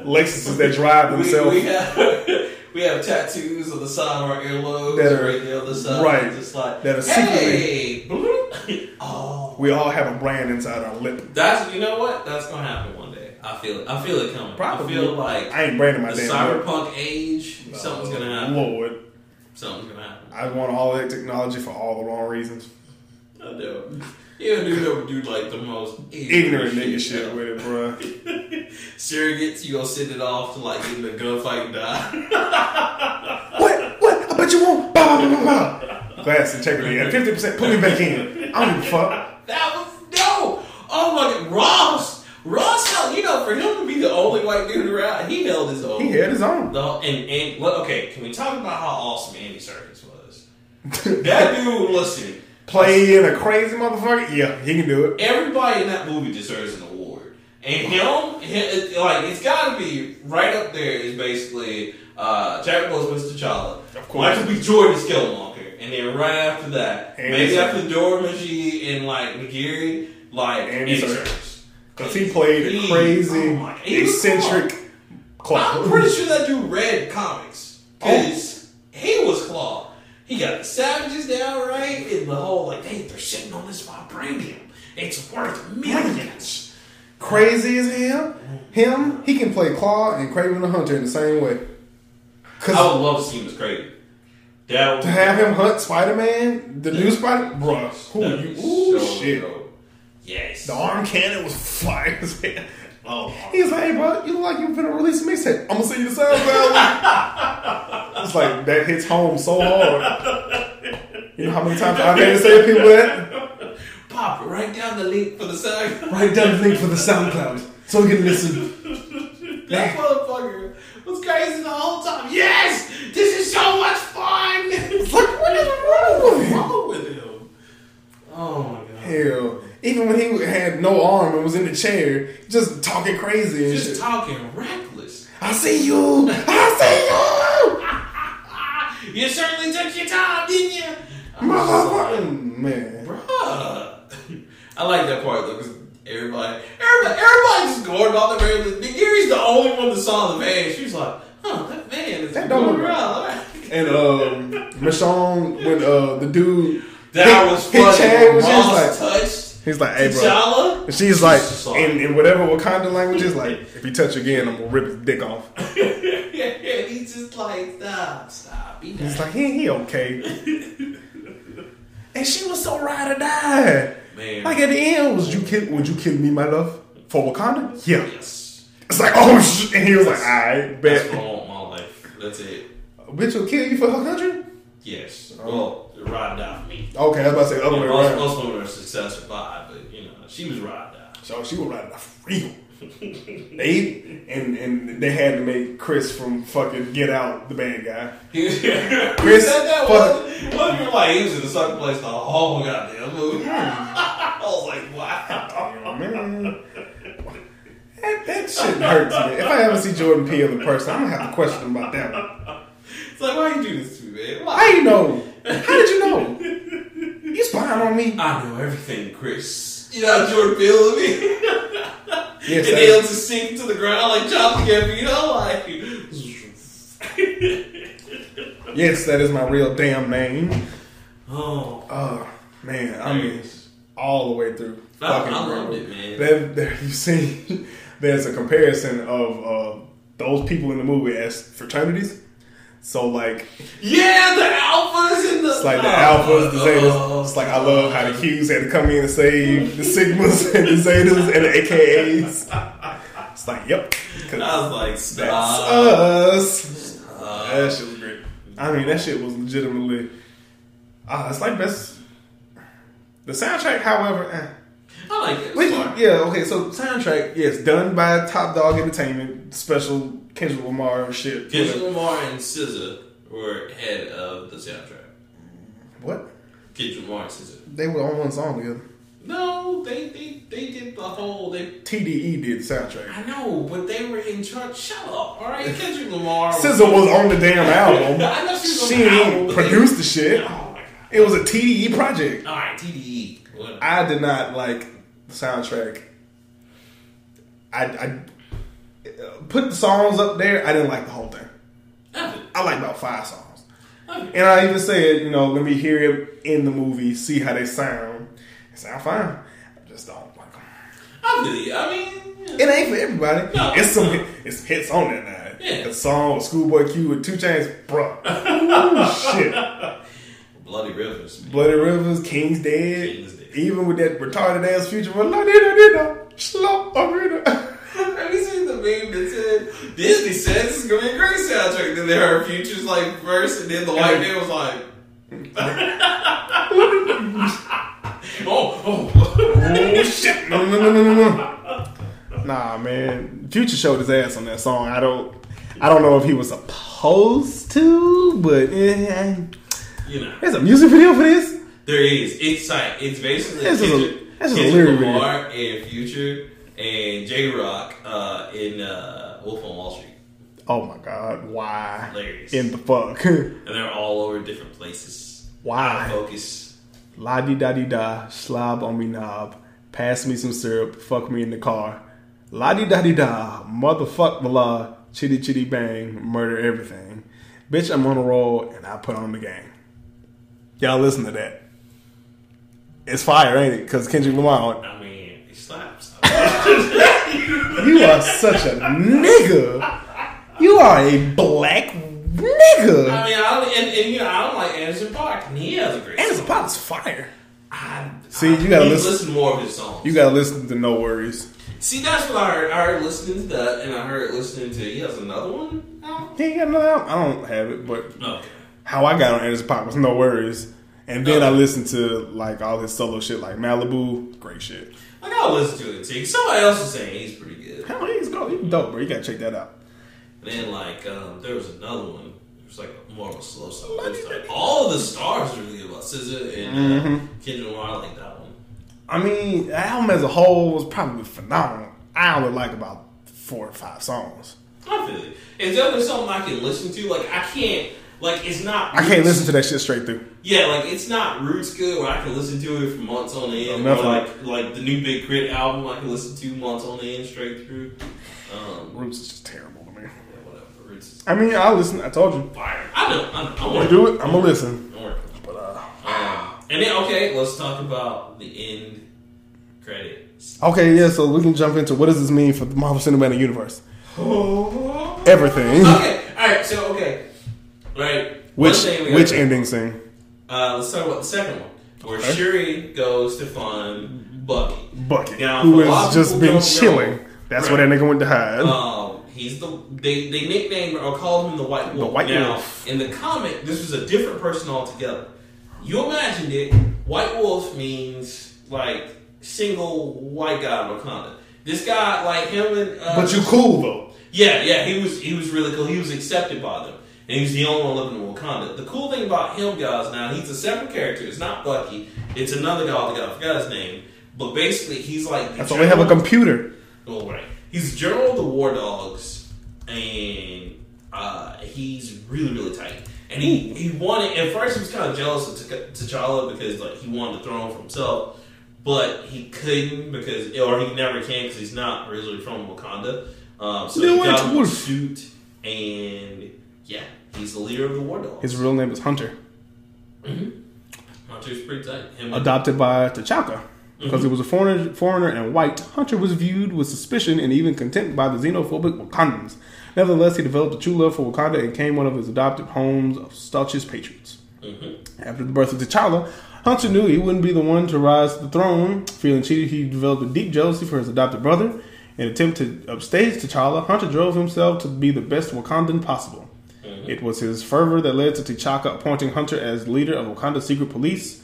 B: Lexuses that drive
A: We,
B: themselves.
A: we have [LAUGHS] we have tattoos on the side of our earlobes
B: That are-
A: right there on the side.
B: right.
A: Just like
B: That are
A: hey,
B: [LAUGHS]
A: bloop. oh,
B: we all have a brand inside our lip.
A: that's you know what? That's gonna happen one day. I feel it. I feel it coming.
B: Probably.
A: I feel like
B: I ain't branding
A: the
B: my damn lip. Oh,
A: cyberpunk age. Something's gonna happen.
B: Lord,
A: Something's gonna happen.
B: I want all that technology for all the wrong reasons.
A: I
B: [LAUGHS]
A: do. You do never do like the most
B: Ignorant nigga shit
A: ever.
B: with it, bruh.
A: [LAUGHS] Surrogates, you gonna send it off to like get in a gunfight and die.
B: What? What? I bet you won't. Bah, bah, bah, bah. Glass integrity at fifty percent. Put me back in. I don't give a fuck.
A: That was no. Oh my god, Ross. Ross, held- you know, for him to be the only white dude around, he held his own.
B: He had his own.
A: No, and and well, okay, can we talk about how awesome Andy Serkis was? That dude, listen,
B: Play in a crazy motherfucker. Yeah, he can do it.
A: everybody in that movie deserves an award, and him, he- it- like it's got to be right up there. Is basically uh, Jack Boseman's T'Challa,
B: Of course.
A: Michael B. Jordan's Killmonger, and then right after that,
B: Andy
A: maybe
B: Serkis.
A: after Dora Maji and like McGeary, like
B: Andy
A: Andy
B: Serkis.
A: Serkis.
B: Cause he played a
A: He-
B: crazy,
A: oh my- he was
B: eccentric. Clark.
A: I'm pretty sure that dude read comics.
B: Oh.
A: Cause he was Claw. He got the savages down right and the whole like, hey, they're sitting on this vibranium. It's worth millions.
B: crazy as hell. Him, he can play Claw and Craven the Hunter in the same way. Cause
A: I would love to see him as Kraven.
C: That would
B: to have him hunt Spider Man, the new Spider, bruh, who
A: That'd
B: you?
A: be
B: Ooh,
A: so
B: shit.
A: dope. Yes. Oh,
B: The arm cannon was [LAUGHS] fire as hell.
C: Oh,
B: He was like, "Hey, bro, you look like you've been release a mixtape. I'm gonna send you the SoundCloud." it's like that hits home so hard. You know how many times I've had to say to people that?
A: Pop it right down the link for the
B: [LAUGHS]
A: song.
B: Write down the link for the SoundCloud so we can listen.
A: That motherfucker was crazy the whole time. Yes! This is so much fun! [LAUGHS] It's like, what is
B: wrong with him?
A: wrong with him? Oh my god.
B: Hell, even when he had no arm and was in the chair, just talking crazy and
A: Just
B: shit.
A: talking reckless.
B: I see you. I
A: Ah, You certainly took your time, didn't
B: [LAUGHS]
A: you?
B: see you, motherfucking man.
A: Bruh. [LAUGHS] I like that part though, because everybody, everybody, everybody just going about the van. Gary's the only one that saw the van. She was like, huh, that van is
B: That don't
A: going
B: look right.
A: around. Right.
B: And um, Michonne, when uh, the dude,
A: [LAUGHS] That was
B: His
A: funny.
B: chain was
A: Ross
B: just
A: touched
B: he's like, "Hey, bro."
A: T'Challa. [LAUGHS]
B: And she's like,
A: just like-
B: in, in whatever Wakanda language is, like, if you touch again, I'm gonna rip his dick off.
A: and he's just like, stop, stop. Be nice.
B: He's like, he, he okay. and she was so ride or die.
A: Man.
B: Like at the end, was you kill? Would you kill me, my love, for Wakanda? Yeah.
A: yes.
B: It's like, oh, sh-. and he was like, all right,
A: That's what
B: bet.
A: I want my life. That's it.
B: A bitch will kill you for her country.
A: Yes.
B: Oh.
A: Well, ride down me.
B: Okay, I was about to say the other way
A: most,
B: around.
A: most women are successful by, but you know, she was ride down.
B: So she was ride or die for real. They and and they had to make Chris from fucking Get Out the bad guy.
A: [LAUGHS] He was said
B: Chris
A: that
B: fuck-
A: was what if you're like he was in the second place the whole goddamn
B: Hmm.
A: movie. [LAUGHS] I was like, wow.
B: Man, that, [LAUGHS] that shit hurts me. If I ever see Jordan Peele in person, I'm gonna have to question him about that one.
A: It's like why you do this to me, man?
B: How
A: Why?
B: you know? How did you know? You spying on me?
A: I know everything, Chris. You know how Jordan Peele to me?
B: [LAUGHS] Yes,
A: and they'll
B: that,
A: just sink to the ground like John McGaffey, you know, like [LAUGHS]
B: yes, that is my real damn name.
A: Oh
B: Oh man, I mean, all the way through.
A: I- I loved it, man.
B: There, there, [LAUGHS] you see, there's a comparison of uh, those people in the movie as fraternities. So like
A: Yeah, the alphas and the
B: It's like the
A: oh,
B: alphas, the
A: oh,
B: zetas. It's like I love how the Qs had to come in and save the sigmas and the zetas and the AKAs. It's like, yep, 'cause
A: I was like,
B: that's
A: stop.
B: us.
A: Stop.
B: That shit was great. I mean, that shit was legitimately. Ah, it's like best. The soundtrack, however, eh.
A: I like it. It's
B: Wait,
A: fun.
B: yeah, okay. So soundtrack, yes, done by Top Dog Entertainment, special Kendrick Lamar shit.
A: Kendrick
B: whatever.
A: Lamar and SZA were head of the soundtrack.
B: What?
A: Kendrick Lamar and SZA.
B: They were on one song together.
A: No, they they they did the whole. They
B: TDE E did the soundtrack.
A: I know, but they were in charge. Shut up, all [LAUGHS] right? Kendrick Lamar. was-
B: SZA was on the damn
A: [LAUGHS]
B: album.
A: I know she was on
B: she
A: the
B: didn't
A: album, but
B: produce
A: they-
B: the shit.
A: Oh my god!
B: It was a TDE project.
A: All right, E. TDE. Whatever.
B: I did not like the soundtrack. I, I uh, put the songs up there. I didn't like the whole thing.
A: Love it.
B: I like about five songs.
A: Love it.
B: And I even said, you know, let me hear it in the movie, see how they sound. It sound fine. I just don't like them.
A: I really. I mean, yeah.
B: It ain't for everybody.
A: No.
B: it's some hit- it's hits on that night.
A: Yeah.
B: The song with Schoolboy Q with Two
A: [LAUGHS]
B: Chains, bruh. Ooh, shit.
A: Bloody Rivers. Man.
B: Bloody Rivers, King's Dead,
A: King's Dead.
B: even with that retarded ass future, but la dida dida, slop arena.
A: [LAUGHS] Have you seen the meme that said Disney says this is gonna be a great soundtrack? Then they heard Future's like first, and then the white man was like, [LAUGHS] "Oh, oh, [LAUGHS]
B: [LAUGHS] Oh shit, no, no, no, no, no, no. Nah, man, Future showed his ass on that song. I don't, I don't know if he was supposed to, but eh,
A: you know."
B: there's a music video for this.
A: There is. It's like it's basically
B: This is a-
A: Kendrick,
B: this is a
A: Kendrick
B: lyric
A: Lamar and Future and J Rock uh, in uh, Wolf on Wall Street,
B: Oh my god, why?
A: Hilarious.
B: In the fuck, [LAUGHS]
A: and they're all over different places.
B: why?
A: Focus.
B: La di da di da, slob on me knob, pass me some syrup, fuck me in the car. La di da di da, motherfuck the law, chitty chitty bang, murder everything. Bitch, I'm on a roll and I put on the game. Y'all listen to that. It's fire, ain't it? Because Kendrick Lamar,
A: I mean, it slaps. [LAUGHS]
B: you are such a nigga. You are a black Nigga.
A: I mean, I don't, and, and you know, I don't like Anderson Park, and he has a great.
B: Anderson
A: song.
B: Potter's fire.
A: I,
B: See,
A: I
B: you gotta
A: need to
B: listen-
A: more of his songs.
B: You gotta listen to No Worries.
A: See, that's what I heard. I heard listening to that, and I heard listening to he has another one. out?
B: He ain't got another album. I don't have it, but
A: Okay.
B: how I got on Anderson Pop was No Worries. And then
A: No.
B: I listened to like all his solo shit, like Malibu, great shit.
A: I gotta listen to it too. 'cause Somebody else was saying he's pretty good.
B: Hell, he's go, he's dope, bro. You gotta check that out.
A: And then like um, there was another one. It was like more of a slow song. It was like all of the stars were really good about SZA and uh,
B: Mm-hmm.
A: Kendrick Lamar. I like that one.
B: I mean, the album as a whole was probably phenomenal. I only like about four or five songs.
A: I feel it. Is there something I can listen to? Like I can't. Like it's not.
B: I can't
A: roots-
B: listen to that shit straight through.
A: Yeah, like it's not roots good where I can listen to it for months on end.
B: No,
A: Or
B: nothing.
A: like like the new Big Crit album, I can listen to months on end straight through. Um,
B: Roots is just terrible to me.
A: yeah, whatever. Roots is
B: I mean, I listen. I told you.
A: fire. I know. I know. I'm
B: I'm gonna
A: working.
B: do it. I'm gonna listen.
A: I'm working.
B: But uh,
A: Um, and then okay, let's talk about the end
B: [LAUGHS]
A: credits.
B: okay, yeah. So we can jump into what does this mean for the Marvel Cinematic Universe?
A: okay.
B: Everything.
A: All right. So okay. Right. one
B: Which
A: thing we
B: which
A: gotta-
B: ending scene?
A: Uh, let's talk about the second one, where
B: Okay.
A: Shuri goes to find Bucky.
B: Bucket,
A: Now,
B: who
A: for a lot
B: has
A: of
B: just
A: people
B: been
A: don't know-
B: chilling. That's where that nigga went to hide.
A: Um, he's the they they nicknamed or called him the White Wolf.
B: White
A: now,
B: Wolf.
A: In the comic, this was a different person altogether. You imagined it. White Wolf means like single white guy Wakanda. This guy, like him and uh,
B: but you cool though.
A: yeah, yeah, he was he was really cool. He was accepted by them, and he was the only one living in Wakanda. The cool thing about him, guys, now he's a separate character. It's not Bucky. It's another guy altogether. I forgot his name. But basically, he's like the
B: That's why we have a
A: general-
B: computer.
A: well, right. He's general of the war dogs, and uh, he's really, really tight. And he, he wanted at first he was kind of jealous of T'Ch- T'Challa because like he wanted the throne for himself, but he couldn't because or he never can because he's not originally from Wakanda. Um, so
B: No,
A: he got
B: it's
A: him a
B: wolf.
A: suit, and yeah, he's the leader of the war dogs.
B: His real name is Hunter.
A: Hunter's pretty tight. Him and-
B: adopted by T'Chaka. Because he was a foreigner, foreigner and white, Hunter was viewed with suspicion and even contempt by the xenophobic Wakandans. Nevertheless, he developed a true love for Wakanda and came one of his adopted home's staunchest patriots. After the birth of T'Challa, Hunter knew he wouldn't be the one to rise to the throne. Feeling cheated, he developed a deep jealousy for his adopted brother. In an attempt to upstage T'Challa, Hunter drove himself to be the best Wakandan possible. It was his fervor that led to T'Chaka appointing Hunter as leader of Wakanda's secret police.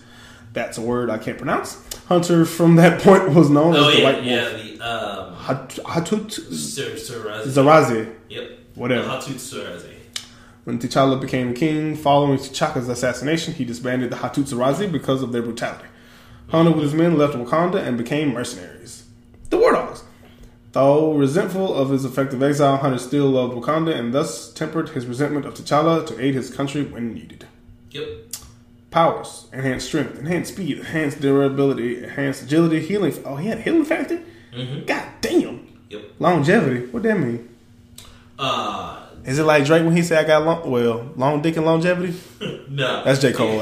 B: That's a word I can't pronounce. Hunter, from that [LAUGHS] point, was known
A: oh
B: as the
A: yeah,
B: White
A: yeah,
B: Wolf.
A: the um,
B: Hat- Hatut
A: Sir, Sir Razi.
B: Zarazi.
A: Yep,
B: Whatever.
A: Hatshepsut Surazi.
B: When T'Challa became king, following T'Chaka's assassination, he disbanded the Hattusarazi because of their brutality. Hunter with his men left Wakanda and became mercenaries. The War Dogs. Though resentful of his effective exile, Hunter still loved Wakanda and thus tempered his resentment of T'Challa to aid his country when needed.
A: Yep.
B: Powers. Enhanced strength, enhanced speed, enhanced durability, enhanced agility, healing. Oh, he had a healing factor? God damn.
A: Yep.
B: Longevity. What that mean?
A: Uh,
B: Is it like Drake when he said, I got long, well, long dick and longevity?
A: no.
B: That's J. Cole,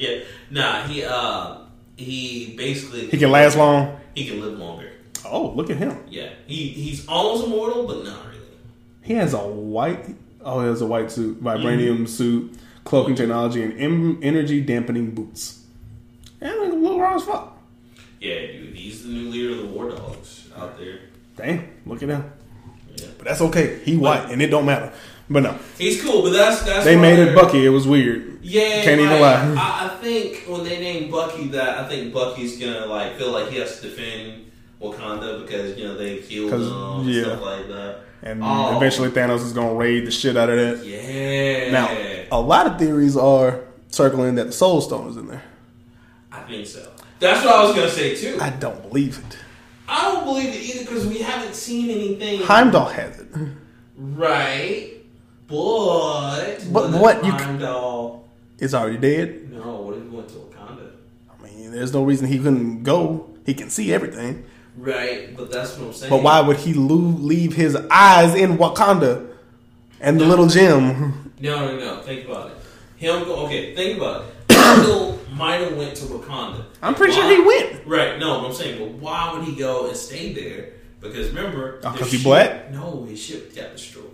A: [LAUGHS] yeah. Nah, he, uh, he basically.
B: He can last long.
A: He can live longer.
B: Oh, look at him.
A: Yeah. He, he's almost immortal, but not really.
B: He has a white. Oh, he has a white suit, vibranium suit, cloaking technology, and em- energy dampening boots. And like a little raw as fuck.
A: Yeah, dude. He's the new leader of the war dogs out there.
B: Damn, look at him.
A: Yeah.
B: But that's okay. He white, and it don't matter. But no,
A: He's cool, but that's that's
B: they
A: why
B: made
A: they're-
B: it Bucky. It was weird.
A: Yeah,
B: Can't
A: like,
B: even lie.
A: I, I think when they name Bucky that, I think Bucky's gonna like feel like he has to defend Wakanda because you know they killed
B: 'Cause,
A: him
B: yeah.
A: and stuff like that.
B: And
A: Oh,
B: eventually Thanos is gonna raid the shit out of that.
A: yeah.
B: Now, a lot of theories are circling that the Soul Stone is in there.
A: I think so. That's what I was gonna say too.
B: I don't believe it.
A: I don't believe it either because we haven't seen anything.
B: Heimdall has it.
A: Right, but
B: But
A: but
B: what you c-
A: Heimdall?
B: It's already dead.
A: No, what if he went to Wakanda?
B: I mean, there's no reason he couldn't go. He can see everything.
A: Right, but that's what I'm saying.
B: But why would he lo- leave his eyes in Wakanda and the little gem?
A: No, no, no. Think about it. Him go. Okay, think about it. [COUGHS] Heimdall might have went to Wakanda.
B: I'm pretty
A: Why-
B: sure he went.
A: Right. No, but I'm saying, but why would he go and stay there? Because remember,
B: Oh,
A: his
B: 'cause he
A: ship-
B: black?
A: No, his ship got destroyed.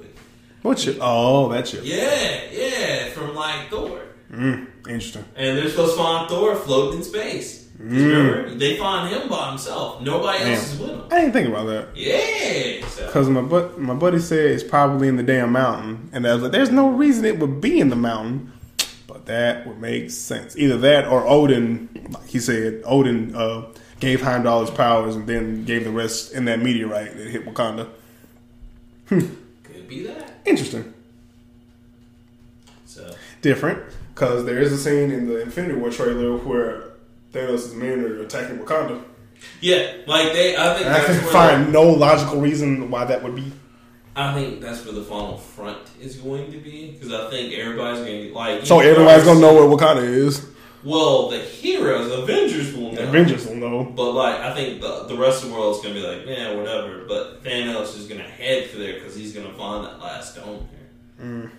B: What chip? Oh, that chip.
A: Yeah, yeah, from like Thor.
B: Mm, interesting.
A: And they're supposed to find Thor floating in space. 'Cause remember, They find him by himself. Nobody else
B: Mm. Damn.
A: is with him.
B: I didn't think about that.
A: Yeah. So,
B: Cause my but my buddy said it's probably in the damn mountain, and I was like, "There's no reason it would be in the mountain," but that would make sense. Either that or Odin, like he said, Odin uh, gave Heimdall his powers and then gave the rest in that meteorite that hit Wakanda.
A: could be that.
B: Interesting,
A: So,
B: different, because there is a scene in the Infinity War trailer where Thanos' men are attacking Wakanda.
A: yeah, like they, I think
B: And I
A: that's
B: can
A: where,
B: find no logical reason why that would be.
A: I think that's where the final front is going to be. Because I think everybody's going to, like,
B: So
A: even
B: everybody's
A: though-
B: gonna know what Wakanda is.
A: Well, the heroes, Avengers will know.
B: Avengers will know.
A: But like, I think the, the rest of the world's gonna be like, yeah, whatever. But Thanos is gonna head for there because he's gonna find that last stone here.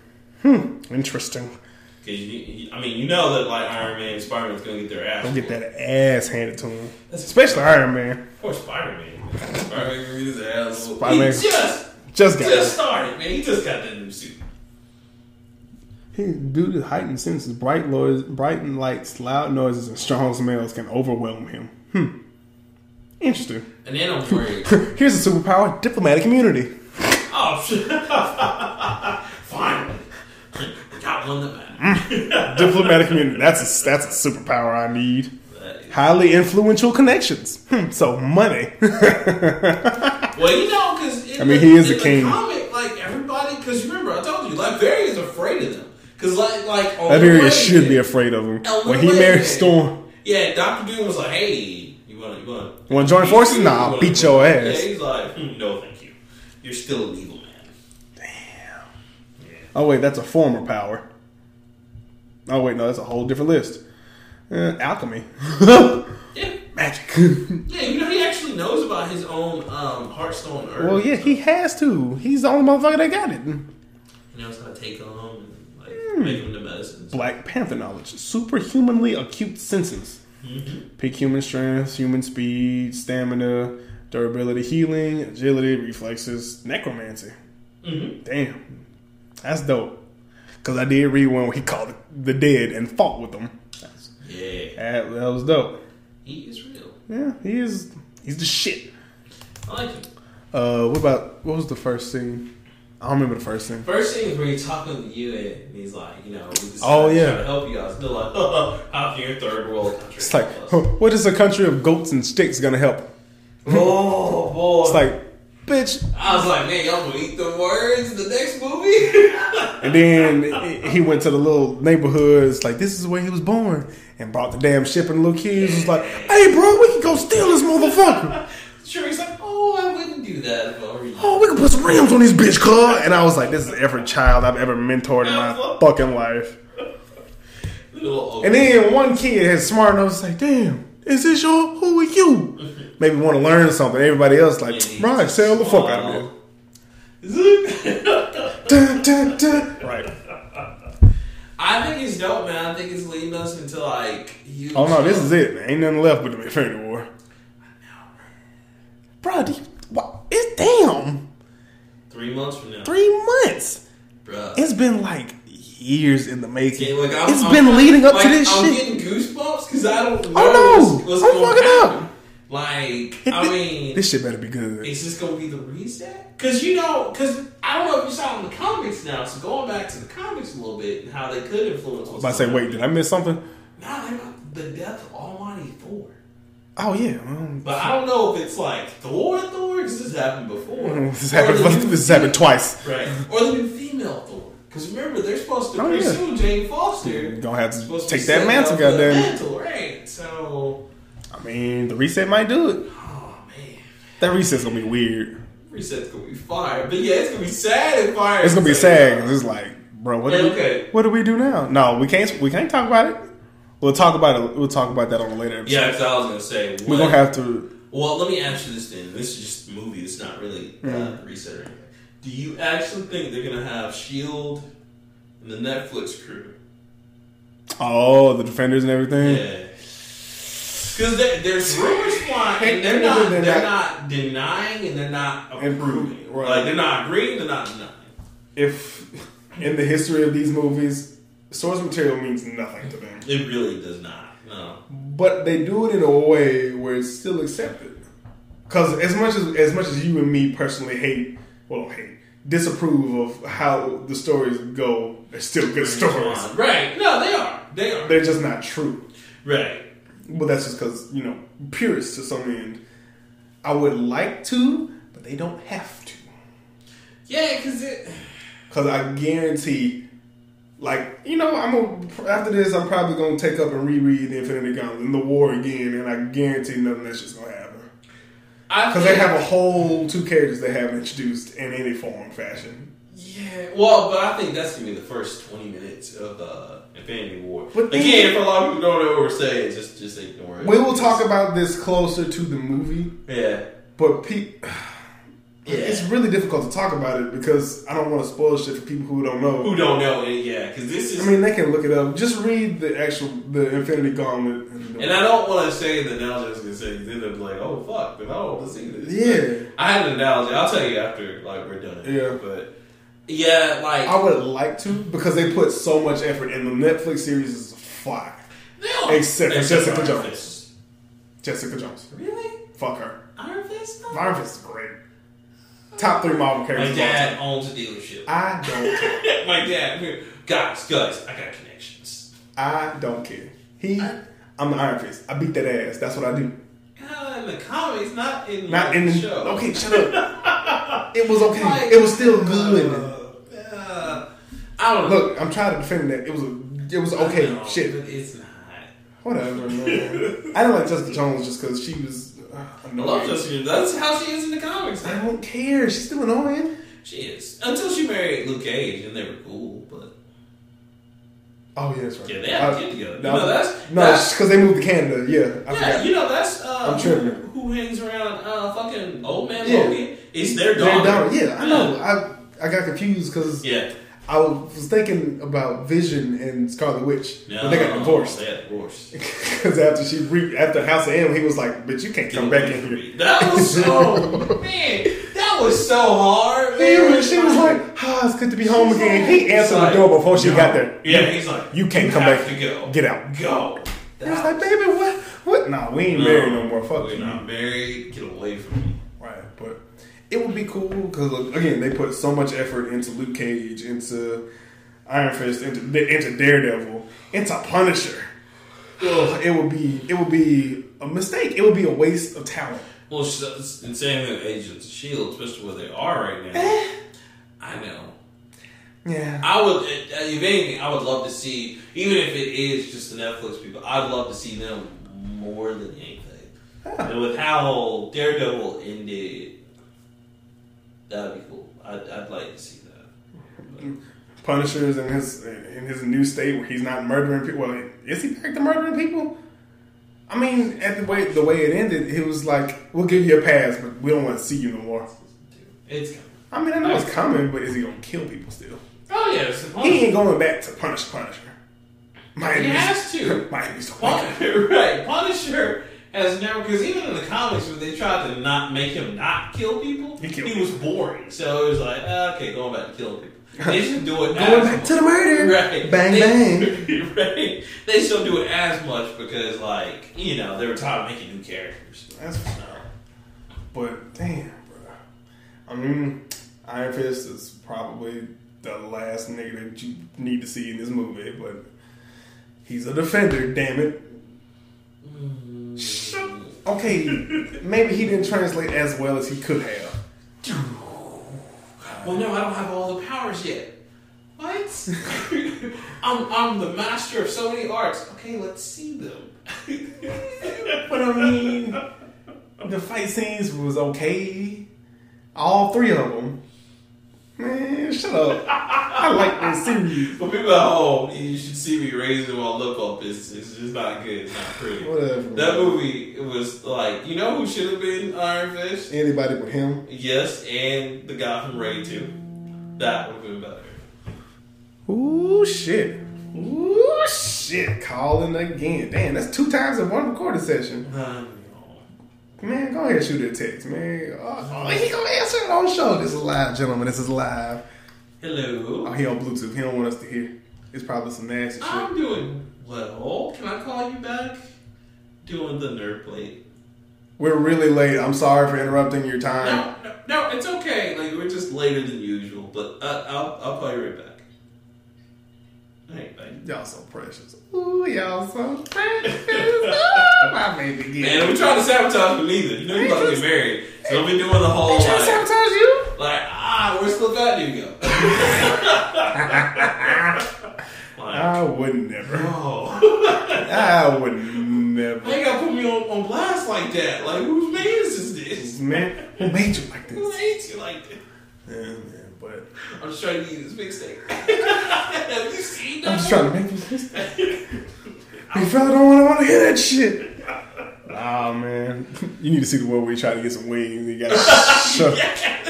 B: Interesting.
A: Because you, you- I mean, you know that like Iron Man and Spider Man's gonna get their ass.
B: Don't get that ass handed to him.
A: That's-
B: Especially Iron Man.
A: Poor Spider Man. Spider Man gonna get his ass. whooped.
B: Spider-Man.
A: He just
B: Just got
A: just started, man. He just got that new suit.
B: He, due to heightened senses, bright noise, brightened lights, loud noises, and strong smells can overwhelm him. Hmm. Interesting.
A: And then I'm
B: [LAUGHS]
A: worried.
B: Here's a superpower: diplomatic immunity.
A: oh shit! [LAUGHS] Finally, we got one that
B: Mm.
A: matters.
B: diplomatic immunity. That's a that's a superpower I need.
A: That is-
B: Highly influential connections. Hmm, so money.
A: [LAUGHS] Well, you know, because
B: I mean, he is the king.
A: Comic, like everybody, because remember, I told you, Liberia is afraid of them. Because like, like on
B: Iberia
A: Liberia-
B: should be afraid of him.
A: Now,
B: When
A: what
B: he
A: way-
B: married Storm,
A: Yeah, Doctor Doom was like, "Hey, you wanna, you wanna,
B: Wanna join forces? Nah, I'll
A: You wanna-
B: beat your ass.
A: Yeah, he's like, "Hmm, "No, thank you. You're still an evil man."
B: Oh wait, that's a former power. Oh wait, no, that's a whole different list. Uh, alchemy, [LAUGHS]
A: Yeah,
B: magic.
A: yeah. You know, he actually knows about his own um, Heartstone Earth.
B: well, yeah, he has to. He's the only motherfucker that got it.
A: You know, it's gonna take him home and like
B: Hmm.
A: make him the medicines.
B: Black Panther knowledge: superhumanly acute senses. Pick human strength, human speed, stamina, durability, healing, agility, reflexes, necromancy.
A: Mhm.
B: Damn, that's dope. Cause I did read one where he called the dead and fought with them. That's-
A: Yeah,
B: That, that was dope.
A: he is real.
B: Yeah, he is. He's the shit.
A: I like him.
B: Uh, what about what was the first scene? I don't remember the first scene.
A: First thing is when he's talking to you and he's like, you know, we just
B: Oh, yeah.
A: trying to help you guys. They're like, [LAUGHS] out here, third world country.
B: It's like, huh, what is a country of goats and sticks gonna help?
A: oh boy.
B: [LAUGHS] It's like, bitch.
A: I was like, man, y'all gonna eat the words in the next movie? [LAUGHS]
B: And then he went to the little neighborhood. It's like this is where he was born, and brought the damn ship and the little kids. It's like, hey, bro, we can go steal this motherfucker.
A: sure, he's like, oh, I wouldn't do that if I were you.
B: Oh, we can put some rims on this bitch, car. And I was like, this is every child I've ever mentored in my fucking life.
A: Little old-
B: And then one kid is smart enough to say, "Damn, is this your? Who are you?" Maybe want to learn something. Everybody else like,
A: Yeah,
B: "Right,
A: he's
B: sell the fuck out
A: small.
B: of here." Dun, dun, dun. Right?
A: [LAUGHS] I think it's dope, man. I think it's leading us into like huge.
B: Oh no, this is it. Man. Ain't nothing left but the Infinity War. Bro, do you, what, it's damn
A: three months from now,
B: three months.
A: bruh.
B: It's been like years in the making.
A: Yeah, like, I'm-
B: it's
A: I'm-
B: been leading up
A: like,
B: to this
A: I'm
B: shit. Oh,
A: getting goosebumps because I don't know
B: no.
A: what's, what's
B: I'm
A: going
B: fucking up.
A: happen. Like,
B: It-
A: I mean,
B: this shit better be good.
A: Is this gonna be the reset? Because you know, because I don't know if you saw in the comics now. So going back to the comics a little bit and how they could influence.
B: I say, wait, did I miss something?
A: Nah, they got the death of Almighty Thor.
B: Oh yeah. well,
A: But I don't know if it's like Thor, Thor, because this happened before.
B: Mm, [LAUGHS] This
A: Or
B: happened.
A: the new-
B: This happened twice.
A: Right. Or the new female Thor. Because remember, they're supposed to
B: Oh,
A: pretty
B: yeah.
A: soon Jane Foster.
B: You're gonna have to
A: supposed to be
B: take that
A: setting
B: mantle,
A: up for that
B: goddamn.
A: Mantle, right? So,
B: I mean, the reset might do it.
A: oh man,
B: That reset's gonna be weird.
A: reset's gonna be fire. But yeah, it's gonna be sad and fire.
B: It's gonna be
A: Like,
B: sad 'cause it's like, bro, what?
A: Yeah,
B: do we,
A: okay.
B: What do we do now? No, we can't. We can't talk about it. We'll talk about it. We'll talk about that on a later episode.
A: Yeah, because I was gonna say
B: We're
A: what-
B: gonna have to.
A: Well, let me ask you this then. This is just a movie. It's not really uh, reset or anything. Do you actually think they're gonna have Shield E and the Netflix crew?
B: Oh, the defenders and everything.
A: Yeah. Because
B: [LAUGHS]
A: there's rumors flying, and they're
B: Technically,
A: not
B: they're
A: they're,
B: not-
A: not, denying, and they're not
B: Approving,
A: approving.
B: right.
A: Like they're not agreeing, they're not denying.
B: if in the history of these movies, source material means nothing to them.
C: It really does not. No.
B: But they do it in a way where it's still accepted. Because as much as as much as you and me personally hate, well, hate, disapprove of how the stories go, they're still good stories.
A: Right. No, they are. They are.
B: They're just not true.
C: Right.
B: But that's just because you know purists to some end. I would like to, but they don't have to.
A: Yeah, because it.
B: Because I guarantee, like, you know, I'm gonna, after this, I'm probably going to take up and reread The Infinity Gauntlet and The War again, and I guarantee nothing that's just going to happen.
A: I
B: Because they
A: think-
B: have a whole two characters they haven't introduced in any form or fashion.
A: Yeah, well, but I think that's gonna be the first twenty minutes of uh, Infinity War.
B: But then-
A: Again, for a lot of people don't know what we're saying, just just ignore it.
B: We will talk about this closer to the movie,
A: Yeah,
B: but pe- [SIGHS]
A: yeah.
B: it's really difficult to talk about it because I don't want to spoil shit for people who don't
A: Who
B: know.
A: don't know it? Yeah, because this is.
B: I mean, they can look it up. Just read the actual the Infinity Gauntlet.
A: and I don't want to say the analogy I was gonna say. 'cause Then they'll be like, "Oh fuck," but I don't want to see this.
B: yeah,
A: I had an analogy. I'll tell you after like we're done.
B: Yeah.
A: but yeah, like
B: I would like to because they put so much effort in the Netflix series is fly.
A: they all-
B: Except for Jessica
A: Iron
B: Jones.
A: Fist.
B: Jessica Jones,
A: Really,
B: fuck her.
A: Iron Fist? though?
B: Iron Fist is great. Top three Marvel
A: My
B: characters. of all
A: dad owns a dealership.
B: time. I don't.
A: [LAUGHS]
B: care.
A: My dad, here, guys, guys, I got connections.
B: I don't care. He. I'm the Iron Fist. I beat that ass. That's what I do.
A: Uh, in the comics, not in
B: Not
A: the
B: in the
A: show.
B: Okay, shut
A: [LAUGHS]
B: up. it was okay. It was still good.
A: Uh, uh, I don't know.
B: Look, I'm trying to defend that. It was a. It was
A: I
B: okay.
A: know,
B: Shit.
A: but it's not.
B: Whatever. Man. I didn't like Jessica Jones just because she was. Uh,
A: I
B: annoying.
A: love Jessica. Jones. That's how she is in the comics.
B: I don't care. She's still annoying.
A: She is until she married Luke Cage, and they were cool. But
B: Oh yeah, that's right.
A: yeah, they had a
B: I-
A: kid together. You
B: No,
A: know that's
B: no,
A: that's
B: because they moved to Canada. Yeah, I
A: yeah.
B: forgot.
A: You know that's uh,
B: I'm
A: who,
B: tripping.
A: who hangs around uh, fucking old man
B: Yeah.
A: Logan. It's their
B: Their
A: daughter.
B: daughter. Yeah, I know. I I got confused because
A: Yeah,
B: I was thinking about Vision and Scarlet Witch,
A: yeah.
B: but they got divorced. [LAUGHS]
A: They got divorced.
B: Because after she re- after House of M, he was like, "Bitch, you can't come back in here."
A: That was
B: [LAUGHS]
A: so man. That was so hard.
B: He
A: Man.
B: was- she was like, "Ah, it's good to be home
A: She's
B: again."
A: like-
B: He answered the door before she
A: No.
B: got there.
A: Yeah, he's like,
B: You can't come
A: have
B: back.
A: To go.
B: Get out.
A: Go.
B: He was like, "Baby, what? What? Nah, we ain't married no more. Fuck
A: We're
B: you."
A: not married. Get away from me.
B: Right, but it would be cool because again, they put so much effort into Luke Cage, into Iron Fist, into into Daredevil, into Punisher. Ugh, it would be it would be a mistake. It would be a waste of talent.
A: Well, it's it's the same with Agents of Shield, especially where they are right now. I know.
B: Yeah,
A: I would, uh, if anything, I would love to see, even if it is just the Netflix people, I'd love to see them more than anything. And with how Daredevil ended, that'd be cool. I'd, I'd like to see that.
B: Mm-hmm. Punisher is in his in his new state where he's not murdering people. Well, is he back to murdering people? I mean, at the way the way it ended, it was like we'll give you a pass, but we don't want to see you no more.
A: It's coming.
B: I mean, I know it's coming, but is he gonna kill people still?
A: Oh yeah, it's the Punisher.
B: He ain't going back to punish Punisher. My
A: He
B: enemies-
A: has to.
B: [LAUGHS] My enemies don't like him.
A: Punisher, [LAUGHS] right? Punisher has never because even in the comics when they tried to not make him not kill people,
B: He
A: he,
B: killed
A: was boring. So it was like, ah, okay, going back to killing
B: [LAUGHS]
A: people. They should do it
B: Going
A: as
B: back to the murder.
A: [LAUGHS] Right.
B: Bang bang.
A: they, bang. [LAUGHS] right. They still do it as much because, like, you know, they were tired of making new characters.
B: That's
A: So,
B: but damn, bro. I mean, Iron Fist is probably the last nigga that you need to see in this movie, but he's a defender. Damn it. Shut-
A: [LAUGHS]
B: Okay, maybe he didn't translate as well as he could have.
A: well, no, I don't have all the powers yet. [LAUGHS] What? I'm, I'm the master of so many arts. Okay, let's see them. [LAUGHS]
B: But I mean, the fight scenes was okay. All three of them. Man, shut up. I like this series.
A: For people at home, you should see me raising my look up. It's, it's just not good. It's not pretty.
B: Whatever.
A: That movie was like, you know who should have been Iron Fist?
B: Anybody but him.
A: Yes, and the guy from Ray 2. That would have been better.
B: Ooh, shit. Ooh, shit. Calling again. Damn, that's two times in one recording session.
A: Um,
B: Man, go ahead and Uh, shoot a text, man. Oh, oh, he gonna answer it on show. This is live, gentlemen. This is live.
A: Hello.
B: Oh, he on Bluetooth. He don't want us to hear. It's probably some nasty shit.
A: I'm doing well. Can I call you back? Doing the nerd plate.
B: We're really late. I'm sorry for interrupting your time.
A: No, no, no, it's okay. Like we're just later than usual, but uh, I'll I'll call you right back. All right, bye.
B: Y'all so precious. Ooh, y'all so
A: [LAUGHS]
B: precious. Ooh, my baby.
A: Man, I'm trying to sabotage me either. You know you're about to get married, so don't be doing the whole like,
B: you?
A: like ah, where's the fat dude go? like,
B: I would never.
A: oh,
B: I would
A: [LAUGHS] they
B: never.
A: got put me on, on blast like that. Like whose man is this?
B: Man, who made you like
A: Who
B: this?
A: hates you like this?
B: Yeah, man, but
A: I'm just trying to eat this big [LAUGHS] steak. Have you seen that?
B: I'm just trying to make this list. Big fella don't want to want to hear that shit. Nah, man. You need to see the one where he tried to get some wings. He got
A: [LAUGHS]
B: shoved,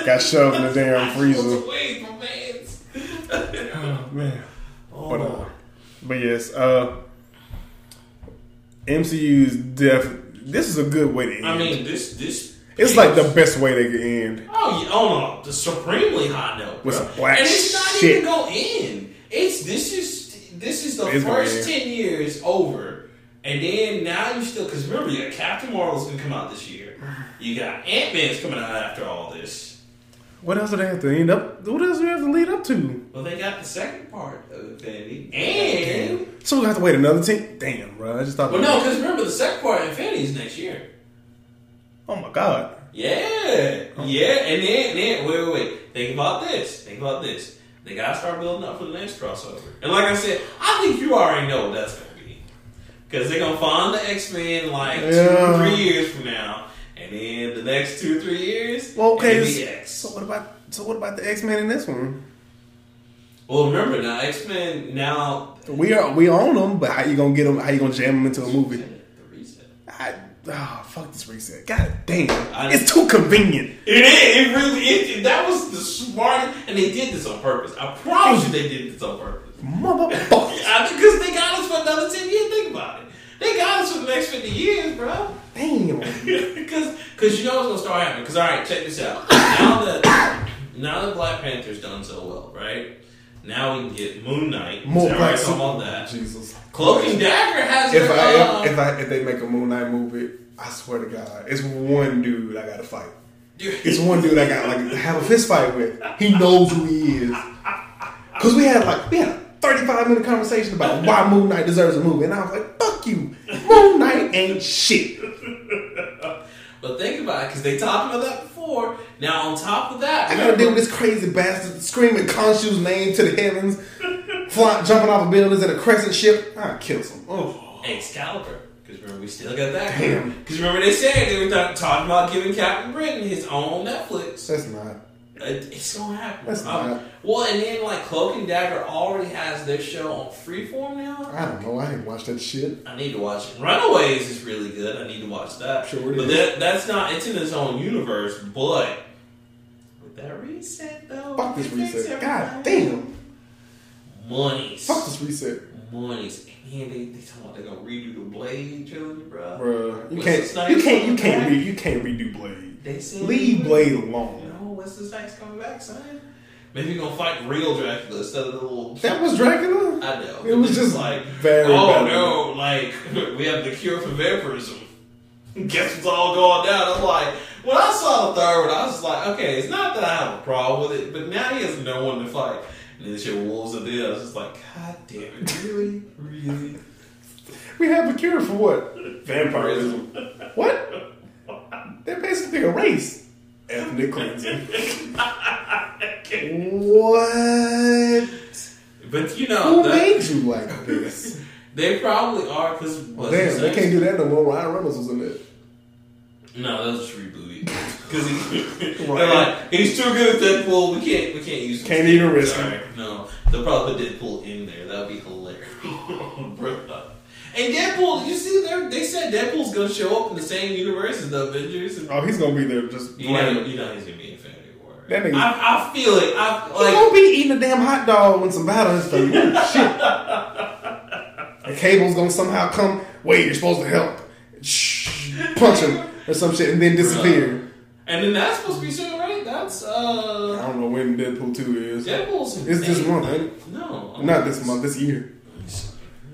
B: got shoved in the damn freezer.
A: Wait, my man's.
B: Oh, man.
A: Oh,
B: But, uh, but yes, uh, MCU is def. This is a good way to end.
A: I mean, this this.
B: it's like the best way they could end.
A: Oh, yeah, oh no, the supremely hot note.
B: With
A: bro.
B: some black
A: and it's not
B: shit.
A: even gonna end. It's this is this is the
B: It's gonna
A: first
B: end.
A: ten years over, and then now you still because remember you got Captain Marvel's gonna come out this year. You got Ant Man's coming out after all this.
B: What else do they have to end up? What else do they have to lead up to?
A: Well, they got the second part of Infinity, and
B: So we have to wait another ten. Damn, bro. I just thought.
A: well, no, because remember the second part of Infinity is next year.
B: Oh my god.
A: Yeah, yeah, and then, then wait, wait, wait. Think about this. Think about this. They gotta start building up for the next crossover. And like I said, I think you already know what that's gonna be because they're gonna find the X Men like two
B: Yeah.
A: or three years from now, and then the next two or three years,
B: Well, okay.
A: it'll be
B: s-
A: X.
B: So what about? So what about the X Men in this one?
A: Well, remember now, X Men now
B: We are we own them, but how you gonna get them? How you gonna jam them into a movie?
A: The reset.
B: I, oh, fuck this reset. God damn,
A: I-
B: it's too convenient.
A: It is. It really. It, it- that was the smartest, and they did this on purpose. I promise you, they did this on purpose. [LAUGHS]
B: Motherfucker.
A: Because they got us for another 10 years. Think about it. They got us for the next 50 years, bro. [LAUGHS]
B: Damn.
A: Because cause you know what's going to start happening. Because, all right, check this out. Now that, now that Black Panther's done so well, right? Now we can get Moon Knight.
B: More
A: Now
B: Black
A: we're talking about that.
B: Jesus.
A: Cloak and Dagger has
B: If
A: their,
B: I
A: um,
B: if, if I if they make a Moon Knight movie, I swear to God, it's one dude I gotta fight.
A: dude,
B: It's one dude I got like to have a fist fight with. He knows who he is. Cause we had like we had a 35 minute conversation about why Moon Knight deserves a movie, and I was like, fuck you. Moon Knight ain't shit.
A: But think about it. Because they talked about that before. Now, on top of that.
B: I gotta deal
A: remember-
B: with this crazy bastard screaming Khonshu's name to the heavens, flying, jumping off of buildings in a crescent ship. I kills him. Oh,
A: Excalibur. Because remember, we still got that.
B: Damn.
A: Because remember, they said they were th- talking about giving Captain Britain his own Netflix.
B: that's not.
A: It- It's gonna happen.
B: That's
A: Um,
B: not-
A: Well, and then like Cloak and Dagger already has their show on Freeform now.
B: I don't know. I didn't watch that shit.
A: I need to watch it. Runaways is really good. I need to watch that.
B: Sure it
A: but
B: is.
A: that that's not. It's in its own universe. But with that reset though,
B: Fuck this
A: it makes
B: reset. God
A: everything-
B: damn.
A: Monies,
B: Fuck this reset,
A: monies, and they they talking about they're gonna redo the Blade trilogy, bro.
B: Bruh. You
A: Wesley
B: can't.
A: Snipes
B: You can't. You
A: coming
B: can't.
A: back.
B: Re- you can't redo Blade.
A: They said
B: Leave Blade alone.
A: No, what's this next coming back, son? Maybe you're gonna fight real Dracula instead of the little.
B: That was Dracula.
A: I know.
B: It was just
A: like,
B: very
A: oh
B: bad.
A: no, like we have the cure for vampirism. [LAUGHS] Guess what's all going down? I'm like, when I saw the third one, I was just like, okay, it's not that I have a problem with it, but now he has no one to fight. And then shit wolves are there. I was just like, God damn it, really, really.
B: We have a cure for what? Vampirism. what? They're basically a race. Ethnic cleansing. what?
A: But you know,
B: Who
A: that,
B: made you like this?
A: they probably are because
B: Damn, they can't do that no more. Ryan Reynolds was in it.
A: No, that was just
B: [LAUGHS]
A: rebooted. Because he,
B: Right.
A: they're like, he's too good at Deadpool. We can't, we can't use. him.
B: Can't even risk him.
A: Sorry, No, they'll probably put Deadpool in there. That'd be hilarious. [LAUGHS] Bruh. and Deadpool, you see, they're- they said Deadpool's gonna show up in the same universe as the Avengers. And,
B: Oh, he's gonna be there just
A: you know, you know, he's gonna be in Infinity War. right?
B: That nigga-
A: I, I feel it. I
B: He
A: like.
B: gonna be eating a damn hot dog when some battle is done. Ooh, Shit. And Cable's gonna somehow come. Wait, you're supposed to help. Shh, punch him or some shit, and then disappear.
A: And then that's supposed to be soon, right? That That's
B: I
A: uh
B: don't know when Deadpool 2 is.
A: Deadpool's in
B: It's this
A: May.
B: month, ain't it?
A: No. I'm-
B: Not this month, this year.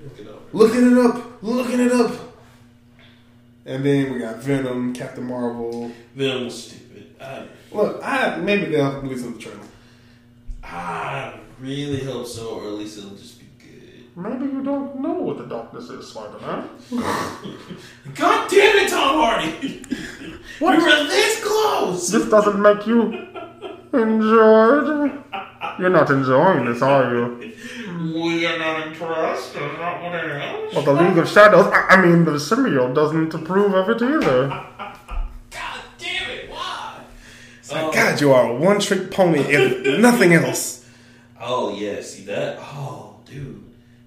D: Look it up.
B: Looking it up, looking it up. And then we got Venom, Captain Marvel.
A: Them was stupid. I,
B: Look, I maybe they'll release another trailer.
A: I Ah, really hope so, or at least it'll just be good.
B: Maybe you don't know what the darkness is, Spider-Man.
A: God damn it, Tom Hardy!
B: [LAUGHS] What?
A: We were this close!
B: This doesn't make you enjoyed. You're not enjoying this, are you?
A: We are not impressed. That's not what it is.
B: Well, the League of Shadows, I, I mean, the symbiote doesn't approve of it either.
A: God damn it, why? Um,
B: God, you are a one trick pony and nothing else.
A: Oh, yeah, see that? Oh, dude.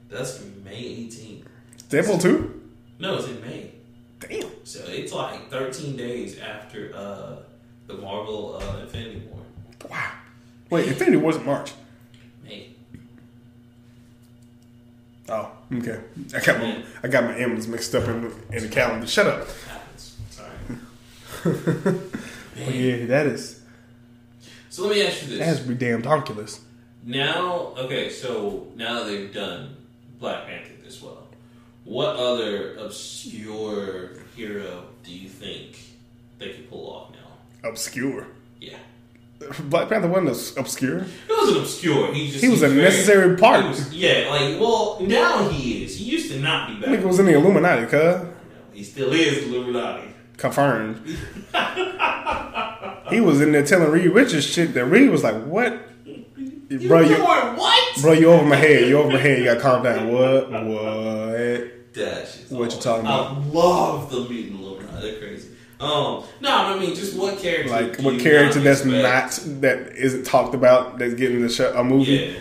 A: That's May 18th.
B: Deadpool 2?
A: No, it's in May.
B: Damn.
A: So it's like 13 days after uh, the Marvel uh, Infinity War.
B: Wow. Wait, Infinity War's in March.
A: May.
B: Oh, okay. I got my, I got my M's mixed up in, in the calendar. Shut up.
A: Happens. Sorry.
B: Well, Oh, yeah, that is
A: So let me ask you this.
B: that's pretty damn donkulous.
A: Now, okay, so now that they've done Black Panther this well, what other obscure hero do you think they could pull off now?
B: Obscure.
A: Yeah.
B: Black Panther wasn't obs- obscure.
A: It wasn't obscure. He just
B: He was a
A: very-
B: necessary part.
A: he was- yeah, like well, now he is. He used to not be back.
B: Nigga was in the Illuminati, cuz.
A: He still is Illuminati.
B: Confirmed. he was in there telling Reed Richards shit that Reed was like, what?
A: You
B: Bro,
A: doing
B: you,
A: what?
B: bro, you over my head. You over my head. You gotta calm down. What? What?
A: Dash is
B: What you
A: all-
B: talking about?
A: I love the mutant Illuminati. They're crazy. Um, no, I mean just what character?
B: Like,
A: do
B: what
A: you
B: character that's
A: expect?
B: not, that isn't talked about, that's getting the show, a movie?
A: Yeah.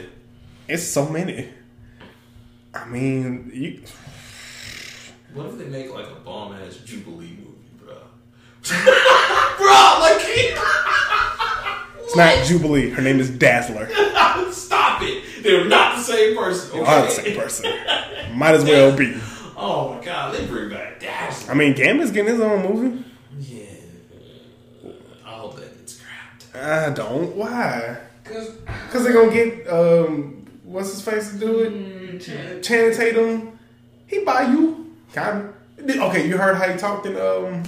B: It's so many. I mean, you,
A: What if they make like a bomb ass Jubilee movie, bro? [LAUGHS] bro, like [LAUGHS]
B: it's not Jubilee. Her name is Dazzler.
A: stop it. They're not the same person.
B: They
A: okay?
B: are the same person. Might as well be.
A: [LAUGHS] Oh my god, they bring back Dazzler.
B: I mean, Gambit's getting his own movie.
A: Yeah. I hope that gets scrapped.
B: I don't. Why?
A: Cause
B: Because they're going to get, um, what's his face to do
A: Mm.
B: it? Channing Tatum. He buy you. Kind of. Okay, you heard how he talked in, um,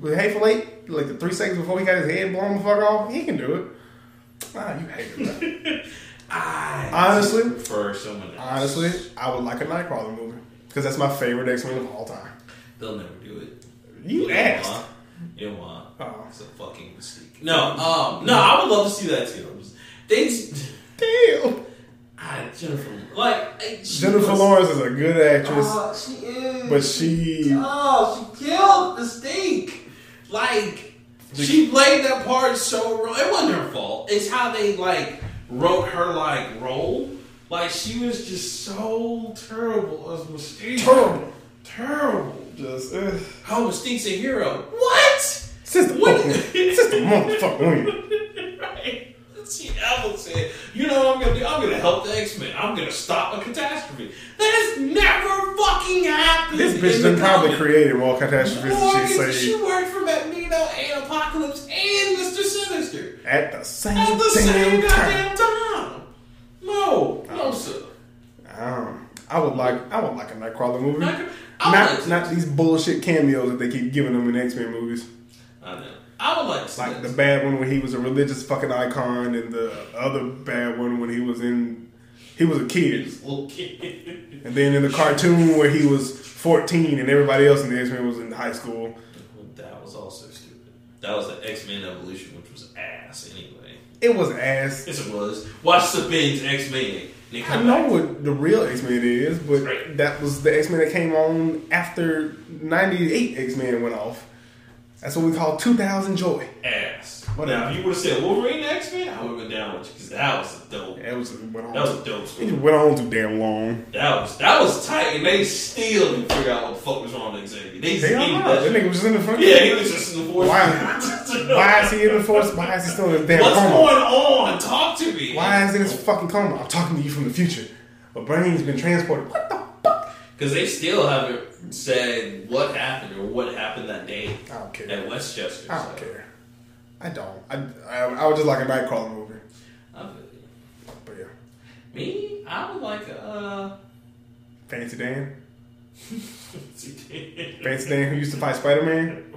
B: with Hateful Eight? Like the three seconds before he got his head blown the fuck off? He can do it. Ah, you hate
A: [LAUGHS]
B: him.
A: I
B: Honestly?
A: prefer someone else.
B: Honestly, I would like a Nightcrawler movie. Because that's my favorite X Men of all time.
A: They'll never do it.
B: You
A: know
B: asked.
A: why? You know why?
B: Oh.
A: It's a fucking mistake. No, um, no, I would love to see that too. I'm just- They,
B: Damn.
A: I, Ah, Jennifer, like I- she
B: Jennifer
A: was-
B: Lawrence is a good actress,
A: Oh, she is.
B: but she
A: Oh, she killed the steak. Like she played that part so wrong. It wasn't her fault. It's how they like wrote her like role. Like she was just so terrible as Mystique.
B: terrible.
A: Terrible.
B: Just uh,
A: How Mystique's a hero. What?
B: sister,
A: What?
B: fucking, [LAUGHS] sister, motherfucking woman.
A: [LAUGHS] Right. She ever said, you know what I'm gonna do? I'm gonna help the X-Men. I'm gonna stop a catastrophe. That has never fucking happened.
B: This
A: in
B: bitch
A: the
B: done probably
A: comic.
B: created more catastrophes
A: Morgan,
B: than she
A: she
B: saved
A: worked for Magneto and Apocalypse and Mr. Sinister
B: at the same
A: at the same
B: damn time. Oh.
A: goddamn time. No, no, sir.
B: Um, I would like, I would like a Nightcrawler movie.
A: Nightcrawler- I would like
B: Not,
A: to-
B: not these bullshit cameos that they keep giving them in X Men movies.
A: I know. I would like to see
B: Like the
A: that.
B: bad one when he was a religious fucking icon, and the other bad one when he was in, he was a kid.
A: This [LAUGHS] little kid. [LAUGHS]
B: And then in the cartoon where he was 14 and everybody else in the X Men was in high school.
A: that was also stupid. That was the X-Men Evolution, which was ass anyway.
B: It was ass.
A: Yes, it was. Watch the Ben's X-Men. They
B: I
A: come
B: know
A: back.
B: what the real X Men is, but
A: Right.
B: that was the X Men that came on after 98 X Men went off. That's what we call 2000 Joy.
A: ass.
B: Whatever.
A: Now, if you would have said Wolverine X-Men, I would have been down with you because that was a dope.
B: That was it went
A: That was
B: on.
A: a dope story.
B: It went on too damn long.
A: That was that was tight, and they still didn't figure out what the fuck was wrong with Xavier. They
B: They
A: still
B: don't know. That
A: that.
B: nigga was just in the front.
A: Yeah, he was just in the force. [LAUGHS]
B: Why? Why is he in the force? Why is he still in his damn
A: What's
B: coma?
A: going on? Talk to me.
B: Why is he in his fucking coma? I'm talking to you from the future. My brain's been transported. What the fuck?
A: Because they still haven't said what happened or what happened that day
B: I don't care.
A: at Westchester.
B: I don't
A: so.
B: care. I don't. I, I, I would just like a Nightcrawler movie.
A: I feel you.
B: But yeah.
A: Me, I would like uh. [LAUGHS]
B: Fancy Dan.
A: [LAUGHS] I
B: Fancy Dan who used to fight Spider Man.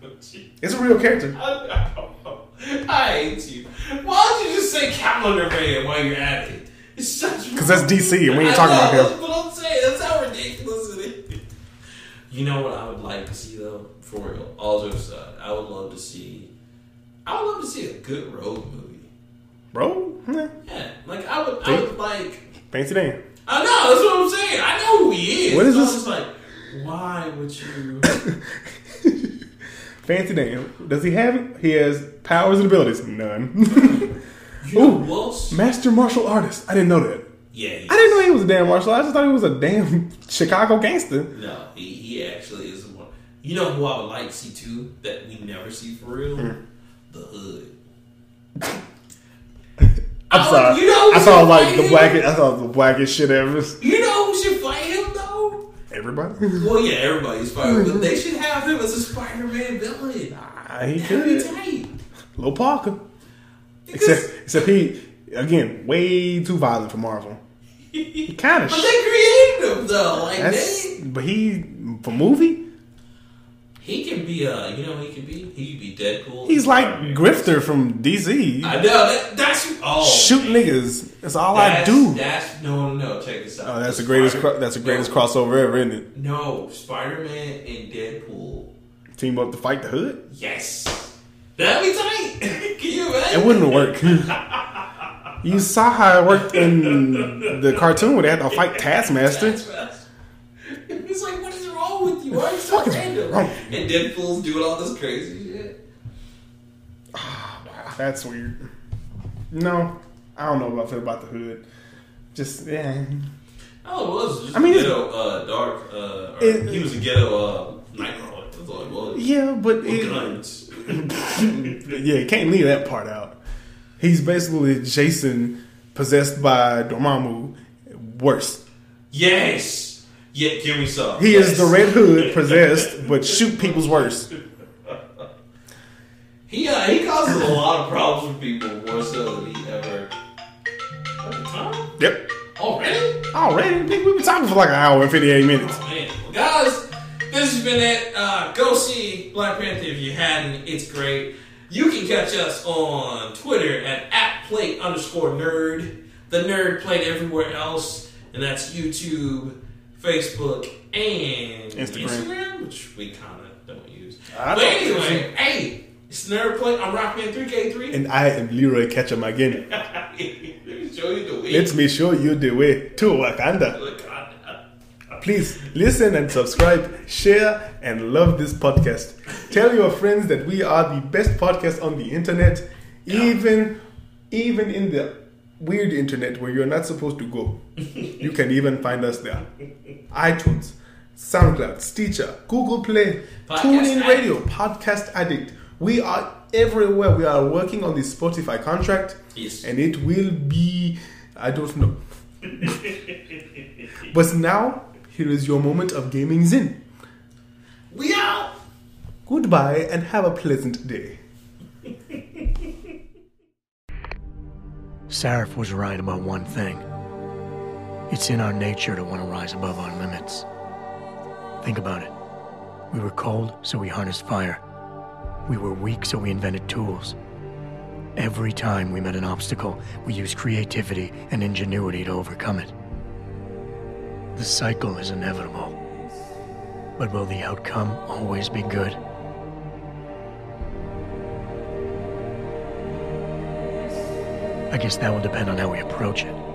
A: don't
B: It's a real character.
A: know. I hate you. Why don't you just say Calendar Man while you're at it? It's such
B: Because that's DC and we ain't
A: I
B: talking about
A: know,
B: him.
A: That's what I'm saying. That's how ridiculous it is. You know what I would like to see though, for real, all jokes aside, I would love to see. I would love to see a good road movie.
B: Bro? Nah.
A: Yeah, like I would, I
B: Think-
A: would like.
B: Fancy Dan.
A: I know that's what I'm saying. I know who he is.
B: What is
A: So I'm
B: this?
A: just like, why would you?
B: Fancy Dan. Does he have it? He has powers and abilities. None. [LAUGHS]
A: You know
B: Ooh.
A: who else?
B: Master martial artist. I didn't know that.
A: Yeah, he-
B: I didn't know he was a damn martial artist. I just thought he was a damn [LAUGHS] Chicago gangster.
A: no, he, he actually is the one. You know who I would like to see too that we never see for real?
B: Hmm.
A: The Hood.
B: I'm
A: Oh,
B: sorry.
A: you know
B: I saw
A: who's
B: like the
A: white?
B: blackest. I saw the blackest shit ever.
A: You know who should fight him though?
B: Everybody.
A: Well, yeah, everybody's Spider, but they should have him as a Spider-Man villain.
B: Ah, he
A: That'd be
B: could.
A: tight.
B: Lil Parker.
A: Because-
B: Except, except he again way too violent for Marvel. He kind
A: [LAUGHS]
B: of.
A: but they created him though. Like
B: That's
A: they,
B: but he for movie.
A: he can be uh, you know, what he can be he can be Deadpool.
B: He's like
A: Spider-Man.
B: Grifter from DC.
A: I know that, that's oh
B: Shoot niggas. That's all
A: That's,
B: I do.
A: That's no, no. no, Check this out.
B: oh, that's the greatest.
A: Spider-
B: Cro- that's the
A: no,
B: greatest crossover ever, isn't it?
A: No, Spider-Man and Deadpool.
B: Team up to fight the hood.
A: Yes, that'd be tight. [LAUGHS] can you imagine?
B: It wouldn't work. [LAUGHS] you saw how it worked in the cartoon where they had to fight Taskmaster.
A: [LAUGHS] It's like, what is wrong with you? Why are you so
B: What is
A: random?
B: eh? wrong?
A: And Deadpool's doing all this crazy shit.
B: That's weird. No, I don't know how I feel about the hood. Just yeah.
A: Oh, it was just
B: I mean,
A: a
B: it's-
A: ghetto uh, dark. Uh, or
B: It-
A: he was a ghetto uh, nightcrawler. That's all it was.
B: Yeah, but
A: With
B: it,
A: guns.
B: yeah, you can't leave that part out. He's basically Jason possessed by Dormammu. Worse,
A: Yes. Yeah, give me some.
B: he
A: yes.
B: is the Red Hood possessed, but shoot people's worse.
A: He uh, he causes a lot of problems for people more so than he ever. Oh, At the time?
B: Yep.
A: Already?
B: Already, nigga, we've been talking for like an hour and fifty-eight minutes.
A: Man, well, guys, this has been it. Uh, go see Black Panther if you hadn't. It's great. You can catch us on Twitter at, at plate underscore nerd. The nerd plate everywhere else, and that's YouTube, Facebook, and
B: Instagram.
A: which we kind of don't use.
B: I
A: but
B: don't
A: anyway, hey, it's nerd plate. I'm Rockman 3K3.
B: And I am Leroy Ketchum again.
A: Let me show you the way.
B: Let's make sure you the way to Wakanda.
A: Look, I-
B: Please listen and subscribe, share, and love this podcast. Tell your friends that we are the best podcast on the internet, even even in the weird internet where you're not supposed to go. you can even find us there. iTunes, SoundCloud, Stitcher, Google Play,
A: Podcast
B: TuneIn
A: Addict.
B: Radio, Podcast Addict. We are everywhere. We are working on the Spotify contract,
A: Yes.
B: and it will be I don't know. But now, here is your moment of gaming zin.
A: we out.
B: Goodbye and have a pleasant day.
E: Sarif was right about one thing. It's in our nature to want to rise above our limits. Think about it. We were cold, so we harnessed fire. We were weak, so we invented tools. Every time we met an obstacle, we used creativity and ingenuity to overcome it. The cycle is inevitable. But will the outcome always be good? I guess that will depend on how we approach it.